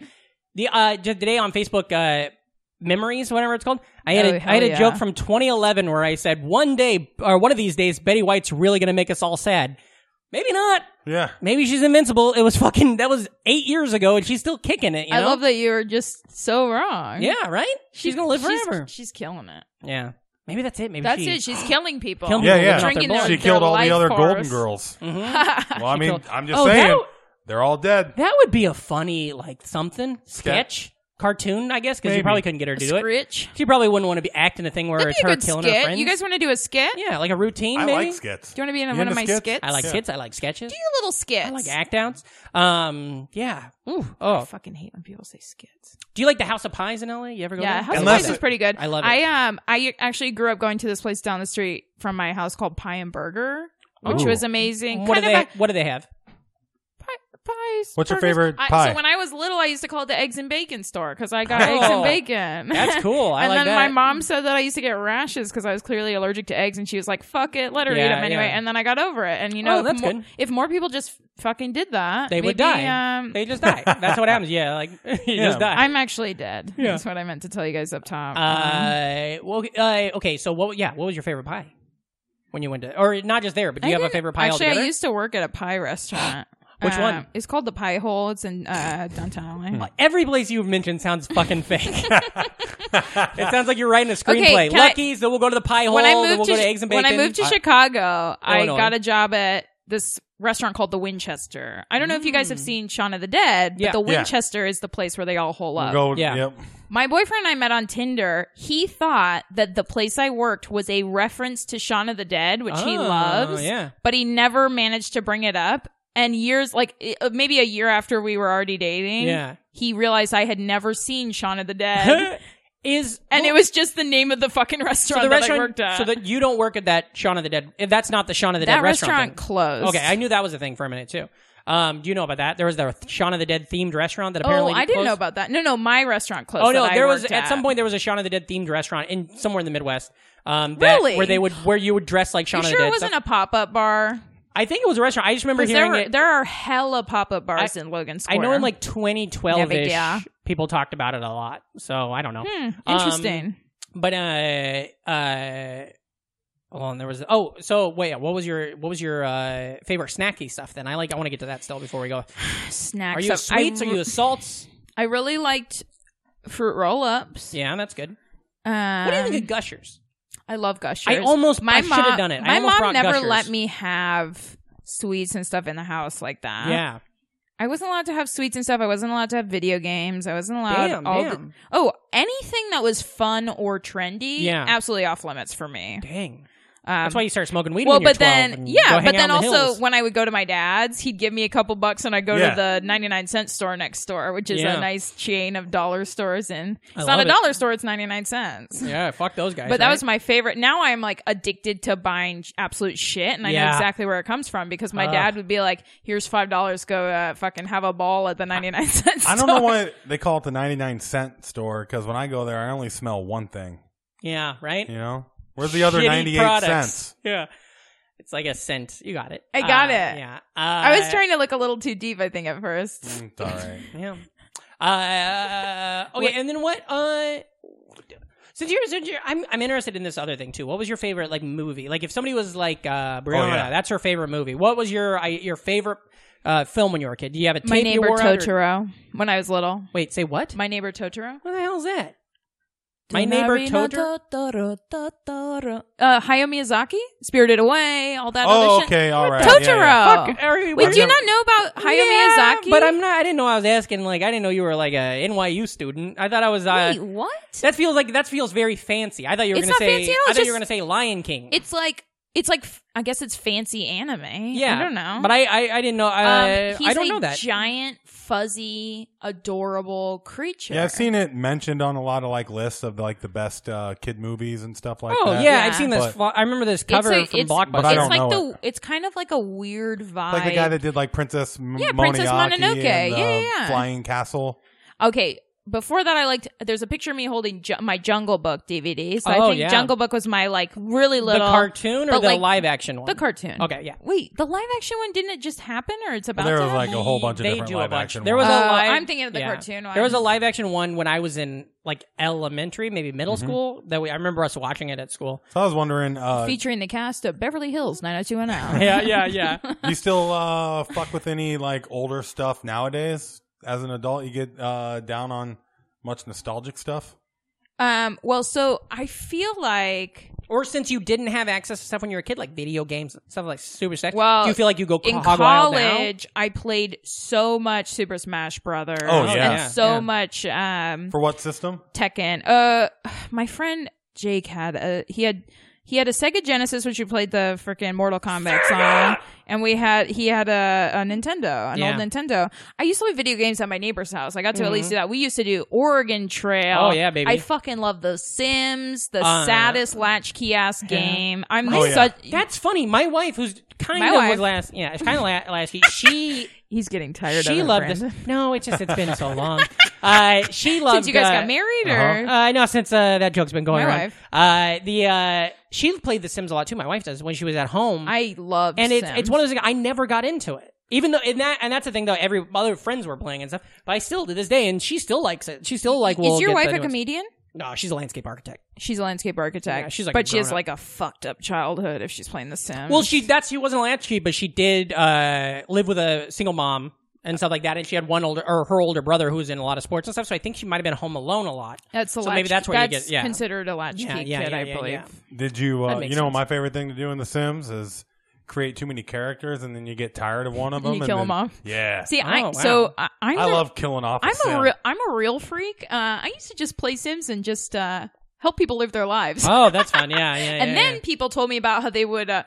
[SPEAKER 1] the uh, j- today on Facebook, uh, memories, whatever it's called. I had
[SPEAKER 5] Oh,
[SPEAKER 1] a,
[SPEAKER 5] hell
[SPEAKER 1] I had a
[SPEAKER 5] yeah.
[SPEAKER 1] joke from 2011 where I said, "One day, or one of these days, Betty White's really going to make us all sad." Maybe not.
[SPEAKER 2] Yeah,
[SPEAKER 1] Maybe she's invincible. It was fucking. That was eight years ago, and she's still kicking it. You
[SPEAKER 5] I
[SPEAKER 1] know?
[SPEAKER 5] love that you were just so wrong.
[SPEAKER 1] Yeah, right. She's gonna live forever.
[SPEAKER 5] She's killing it.
[SPEAKER 1] yeah. Maybe that's it. Maybe
[SPEAKER 5] That's
[SPEAKER 1] she,
[SPEAKER 5] it. She's killing people.
[SPEAKER 1] Killing
[SPEAKER 2] yeah, yeah.
[SPEAKER 5] Oh, Drinking their-
[SPEAKER 2] she
[SPEAKER 5] their
[SPEAKER 2] killed all
[SPEAKER 5] life
[SPEAKER 2] the other
[SPEAKER 5] force.
[SPEAKER 2] Golden Girls.
[SPEAKER 1] Mm-hmm.
[SPEAKER 2] Well, I mean,
[SPEAKER 1] killed-
[SPEAKER 2] I'm just
[SPEAKER 1] Oh, that
[SPEAKER 2] saying
[SPEAKER 1] w-
[SPEAKER 2] they're all dead.
[SPEAKER 1] That would be a funny like something sketch, cartoon, I guess, because you
[SPEAKER 2] Maybe.
[SPEAKER 1] probably couldn't get her to do it.
[SPEAKER 5] Scritch.
[SPEAKER 1] She probably wouldn't want to be acting a thing where
[SPEAKER 5] That'd
[SPEAKER 1] it's
[SPEAKER 5] be a
[SPEAKER 1] her
[SPEAKER 5] good
[SPEAKER 1] killing her
[SPEAKER 5] skit.
[SPEAKER 1] friends.
[SPEAKER 5] You guys want to do a skit?
[SPEAKER 1] yeah, like a routine.
[SPEAKER 2] I
[SPEAKER 1] maybe?
[SPEAKER 2] like skits.
[SPEAKER 5] Do you want to be in
[SPEAKER 2] You
[SPEAKER 5] one of
[SPEAKER 2] into
[SPEAKER 5] my
[SPEAKER 2] skits?
[SPEAKER 5] skits?
[SPEAKER 1] I like
[SPEAKER 2] Yeah.
[SPEAKER 1] skits. I like sketches.
[SPEAKER 5] Do your little skits.
[SPEAKER 1] I like act outs. Um, yeah. Ooh. Oh,
[SPEAKER 5] I fucking hate when people say skits.
[SPEAKER 1] do you like the House of Pies in LA? You ever go?
[SPEAKER 5] Yeah,
[SPEAKER 1] there?
[SPEAKER 5] House
[SPEAKER 2] Unless
[SPEAKER 5] of Pies
[SPEAKER 2] it-
[SPEAKER 5] is pretty good.
[SPEAKER 1] I love it.
[SPEAKER 5] I um I actually grew up going to this place down the street from my house called Pie and Burger, which
[SPEAKER 2] Ooh.
[SPEAKER 5] was amazing.
[SPEAKER 1] What do
[SPEAKER 5] kind of
[SPEAKER 1] they?
[SPEAKER 5] a
[SPEAKER 1] What do they have?
[SPEAKER 5] pi- pies.
[SPEAKER 2] What's your
[SPEAKER 5] burgers.
[SPEAKER 2] favorite
[SPEAKER 5] I-
[SPEAKER 2] pie?
[SPEAKER 5] so when I was little, I used to call it the eggs and bacon store because I got
[SPEAKER 1] Oh,
[SPEAKER 5] eggs and bacon.
[SPEAKER 1] that's cool. I
[SPEAKER 5] and
[SPEAKER 1] like
[SPEAKER 5] then
[SPEAKER 1] that.
[SPEAKER 5] my mom said that I used to get rashes because I was clearly allergic to eggs, and she was like, "Fuck it, let her eat
[SPEAKER 1] Yeah,
[SPEAKER 5] them anyway."
[SPEAKER 1] yeah.
[SPEAKER 5] And then I got over it. And you
[SPEAKER 1] Oh,
[SPEAKER 5] know,
[SPEAKER 1] that's
[SPEAKER 5] if, more,
[SPEAKER 1] good.
[SPEAKER 5] if more people just fucking did that,
[SPEAKER 1] They would
[SPEAKER 5] maybe,
[SPEAKER 1] die.
[SPEAKER 5] Um,
[SPEAKER 1] They just die. That's what happens. Yeah, like you just die.
[SPEAKER 5] I'm actually dead. That's what I meant to tell you guys up top. Um,
[SPEAKER 1] Uh, well, uh, okay. So what? Yeah, what was your favorite pie when you went to, or not just there, but do you
[SPEAKER 5] I
[SPEAKER 1] have a
[SPEAKER 5] didn't-
[SPEAKER 1] favorite pie
[SPEAKER 5] Actually,
[SPEAKER 1] altogether?
[SPEAKER 5] I used to work at a pie restaurant.
[SPEAKER 1] Which
[SPEAKER 5] Uh,
[SPEAKER 1] one?
[SPEAKER 5] It's called the Pie Hole. It's in uh, downtown LA.
[SPEAKER 1] Every place you've mentioned sounds fucking fake. it sounds like you're writing a screenplay.
[SPEAKER 5] can I-
[SPEAKER 1] Lucky's, then we'll go to the pie hole,
[SPEAKER 5] when I
[SPEAKER 1] Oh, then
[SPEAKER 5] moved
[SPEAKER 1] we'll
[SPEAKER 5] to
[SPEAKER 1] go to
[SPEAKER 5] Chi-
[SPEAKER 1] eggs and bacon. Uh, Oh,
[SPEAKER 5] when I moved to Chicago, I
[SPEAKER 1] Illinois.
[SPEAKER 5] got a job at this restaurant called the Winchester. I don't know if you guys have seen Shaun of the Dead, but
[SPEAKER 1] Mm. Yeah.
[SPEAKER 5] the
[SPEAKER 2] Yeah.
[SPEAKER 5] Winchester is the place where they all hole up.
[SPEAKER 2] Go,
[SPEAKER 1] Yeah.
[SPEAKER 2] yep.
[SPEAKER 5] My boyfriend and I met on Tinder. He thought that the place I worked was a reference to Shaun of the Dead, which he
[SPEAKER 1] Oh,
[SPEAKER 5] loves.
[SPEAKER 1] yeah.
[SPEAKER 5] But he never managed to bring it up. And years, like i- uh, maybe a year after we were already dating,
[SPEAKER 1] Yeah.
[SPEAKER 5] he realized I had never seen Shaun of the Dead.
[SPEAKER 1] is
[SPEAKER 5] and it was just the name of the fucking
[SPEAKER 1] so
[SPEAKER 5] restaurant
[SPEAKER 1] the
[SPEAKER 5] that
[SPEAKER 1] restaurant
[SPEAKER 5] I worked at.
[SPEAKER 1] so that you don't work at that Shaun of the Dead. If that's not the Shaun of the
[SPEAKER 5] that
[SPEAKER 1] Dead restaurant.
[SPEAKER 5] restaurant
[SPEAKER 1] thing.
[SPEAKER 5] closed.
[SPEAKER 1] Okay, I knew that was a thing for a minute too. Um, do you know about that? There was the Shaun of the Dead themed restaurant that
[SPEAKER 5] Oh,
[SPEAKER 1] apparently
[SPEAKER 5] I didn't
[SPEAKER 1] closed.
[SPEAKER 5] know about that. No, no, my restaurant closed.
[SPEAKER 1] Oh no,
[SPEAKER 5] that I
[SPEAKER 1] there was
[SPEAKER 5] worked
[SPEAKER 1] at some point there was a Shaun of the Dead themed restaurant in somewhere in the Midwest. Um, that,
[SPEAKER 5] Really?
[SPEAKER 1] Where they would where you would dress like
[SPEAKER 5] You
[SPEAKER 1] Shaun of the
[SPEAKER 5] sure
[SPEAKER 1] Dead.
[SPEAKER 5] it wasn't a pop up bar?
[SPEAKER 1] I think it was a restaurant. I just remember
[SPEAKER 5] Because there,
[SPEAKER 1] hearing
[SPEAKER 5] were-
[SPEAKER 1] it.
[SPEAKER 5] there are hella pop up bars in Logan
[SPEAKER 1] I
[SPEAKER 5] Square.
[SPEAKER 1] know in like 2012 ish,
[SPEAKER 5] Yeah,
[SPEAKER 1] people talked about it a lot. So I don't know.
[SPEAKER 5] Hmm,
[SPEAKER 1] Um,
[SPEAKER 5] interesting.
[SPEAKER 1] But uh, uh, hold on. There was oh, so wait, what was your what was your uh favorite snacky stuff? Then I like I want to get to that still before we go.
[SPEAKER 5] snacks.
[SPEAKER 1] Are you a
[SPEAKER 5] So I
[SPEAKER 1] sweets? Are
[SPEAKER 5] re-
[SPEAKER 1] you a salts?
[SPEAKER 5] I really liked fruit roll ups.
[SPEAKER 1] Yeah, that's good.
[SPEAKER 5] Um,
[SPEAKER 1] What do you think of gushers?
[SPEAKER 5] I love gushers.
[SPEAKER 1] I almost I should have
[SPEAKER 5] mom-
[SPEAKER 1] done it. I
[SPEAKER 5] My
[SPEAKER 1] almost
[SPEAKER 5] mom
[SPEAKER 1] brought
[SPEAKER 5] never
[SPEAKER 1] Gushers.
[SPEAKER 5] let me have sweets and stuff in the house like that.
[SPEAKER 1] Yeah,
[SPEAKER 5] I wasn't allowed to have sweets and stuff. I wasn't allowed to have video games. I wasn't allowed
[SPEAKER 1] Damn,
[SPEAKER 5] all
[SPEAKER 1] damn.
[SPEAKER 5] the Oh, anything that was fun or trendy,
[SPEAKER 1] Yeah.
[SPEAKER 5] absolutely off limits for me.
[SPEAKER 1] dang.
[SPEAKER 5] Um,
[SPEAKER 1] That's why you start smoking weed.
[SPEAKER 5] well,
[SPEAKER 1] when you're
[SPEAKER 5] but
[SPEAKER 1] 12
[SPEAKER 5] then,
[SPEAKER 1] and go
[SPEAKER 5] yeah,
[SPEAKER 1] hang out
[SPEAKER 5] but then
[SPEAKER 1] in the
[SPEAKER 5] also
[SPEAKER 1] hills.
[SPEAKER 5] when I would go to my dad's, he'd give me a couple bucks and I'd go
[SPEAKER 2] Yeah.
[SPEAKER 5] to the 99 cent store next door, which is
[SPEAKER 1] Yeah.
[SPEAKER 5] a nice chain of dollar stores. And
[SPEAKER 1] I
[SPEAKER 5] it's not
[SPEAKER 1] love
[SPEAKER 5] a
[SPEAKER 1] it.
[SPEAKER 5] dollar store, it's 99 cents.
[SPEAKER 1] yeah, fuck those guys.
[SPEAKER 5] But that
[SPEAKER 1] right?
[SPEAKER 5] was my favorite. Now I'm like addicted to buying sh- absolute shit, and I
[SPEAKER 1] Yeah.
[SPEAKER 5] know exactly where it comes from because my
[SPEAKER 1] Ugh.
[SPEAKER 5] dad would be like, "Here's five dollars, go uh, fucking have a ball at the 99 cent store."
[SPEAKER 2] I don't know why they call it the 99 cent store because when I go there, I only smell one thing.
[SPEAKER 1] yeah, right.
[SPEAKER 2] You know, where's the other
[SPEAKER 1] Shitty
[SPEAKER 2] 98
[SPEAKER 1] products.
[SPEAKER 2] cents?
[SPEAKER 1] Yeah. It's like a scent. You got it.
[SPEAKER 5] I got
[SPEAKER 1] Uh,
[SPEAKER 5] it.
[SPEAKER 1] Yeah. Uh,
[SPEAKER 5] I was trying to look a little too deep, I think, at first.
[SPEAKER 2] Mm, It's all right.
[SPEAKER 1] Yeah. Uh, okay, and then what? Uh, Since you're, since you're I'm, I'm interested in this other thing too. What was your favorite like movie? Like if somebody was like uh, Brianna,
[SPEAKER 2] yeah.
[SPEAKER 1] that's her favorite movie. What was your I, your favorite uh, film when you were a kid? Do you have a tape
[SPEAKER 5] My
[SPEAKER 1] you
[SPEAKER 5] neighbor
[SPEAKER 1] wore out, or-
[SPEAKER 5] Totoro. When I was little,
[SPEAKER 1] Wait, say what?
[SPEAKER 5] my neighbor Totoro.
[SPEAKER 1] what the hell is that? My neighbor Totoro.
[SPEAKER 5] Totoro. Uh, Hayao Miyazaki, Spirited Away, all that.
[SPEAKER 2] Oh,
[SPEAKER 5] other shit.
[SPEAKER 2] okay, all right.
[SPEAKER 5] Totoro.
[SPEAKER 2] Yeah, yeah.
[SPEAKER 1] Fuck, are we-
[SPEAKER 5] Wait,
[SPEAKER 1] we're-
[SPEAKER 5] do you not know about Hayao
[SPEAKER 1] Yeah,
[SPEAKER 5] Miyazaki?
[SPEAKER 1] But I'm not. I didn't know I was asking. Like I didn't know you were like a NYU student. I thought I was. Uh,
[SPEAKER 5] Wait, what?
[SPEAKER 1] that feels like that feels very fancy. I thought you were
[SPEAKER 5] It's
[SPEAKER 1] gonna
[SPEAKER 5] not
[SPEAKER 1] say.
[SPEAKER 5] fancy at all,
[SPEAKER 1] I thought
[SPEAKER 5] it's
[SPEAKER 1] you were
[SPEAKER 5] just-
[SPEAKER 1] gonna say Lion King.
[SPEAKER 5] It's like it's like f- I guess it's fancy anime.
[SPEAKER 1] yeah,
[SPEAKER 5] I don't know.
[SPEAKER 1] But I I, I didn't know. uh, I
[SPEAKER 5] um, he's
[SPEAKER 1] I don't
[SPEAKER 5] a
[SPEAKER 1] know that.
[SPEAKER 5] giant, fuzzy, adorable creature.
[SPEAKER 2] Yeah, I've seen it mentioned on a lot of like lists of like the best uh, kid movies and stuff like
[SPEAKER 1] oh
[SPEAKER 2] that.
[SPEAKER 1] yeah,
[SPEAKER 5] Yeah.
[SPEAKER 1] I've seen this.
[SPEAKER 2] But-
[SPEAKER 1] flo- I remember this
[SPEAKER 5] It's
[SPEAKER 1] cover
[SPEAKER 5] a-
[SPEAKER 1] from
[SPEAKER 5] it's,
[SPEAKER 1] Blockbuster.
[SPEAKER 2] But I
[SPEAKER 5] it's
[SPEAKER 2] don't
[SPEAKER 5] like
[SPEAKER 2] know
[SPEAKER 5] the it's kind of like a weird vibe.
[SPEAKER 2] Like the guy that did like Princess M-
[SPEAKER 5] Yeah, Princess
[SPEAKER 2] Mononoke
[SPEAKER 5] Mononoke.
[SPEAKER 2] and, uh,
[SPEAKER 5] Yeah, yeah, yeah.
[SPEAKER 2] Flying Castle.
[SPEAKER 5] okay. Before that, I liked. There's a picture of me holding ju- my Jungle Book DVD. So
[SPEAKER 1] Oh,
[SPEAKER 5] I think
[SPEAKER 1] yeah.
[SPEAKER 5] Jungle Book was my like really
[SPEAKER 1] the
[SPEAKER 5] little
[SPEAKER 1] cartoon or the
[SPEAKER 5] but, like,
[SPEAKER 1] live action one?
[SPEAKER 5] the cartoon.
[SPEAKER 1] Okay, yeah.
[SPEAKER 5] Wait, the live action one didn't it just happen, or it's about
[SPEAKER 2] There
[SPEAKER 5] to
[SPEAKER 2] was like
[SPEAKER 5] happen?
[SPEAKER 2] a whole bunch of
[SPEAKER 1] They
[SPEAKER 2] different
[SPEAKER 1] do a
[SPEAKER 2] live
[SPEAKER 1] bunch.
[SPEAKER 2] action.
[SPEAKER 1] There was
[SPEAKER 2] ones.
[SPEAKER 1] a
[SPEAKER 5] Oh,
[SPEAKER 1] live.
[SPEAKER 5] I'm thinking of the cartoon one.
[SPEAKER 1] There was a live action one when I was in like elementary, maybe middle
[SPEAKER 2] Mm-hmm.
[SPEAKER 1] school. That we I remember us watching it at school.
[SPEAKER 2] so I was wondering, uh,
[SPEAKER 5] featuring the cast of Beverly Hills 90210.
[SPEAKER 1] Yeah, yeah, yeah.
[SPEAKER 2] you still uh, fuck with any like older stuff nowadays? As an adult, you get uh, down on much nostalgic stuff.
[SPEAKER 5] Um, well, so I feel like
[SPEAKER 1] Or since you didn't have access to stuff when you were a kid, like video games, stuff like Super Sex.
[SPEAKER 5] Well,
[SPEAKER 1] do you feel like you go
[SPEAKER 5] in
[SPEAKER 1] hog wild now?
[SPEAKER 5] college I played so much Super Smash Brothers.
[SPEAKER 2] Oh, yeah.
[SPEAKER 5] and so
[SPEAKER 1] Yeah.
[SPEAKER 5] much um
[SPEAKER 2] For what system?
[SPEAKER 5] Tekken. Uh, my friend Jake had a he had. He had a Sega Genesis, which you played the freaking Mortal Kombat on, and we had he had a, a Nintendo, an
[SPEAKER 1] Yeah. Mm-hmm.
[SPEAKER 5] old Nintendo. I used to play video games at my neighbor's house. I got to at least do that. We used to do Oregon Trail.
[SPEAKER 1] Oh, yeah, baby.
[SPEAKER 5] I fucking love The Sims, the
[SPEAKER 1] Uh,
[SPEAKER 5] saddest latchkey ass game. I'm
[SPEAKER 2] Oh, yeah.
[SPEAKER 5] such.
[SPEAKER 1] That's funny. My wife, who's kind
[SPEAKER 5] My
[SPEAKER 1] of was
[SPEAKER 5] wife.
[SPEAKER 1] last, yeah, kind of la- last year, she
[SPEAKER 5] He's getting tired.
[SPEAKER 1] she
[SPEAKER 5] of
[SPEAKER 1] loved
[SPEAKER 5] it, Brandon.
[SPEAKER 1] this. No, it's just it's been so long. Uh, she loved
[SPEAKER 5] Since you guys
[SPEAKER 1] uh,
[SPEAKER 5] got married, or
[SPEAKER 1] Uh, no, since uh, that joke's been going
[SPEAKER 5] My
[SPEAKER 1] around.
[SPEAKER 5] wife.
[SPEAKER 1] Uh, the uh, she played The Sims a lot too. My wife does when she was at home.
[SPEAKER 5] I love
[SPEAKER 1] and it's
[SPEAKER 5] Sims.
[SPEAKER 1] it's one of those. I never got into it, even though and that and that's the thing though. Every my other friends were playing and stuff, but I still to this day, and she still likes it. She still like. will
[SPEAKER 5] Is your
[SPEAKER 1] get
[SPEAKER 5] wife
[SPEAKER 1] the
[SPEAKER 5] a
[SPEAKER 1] new ones.
[SPEAKER 5] comedian?
[SPEAKER 1] No, she's a landscape architect.
[SPEAKER 5] She's a landscape architect.
[SPEAKER 1] Yeah, she's like a
[SPEAKER 5] but she has
[SPEAKER 1] grown-up.
[SPEAKER 5] like a fucked up childhood if she's playing The Sims.
[SPEAKER 1] Well, she that's she wasn't a latchkey, but she did uh, live with a single mom and stuff like that, and she had one older or her older brother who was in a lot of sports and stuff. So I think she might have been home alone a lot.
[SPEAKER 5] that's a
[SPEAKER 1] so maybe that's where you get- yeah.
[SPEAKER 5] considered a latchkey
[SPEAKER 1] Yeah, yeah,
[SPEAKER 5] kid,
[SPEAKER 1] yeah,
[SPEAKER 5] I
[SPEAKER 1] yeah,
[SPEAKER 5] believe.
[SPEAKER 1] yeah.
[SPEAKER 2] Did you? Uh,
[SPEAKER 1] That makes
[SPEAKER 2] you know,
[SPEAKER 1] sense.
[SPEAKER 2] my favorite thing to do in The Sims is create too many characters, and then you get tired of one of
[SPEAKER 5] And
[SPEAKER 2] them,
[SPEAKER 5] you kill
[SPEAKER 2] then-
[SPEAKER 5] 'em off.
[SPEAKER 2] Yeah,
[SPEAKER 5] See, I
[SPEAKER 1] Oh, wow.
[SPEAKER 5] so I, I'm
[SPEAKER 2] I
[SPEAKER 5] the-
[SPEAKER 2] love killing off.
[SPEAKER 5] I'm
[SPEAKER 2] Sim.
[SPEAKER 5] a real I'm a real freak. Uh, I used to just play Sims and just uh, help people live their lives.
[SPEAKER 1] Oh, that's fun. Yeah, yeah.
[SPEAKER 5] and
[SPEAKER 1] yeah,
[SPEAKER 5] then
[SPEAKER 1] yeah.
[SPEAKER 5] people told me about how they would uh,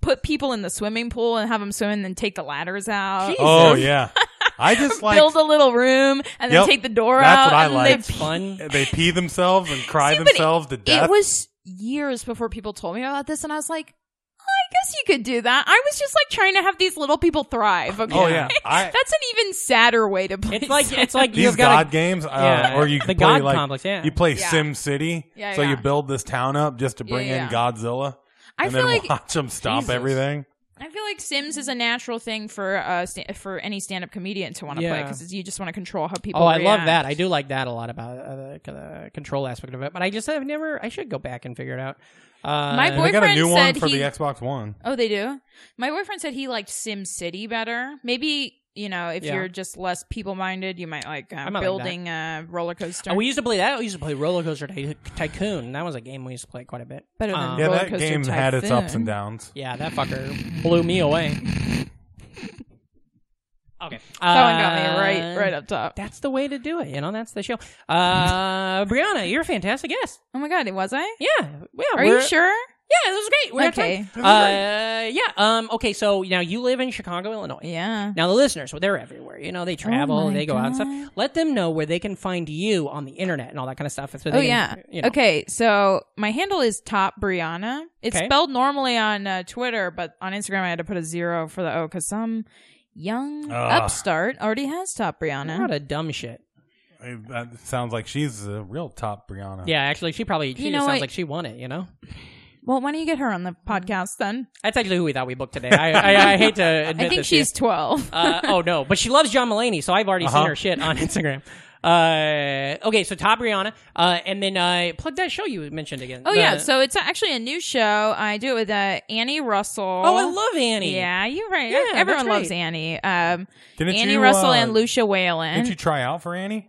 [SPEAKER 5] put people in the swimming pool and have them swim and then take the ladders out.
[SPEAKER 2] Oh yeah, I just like
[SPEAKER 5] build a little room and then
[SPEAKER 2] Yep.
[SPEAKER 5] take the door
[SPEAKER 2] That's
[SPEAKER 5] out.
[SPEAKER 2] what I
[SPEAKER 5] and then
[SPEAKER 2] like.
[SPEAKER 5] they
[SPEAKER 1] it's fun.
[SPEAKER 2] eh, they pee themselves and cry
[SPEAKER 5] See, but it-
[SPEAKER 2] themselves to death.
[SPEAKER 5] It was years before people told me about this, and I was like, "Oh, I guess you could do that. I was just like trying to have these little people thrive. Okay?
[SPEAKER 2] oh yeah, I,
[SPEAKER 5] that's an even sadder way to play.
[SPEAKER 1] It's like
[SPEAKER 5] Sims.
[SPEAKER 1] it's like you
[SPEAKER 2] these
[SPEAKER 1] just gotta.
[SPEAKER 2] god games, uh,
[SPEAKER 1] yeah,
[SPEAKER 2] or you
[SPEAKER 1] the
[SPEAKER 2] play
[SPEAKER 1] god
[SPEAKER 2] like
[SPEAKER 1] complex, yeah.
[SPEAKER 2] you play
[SPEAKER 5] Yeah.
[SPEAKER 2] Sim City,
[SPEAKER 5] Yeah,
[SPEAKER 2] so
[SPEAKER 5] yeah.
[SPEAKER 2] you build this town up just to
[SPEAKER 5] Yeah,
[SPEAKER 2] bring
[SPEAKER 5] yeah.
[SPEAKER 2] in Godzilla,
[SPEAKER 5] I
[SPEAKER 2] and
[SPEAKER 5] feel
[SPEAKER 2] then
[SPEAKER 5] like
[SPEAKER 2] watch them stomp
[SPEAKER 1] Jesus.
[SPEAKER 2] everything.
[SPEAKER 5] I feel like Sims is a natural thing for uh sta- for any stand up comedian to want to play
[SPEAKER 1] Yeah.
[SPEAKER 5] because you just want to control how people.
[SPEAKER 1] Oh, I love
[SPEAKER 5] react.
[SPEAKER 1] that. I do like that a lot about uh, the the control aspect of it. But I just have never. I should go back and figure it out. Uh,
[SPEAKER 5] My
[SPEAKER 2] And they got a
[SPEAKER 5] boyfriend
[SPEAKER 2] new one
[SPEAKER 5] said
[SPEAKER 2] for
[SPEAKER 5] he-
[SPEAKER 2] the Xbox One.
[SPEAKER 5] Oh, they do. My boyfriend said he liked Sim City better. Maybe you know if
[SPEAKER 1] Yeah.
[SPEAKER 5] you're just less people minded, you might like uh,
[SPEAKER 1] might like
[SPEAKER 5] building a roller coaster.
[SPEAKER 1] And we used to play that. We used to play Roller Coaster Ty- Tycoon. That was a game we used to play quite a bit.
[SPEAKER 5] Better than
[SPEAKER 1] Um,
[SPEAKER 2] Yeah,
[SPEAKER 5] Roller
[SPEAKER 2] that
[SPEAKER 5] Coaster
[SPEAKER 2] game had its ups
[SPEAKER 5] Tycoon.
[SPEAKER 2] and downs.
[SPEAKER 1] Yeah, that fucker blew me away. Okay,
[SPEAKER 5] that one got me right right up top.
[SPEAKER 1] That's the way to do it. You know, that's the show. Uh, Brianna, you're a fantastic guest.
[SPEAKER 5] Oh my god, was I?
[SPEAKER 1] Yeah, yeah.
[SPEAKER 5] Are
[SPEAKER 1] we're-
[SPEAKER 5] you sure?
[SPEAKER 1] Yeah, this was great. We're
[SPEAKER 5] Okay.
[SPEAKER 1] okay. Uh, yeah. Um. Okay. So now you live in Chicago, Illinois.
[SPEAKER 5] Yeah.
[SPEAKER 1] Now the listeners, well, they're everywhere. You know, they travel,
[SPEAKER 5] Oh my
[SPEAKER 1] they go out and
[SPEAKER 5] God.
[SPEAKER 1] stuff. Let them know where they can find you on the internet and all that kind of stuff. if they
[SPEAKER 5] Oh
[SPEAKER 1] can,
[SPEAKER 5] yeah.
[SPEAKER 1] you know.
[SPEAKER 5] Okay, so my handle is top Brianna. It's
[SPEAKER 1] Okay.
[SPEAKER 5] spelled normally on uh, Twitter, but on Instagram I had to put a zero for the O because some young
[SPEAKER 1] Ah.
[SPEAKER 2] Ugh.
[SPEAKER 5] upstart already has top Brianna.
[SPEAKER 1] What a dumb shit.
[SPEAKER 2] I- That sounds like she's a real top Brianna.
[SPEAKER 1] Yeah, actually, she probably. She
[SPEAKER 5] You know
[SPEAKER 1] sounds
[SPEAKER 5] what?
[SPEAKER 1] like she won it. You know,
[SPEAKER 5] well, why don't you get her on the
[SPEAKER 1] Mm-hmm.
[SPEAKER 5] podcast then?
[SPEAKER 1] that's actually who we thought we booked today. I I, I hate to admit
[SPEAKER 5] I think
[SPEAKER 1] this to you.
[SPEAKER 5] she's twelve.
[SPEAKER 1] Uh, oh no, but she loves John Mulaney, so I've already
[SPEAKER 2] Uh-huh.
[SPEAKER 1] seen her shit on Instagram. Uh, okay, so top Rihanna, uh, and then uh, plug that show you mentioned again.
[SPEAKER 5] Oh
[SPEAKER 1] The-
[SPEAKER 5] yeah, so it's actually a new show. I do it with uh, Annie Russell.
[SPEAKER 1] oh, I love Annie.
[SPEAKER 5] Yeah, you're right.
[SPEAKER 1] Yeah,
[SPEAKER 5] Everyone
[SPEAKER 1] that's
[SPEAKER 5] loves
[SPEAKER 1] right.
[SPEAKER 5] Annie. Um,
[SPEAKER 2] Didn't
[SPEAKER 5] Annie
[SPEAKER 2] you,
[SPEAKER 5] Russell
[SPEAKER 2] uh,
[SPEAKER 5] and Lucia Whalen.
[SPEAKER 2] Didn't you try out for Annie?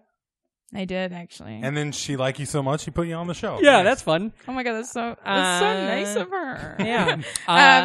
[SPEAKER 5] I did actually.
[SPEAKER 2] And then she liked you so much, she put you on the show.
[SPEAKER 1] yeah, that's fun.
[SPEAKER 5] oh my god, that's so that's
[SPEAKER 1] Uh,
[SPEAKER 5] so nice of her.
[SPEAKER 1] Yeah, Uh,
[SPEAKER 5] um,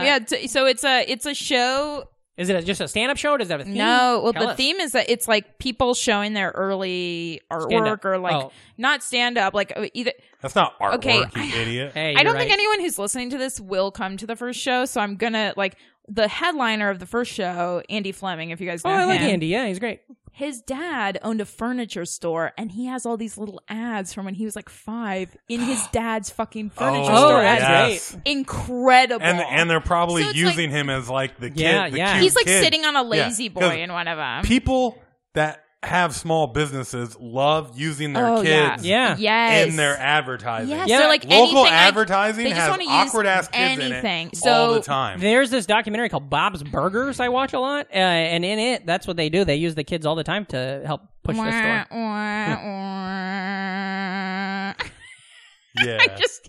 [SPEAKER 5] yeah. T- so it's a it's a show.
[SPEAKER 1] Is it a, just a stand-up show? Or does it have a theme?
[SPEAKER 5] No, well,
[SPEAKER 1] Hmm. Tell
[SPEAKER 5] the
[SPEAKER 1] us.
[SPEAKER 5] theme is that it's like people showing their early
[SPEAKER 1] Stand-up.
[SPEAKER 5] artwork or like
[SPEAKER 1] Oh.
[SPEAKER 5] not stand up, like uh, either.
[SPEAKER 2] That's not artwork,
[SPEAKER 5] Okay,
[SPEAKER 2] you idiot.
[SPEAKER 1] Hey,
[SPEAKER 5] I
[SPEAKER 1] you're
[SPEAKER 5] don't
[SPEAKER 1] right.
[SPEAKER 5] think anyone who's listening to this will come to the first show, so I'm gonna like the headliner of the first show, Andy Fleming. If you guys
[SPEAKER 1] Oh,
[SPEAKER 5] know
[SPEAKER 1] I
[SPEAKER 5] him,
[SPEAKER 1] like Andy. Yeah, he's great.
[SPEAKER 5] his dad owned a furniture store and he has all these little ads from when he was like five in his dad's fucking furniture
[SPEAKER 2] Oh,
[SPEAKER 5] store
[SPEAKER 2] that's
[SPEAKER 5] ads.
[SPEAKER 2] yes.
[SPEAKER 5] Incredible.
[SPEAKER 2] And and they're probably
[SPEAKER 5] So it's
[SPEAKER 2] using
[SPEAKER 5] like-
[SPEAKER 2] him as like the kid.
[SPEAKER 1] Yeah,
[SPEAKER 2] the
[SPEAKER 1] yeah.
[SPEAKER 2] cute
[SPEAKER 5] he's like
[SPEAKER 2] kid.
[SPEAKER 5] sitting on a lazy
[SPEAKER 2] Yeah, 'cause
[SPEAKER 5] boy in one of them.
[SPEAKER 2] People that have small businesses love using their
[SPEAKER 5] oh,
[SPEAKER 2] kids
[SPEAKER 1] Yeah.
[SPEAKER 5] Yes.
[SPEAKER 2] in their advertising.
[SPEAKER 5] Yes,
[SPEAKER 1] Yeah.
[SPEAKER 5] they're like anything.
[SPEAKER 2] Local
[SPEAKER 5] like-
[SPEAKER 2] advertising
[SPEAKER 5] they just
[SPEAKER 2] has
[SPEAKER 5] wanna use
[SPEAKER 2] awkward ass kids in
[SPEAKER 5] anything.
[SPEAKER 2] it
[SPEAKER 5] So
[SPEAKER 2] all the time.
[SPEAKER 1] There's this documentary called Bob's Burgers I watch a lot, uh, and in it, that's what they do. They use the kids all the time to help push the store.
[SPEAKER 5] I
[SPEAKER 2] yeah.
[SPEAKER 5] just,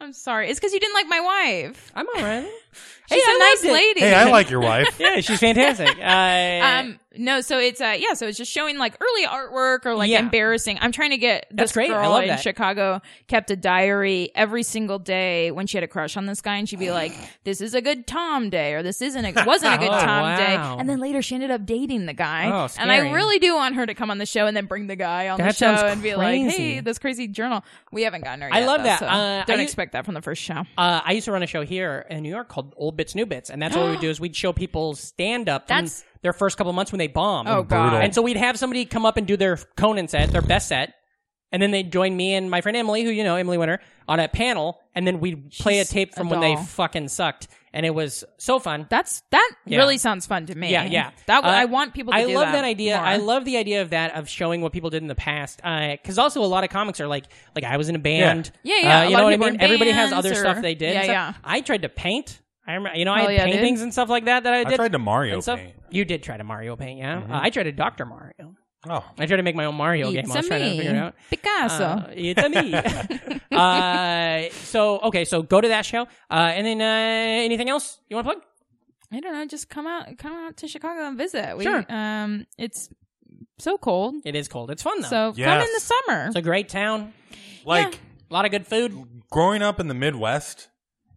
[SPEAKER 5] I'm sorry. It's because you didn't like my wife.
[SPEAKER 1] I'm all right.
[SPEAKER 5] She's
[SPEAKER 1] Hey,
[SPEAKER 5] a
[SPEAKER 1] I liked
[SPEAKER 5] nice
[SPEAKER 1] it.
[SPEAKER 5] lady.
[SPEAKER 2] hey, I like your wife.
[SPEAKER 1] yeah, she's fantastic. Uh,
[SPEAKER 5] um no so it's uh yeah so it's just showing like early artwork or like
[SPEAKER 1] Yeah.
[SPEAKER 5] embarrassing i'm trying to get this
[SPEAKER 1] That's great. I
[SPEAKER 5] girl
[SPEAKER 1] love
[SPEAKER 5] in
[SPEAKER 1] that.
[SPEAKER 5] chicago kept a diary every single day when she had a crush on this guy and she'd be like this is a good tom day or this isn't a wasn't a good
[SPEAKER 1] Oh,
[SPEAKER 5] tom day
[SPEAKER 1] wow.
[SPEAKER 5] and then later she ended up dating the guy
[SPEAKER 1] Oh,
[SPEAKER 5] and i
[SPEAKER 1] scary.
[SPEAKER 5] really do want her to come on the show and then bring the guy on
[SPEAKER 1] That
[SPEAKER 5] the show
[SPEAKER 1] sounds
[SPEAKER 5] and be like
[SPEAKER 1] crazy.
[SPEAKER 5] hey this crazy journal we haven't gotten her
[SPEAKER 1] I
[SPEAKER 5] yet,
[SPEAKER 1] love
[SPEAKER 5] though,
[SPEAKER 1] that.
[SPEAKER 5] so
[SPEAKER 1] Uh,
[SPEAKER 5] don't
[SPEAKER 1] I-
[SPEAKER 5] expect that from the first show
[SPEAKER 1] uh, I used to run a show here in New York called Old Bits New Bits, and that's what we would do is we'd show people stand up
[SPEAKER 5] That's-
[SPEAKER 1] their first couple months when they bomb.
[SPEAKER 5] oh god
[SPEAKER 1] And so we'd have somebody come up and do their Conan set, their best set, and then they'd join me and my friend Emily, who you know, Emily Winter, on a panel, and then we'd play
[SPEAKER 5] She's
[SPEAKER 1] a tape from
[SPEAKER 5] a
[SPEAKER 1] when they
[SPEAKER 5] doll.
[SPEAKER 1] fucking sucked, and it was so fun.
[SPEAKER 5] that's that
[SPEAKER 1] Yeah.
[SPEAKER 5] really sounds fun to me.
[SPEAKER 1] Yeah, yeah.
[SPEAKER 5] That
[SPEAKER 1] Uh,
[SPEAKER 5] I want people. to
[SPEAKER 1] I
[SPEAKER 5] do
[SPEAKER 1] love that, idea.
[SPEAKER 5] more.
[SPEAKER 1] I love the idea of that of showing what people did in the past. Because also a lot of comics are like, like I was in a band.
[SPEAKER 5] Yeah, yeah,
[SPEAKER 1] Uh,
[SPEAKER 5] a
[SPEAKER 1] you know
[SPEAKER 5] lot
[SPEAKER 1] what
[SPEAKER 5] of
[SPEAKER 1] I
[SPEAKER 5] people are
[SPEAKER 1] mean.
[SPEAKER 5] in
[SPEAKER 1] Everybody has
[SPEAKER 5] bands
[SPEAKER 1] other
[SPEAKER 5] or-
[SPEAKER 1] stuff they did. and
[SPEAKER 5] Yeah,
[SPEAKER 1] stuff. I tried to paint. I remember, you know, I
[SPEAKER 5] Hell
[SPEAKER 1] had
[SPEAKER 5] yeah, dude.
[SPEAKER 1] paintings and stuff like that that I
[SPEAKER 2] I
[SPEAKER 1] did.
[SPEAKER 2] tried to Mario
[SPEAKER 1] and stuff.
[SPEAKER 2] paint. Mm-hmm.
[SPEAKER 1] You did try to Mario paint, yeah. Uh, I tried to Doctor Mario.
[SPEAKER 2] Oh,
[SPEAKER 1] I tried to make my own Mario game. I was
[SPEAKER 5] It's
[SPEAKER 1] trying to
[SPEAKER 5] me,
[SPEAKER 1] figure it out.
[SPEAKER 5] Picasso.
[SPEAKER 1] Uh, it's a me. uh, so okay, so go to that show, uh, and then uh, anything else you want to plug?
[SPEAKER 5] I don't know. Just come out, come out to Chicago and visit. We,
[SPEAKER 1] Sure.
[SPEAKER 5] Um, it's so cold,
[SPEAKER 1] It is cold. It's fun though.
[SPEAKER 5] so come
[SPEAKER 2] Yes.
[SPEAKER 5] in the summer.
[SPEAKER 1] it's a great town.
[SPEAKER 2] like
[SPEAKER 1] A lot of good food.
[SPEAKER 2] growing up in the Midwest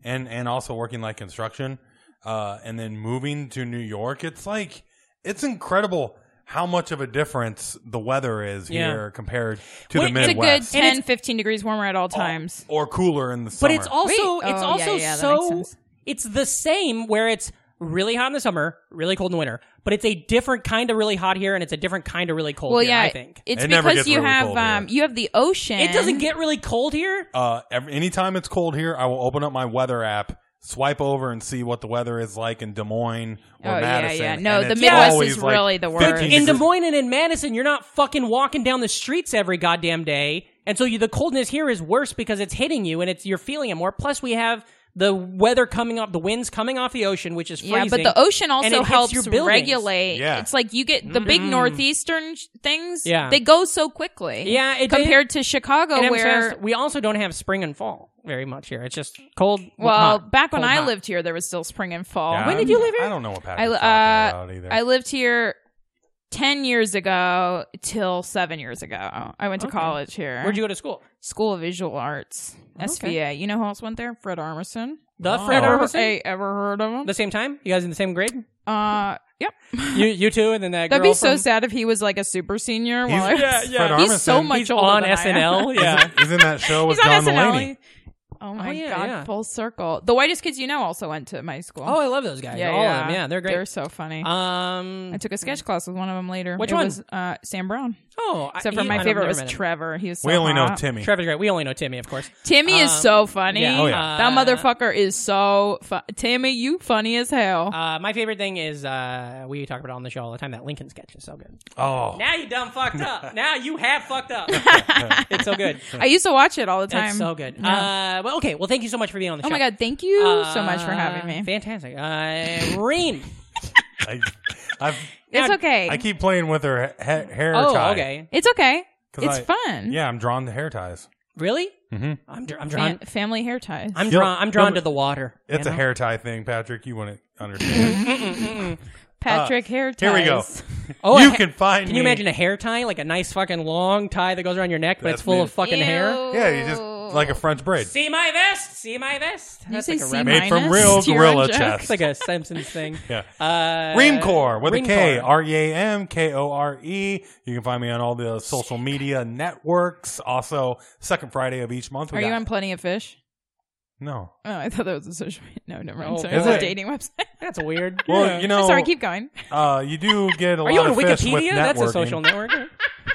[SPEAKER 2] and and also working like construction, uh, and then moving to New York, it's like it's incredible how much of a difference the weather is
[SPEAKER 1] Yeah.
[SPEAKER 2] here compared to
[SPEAKER 1] Well,
[SPEAKER 2] the
[SPEAKER 5] it's a good
[SPEAKER 2] Midwest.
[SPEAKER 5] 10, 15 degrees warmer at all times.
[SPEAKER 2] or cooler in the summer.
[SPEAKER 1] But it's also
[SPEAKER 5] Wait, oh,
[SPEAKER 1] it's
[SPEAKER 5] yeah,
[SPEAKER 1] also
[SPEAKER 5] yeah, that
[SPEAKER 1] so
[SPEAKER 5] makes sense.
[SPEAKER 1] it's the same where it's really hot in the summer, really cold in the winter, but it's a different kind of really hot here and it's a different kind of really cold
[SPEAKER 5] well,
[SPEAKER 1] here,
[SPEAKER 5] yeah,
[SPEAKER 1] I think.
[SPEAKER 5] it's
[SPEAKER 2] It never
[SPEAKER 5] because
[SPEAKER 2] gets
[SPEAKER 5] you
[SPEAKER 2] really
[SPEAKER 5] have
[SPEAKER 2] cold
[SPEAKER 5] um,
[SPEAKER 2] here.
[SPEAKER 5] you have the ocean.
[SPEAKER 1] It doesn't get really cold here.
[SPEAKER 2] uh, every, anytime it's cold here, I will open up my weather app, swipe over, and see what the weather is like in Des Moines or
[SPEAKER 5] Oh, yeah,
[SPEAKER 2] Madison.
[SPEAKER 5] yeah. No,
[SPEAKER 2] and
[SPEAKER 5] the
[SPEAKER 2] it's
[SPEAKER 5] Midwest
[SPEAKER 2] always,
[SPEAKER 5] is
[SPEAKER 2] like,
[SPEAKER 5] really the
[SPEAKER 2] 15
[SPEAKER 5] worst.
[SPEAKER 2] degrees.
[SPEAKER 1] In Des Moines and in Madison, you're not fucking walking down the streets every goddamn day. And so you, the coldness here is worse because it's hitting you and it's you're feeling it more. Plus we have the weather coming off, the winds coming off the ocean, which is freezing.
[SPEAKER 5] Yeah, but the ocean
[SPEAKER 1] and it
[SPEAKER 5] also
[SPEAKER 1] hits
[SPEAKER 5] helps
[SPEAKER 1] your buildings. Mm.
[SPEAKER 5] regulate.
[SPEAKER 2] Yeah.
[SPEAKER 5] It's like you get the big northeastern sh- things.
[SPEAKER 1] Yeah.
[SPEAKER 5] they go so quickly.
[SPEAKER 1] Yeah, it-
[SPEAKER 5] compared to Chicago,
[SPEAKER 1] And I'm
[SPEAKER 5] where
[SPEAKER 1] stressed. we also don't have spring and fall very much here. It's just cold.
[SPEAKER 5] well,
[SPEAKER 1] hot,
[SPEAKER 5] back when
[SPEAKER 1] cold,
[SPEAKER 5] I
[SPEAKER 1] hot.
[SPEAKER 5] lived here, there was still spring and fall.
[SPEAKER 2] Yeah,
[SPEAKER 1] When did
[SPEAKER 2] I'm-
[SPEAKER 1] you live here?
[SPEAKER 2] I don't know what
[SPEAKER 5] I
[SPEAKER 2] Patrick's talking
[SPEAKER 5] uh,
[SPEAKER 2] about either.
[SPEAKER 5] I lived here ten years ago till seven years ago. I went to college here.
[SPEAKER 1] Where'd you go to school?
[SPEAKER 5] School of Visual Arts, SVA. You know who else went there? Fred Armisen.
[SPEAKER 1] The Oh. Fred
[SPEAKER 5] Ever,
[SPEAKER 1] Armisen?
[SPEAKER 5] hey, ever heard of him?
[SPEAKER 1] The same time? You guys in the same grade?
[SPEAKER 5] Uh, yep.
[SPEAKER 1] You you two and then that
[SPEAKER 5] That'd
[SPEAKER 1] girl
[SPEAKER 5] be so
[SPEAKER 1] from-
[SPEAKER 5] sad if he was like a super senior.
[SPEAKER 2] He's-
[SPEAKER 5] While I was,
[SPEAKER 2] yeah, yeah. Fred
[SPEAKER 5] He's so
[SPEAKER 2] Armisen.
[SPEAKER 5] much
[SPEAKER 1] He's
[SPEAKER 5] older
[SPEAKER 1] on
[SPEAKER 5] than I am.
[SPEAKER 1] SNL. Yeah.
[SPEAKER 2] He's in that show with
[SPEAKER 5] He's on
[SPEAKER 2] John
[SPEAKER 5] SNL.
[SPEAKER 2] Mulaney.
[SPEAKER 5] Oh my
[SPEAKER 1] Oh, yeah,
[SPEAKER 5] god!
[SPEAKER 1] yeah.
[SPEAKER 5] Full circle. The whitest kids you know also went to my school.
[SPEAKER 1] oh, I love those guys.
[SPEAKER 5] yeah,
[SPEAKER 1] All
[SPEAKER 5] yeah.
[SPEAKER 1] of them. Yeah, they're great.
[SPEAKER 5] They're so funny. I
[SPEAKER 1] um.
[SPEAKER 5] took a sketch class with one of them later.
[SPEAKER 1] Which
[SPEAKER 5] It
[SPEAKER 1] one?
[SPEAKER 5] Was, uh, Sam Brown.
[SPEAKER 1] Oh, I-
[SPEAKER 5] Except for
[SPEAKER 1] he- I
[SPEAKER 5] my
[SPEAKER 1] don't-
[SPEAKER 5] favorite
[SPEAKER 1] never
[SPEAKER 5] was
[SPEAKER 1] met him.
[SPEAKER 5] Trevor. He was so
[SPEAKER 2] We only know
[SPEAKER 5] hot.
[SPEAKER 2] Timmy.
[SPEAKER 1] Trevor's great. We only know Timmy, of course.
[SPEAKER 5] Timmy is
[SPEAKER 1] Um,
[SPEAKER 5] so funny.
[SPEAKER 1] yeah.
[SPEAKER 2] Oh, yeah.
[SPEAKER 5] That
[SPEAKER 1] Uh,
[SPEAKER 5] motherfucker is so fu- Timmy, you funny as hell.
[SPEAKER 1] Uh, my favorite thing is uh, we talk about it on the show all the time. That Lincoln sketch is so good.
[SPEAKER 2] Oh,
[SPEAKER 1] Now you done fucked up. now you have fucked up. it's so good.
[SPEAKER 5] I used to watch it all the time.
[SPEAKER 1] It's so good. Uh, well, okay. Well, thank you so much for being on the show.
[SPEAKER 5] oh my god, thank you so much for having
[SPEAKER 1] Uh,
[SPEAKER 5] me.
[SPEAKER 1] Fantastic. Uh, Reem.
[SPEAKER 2] I, I've,
[SPEAKER 5] It's
[SPEAKER 1] God,
[SPEAKER 5] okay.
[SPEAKER 2] I keep playing with her ha- hair
[SPEAKER 1] oh,
[SPEAKER 2] tie.
[SPEAKER 1] okay.
[SPEAKER 5] It's okay.
[SPEAKER 2] 'Cause
[SPEAKER 5] It's
[SPEAKER 2] I-
[SPEAKER 5] fun.
[SPEAKER 2] Yeah, I'm drawn to hair ties.
[SPEAKER 1] Really?
[SPEAKER 2] Mhm.
[SPEAKER 1] I'm, dr- I'm
[SPEAKER 5] Fam-
[SPEAKER 1] drawn.
[SPEAKER 5] family hair ties.
[SPEAKER 1] I'm
[SPEAKER 2] You'll-
[SPEAKER 1] drawn. I'm drawn
[SPEAKER 2] you'll-
[SPEAKER 1] to the water. you
[SPEAKER 2] It's a
[SPEAKER 1] know?
[SPEAKER 2] hair tie thing, Patrick. You wouldn't understand.
[SPEAKER 5] Patrick hair ties.
[SPEAKER 2] here we go.
[SPEAKER 1] Oh,
[SPEAKER 2] you
[SPEAKER 1] a ha-
[SPEAKER 2] can find.
[SPEAKER 1] Can you
[SPEAKER 2] me-
[SPEAKER 1] imagine a hair tie, like a nice fucking long tie that goes around your neck, but
[SPEAKER 2] That's
[SPEAKER 1] it's full
[SPEAKER 2] me.
[SPEAKER 1] of fucking hair?
[SPEAKER 2] Yeah, you just like a French braid.
[SPEAKER 1] See my vest. See my vest.
[SPEAKER 5] you
[SPEAKER 1] That's
[SPEAKER 5] say
[SPEAKER 1] like a
[SPEAKER 5] C
[SPEAKER 1] rap-
[SPEAKER 2] Made
[SPEAKER 5] minus
[SPEAKER 2] from real
[SPEAKER 5] to your
[SPEAKER 2] gorilla
[SPEAKER 5] own joke?
[SPEAKER 2] chest.
[SPEAKER 1] It's like a Simpsons thing.
[SPEAKER 2] Yeah.
[SPEAKER 1] Uh,
[SPEAKER 2] Ream Corps with a K,
[SPEAKER 1] Reamcore.
[SPEAKER 2] R E A M K O R E. You can find me on all the social media networks. Also, second Friday of each month. We
[SPEAKER 5] Are you
[SPEAKER 2] got-
[SPEAKER 5] on Plenty of Fish?
[SPEAKER 2] No.
[SPEAKER 5] Oh, I thought that was a social. media- No, never mind.
[SPEAKER 1] Oh,
[SPEAKER 5] Sorry, it's a
[SPEAKER 2] boy.
[SPEAKER 5] dating website.
[SPEAKER 1] That's weird.
[SPEAKER 2] Well, you know,
[SPEAKER 5] Sorry, keep going.
[SPEAKER 2] uh, you do get a
[SPEAKER 1] Are
[SPEAKER 2] lot
[SPEAKER 1] you on
[SPEAKER 2] of fish with
[SPEAKER 1] Wikipedia? That's a
[SPEAKER 2] networking.
[SPEAKER 1] social network.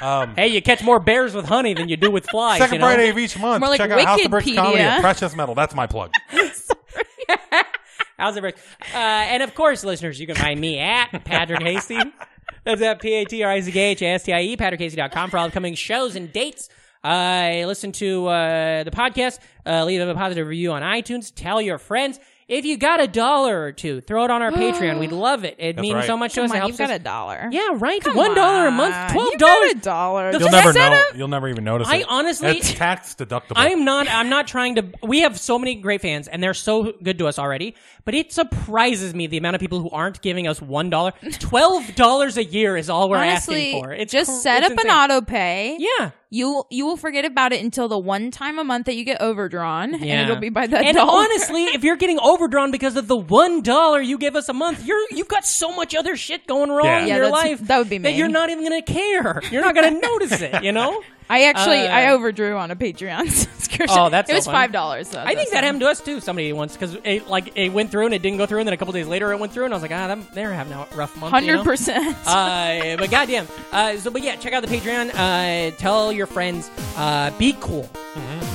[SPEAKER 2] Um,
[SPEAKER 1] hey, you catch more bears with honey than you do with flies.
[SPEAKER 2] second
[SPEAKER 1] you know?
[SPEAKER 2] Friday of each month.
[SPEAKER 5] More like
[SPEAKER 2] Check out House of Bricks comedy
[SPEAKER 5] Wikipedia.
[SPEAKER 2] and Precious Metal. That's my plug.
[SPEAKER 1] How's it work? Uh, and of course, listeners, you can find me at Patrick Hasty. That's at P A T R I C K H A S T I E, patrickhasty.com for all upcoming shows and dates. Uh, listen to uh, the podcast, uh, leave a positive review on iTunes, tell your friends. If you got a dollar or two, throw it on our Patreon. We'd love it. It means
[SPEAKER 2] right.
[SPEAKER 1] so much to us.
[SPEAKER 5] Come
[SPEAKER 1] It
[SPEAKER 5] on,
[SPEAKER 1] helps
[SPEAKER 5] you've got
[SPEAKER 1] us.
[SPEAKER 5] a dollar.
[SPEAKER 1] yeah, right.
[SPEAKER 5] Come
[SPEAKER 1] One dollar a
[SPEAKER 5] on.
[SPEAKER 1] month, twelve
[SPEAKER 5] You've got
[SPEAKER 1] dollars.
[SPEAKER 5] a dollar.
[SPEAKER 1] The
[SPEAKER 2] You'll
[SPEAKER 1] Is
[SPEAKER 2] never
[SPEAKER 1] that
[SPEAKER 2] know. You'll never even notice.
[SPEAKER 1] I
[SPEAKER 2] it.
[SPEAKER 1] honestly-
[SPEAKER 2] it's tax deductible.
[SPEAKER 1] I'm not. I'm not trying to. We have so many great fans, and they're so good to us already. But it surprises me the amount of people who aren't giving us one dollar, twelve dollars a year is all we're
[SPEAKER 5] Honestly,
[SPEAKER 1] asking for. It's
[SPEAKER 5] just
[SPEAKER 1] cr-
[SPEAKER 5] set
[SPEAKER 1] it's
[SPEAKER 5] up
[SPEAKER 1] insane.
[SPEAKER 5] an auto pay.
[SPEAKER 1] Yeah,
[SPEAKER 5] You you will forget about it until the one time a month that you get overdrawn,
[SPEAKER 1] yeah.
[SPEAKER 5] and it'll be by that
[SPEAKER 1] And
[SPEAKER 5] dollar.
[SPEAKER 1] honestly, if you're getting overdrawn because of the one dollar you give us a month, you're you've got so much other shit going wrong
[SPEAKER 2] Yeah.
[SPEAKER 1] in
[SPEAKER 2] Yeah,
[SPEAKER 1] your
[SPEAKER 5] that's-
[SPEAKER 1] life
[SPEAKER 5] that would be
[SPEAKER 1] that
[SPEAKER 5] me.
[SPEAKER 1] you're not even gonna care. You're not gonna notice it. You know.
[SPEAKER 5] I actually
[SPEAKER 1] Uh,
[SPEAKER 5] I overdrew on a Patreon subscription.
[SPEAKER 1] Oh, that's
[SPEAKER 5] it
[SPEAKER 1] so
[SPEAKER 5] was
[SPEAKER 1] funny.
[SPEAKER 5] five dollars. though.
[SPEAKER 1] I think
[SPEAKER 5] this
[SPEAKER 1] that
[SPEAKER 5] time.
[SPEAKER 1] happened to us too. Somebody once because it like it went through and it didn't go through, and then a couple days later it went through, and I was like, ah, them- they're having a rough month. you know?
[SPEAKER 5] hundred percent.
[SPEAKER 1] uh, but goddamn. Uh, so, but yeah, check out the Patreon. Uh, tell your friends. Uh, be cool.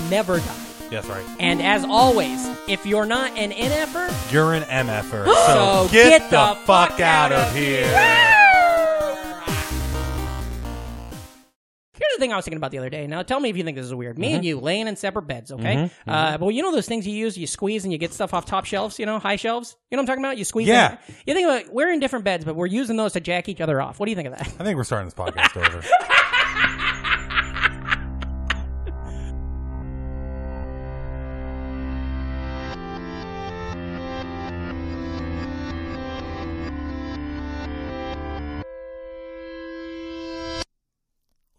[SPEAKER 1] Never die.
[SPEAKER 2] Yes, right.
[SPEAKER 1] And as always, if you're not an NFer,
[SPEAKER 2] You're an MFer. so
[SPEAKER 1] So
[SPEAKER 2] get,
[SPEAKER 1] get the
[SPEAKER 2] the, fuck
[SPEAKER 1] fuck out
[SPEAKER 2] out of
[SPEAKER 1] of
[SPEAKER 2] here.
[SPEAKER 1] here's the thing I was thinking about the other day. Now, tell me if you think this is weird. Me and you laying in separate beds, okay? Uh, but you know those things you use, you squeeze and you get stuff off top shelves, you know, high shelves. You know what I'm talking about? You squeeze.
[SPEAKER 2] Yeah.
[SPEAKER 1] in- You think about we're in different beds, but we're using those to jack each other off. What do you think of that?
[SPEAKER 2] I think we're starting this podcast over.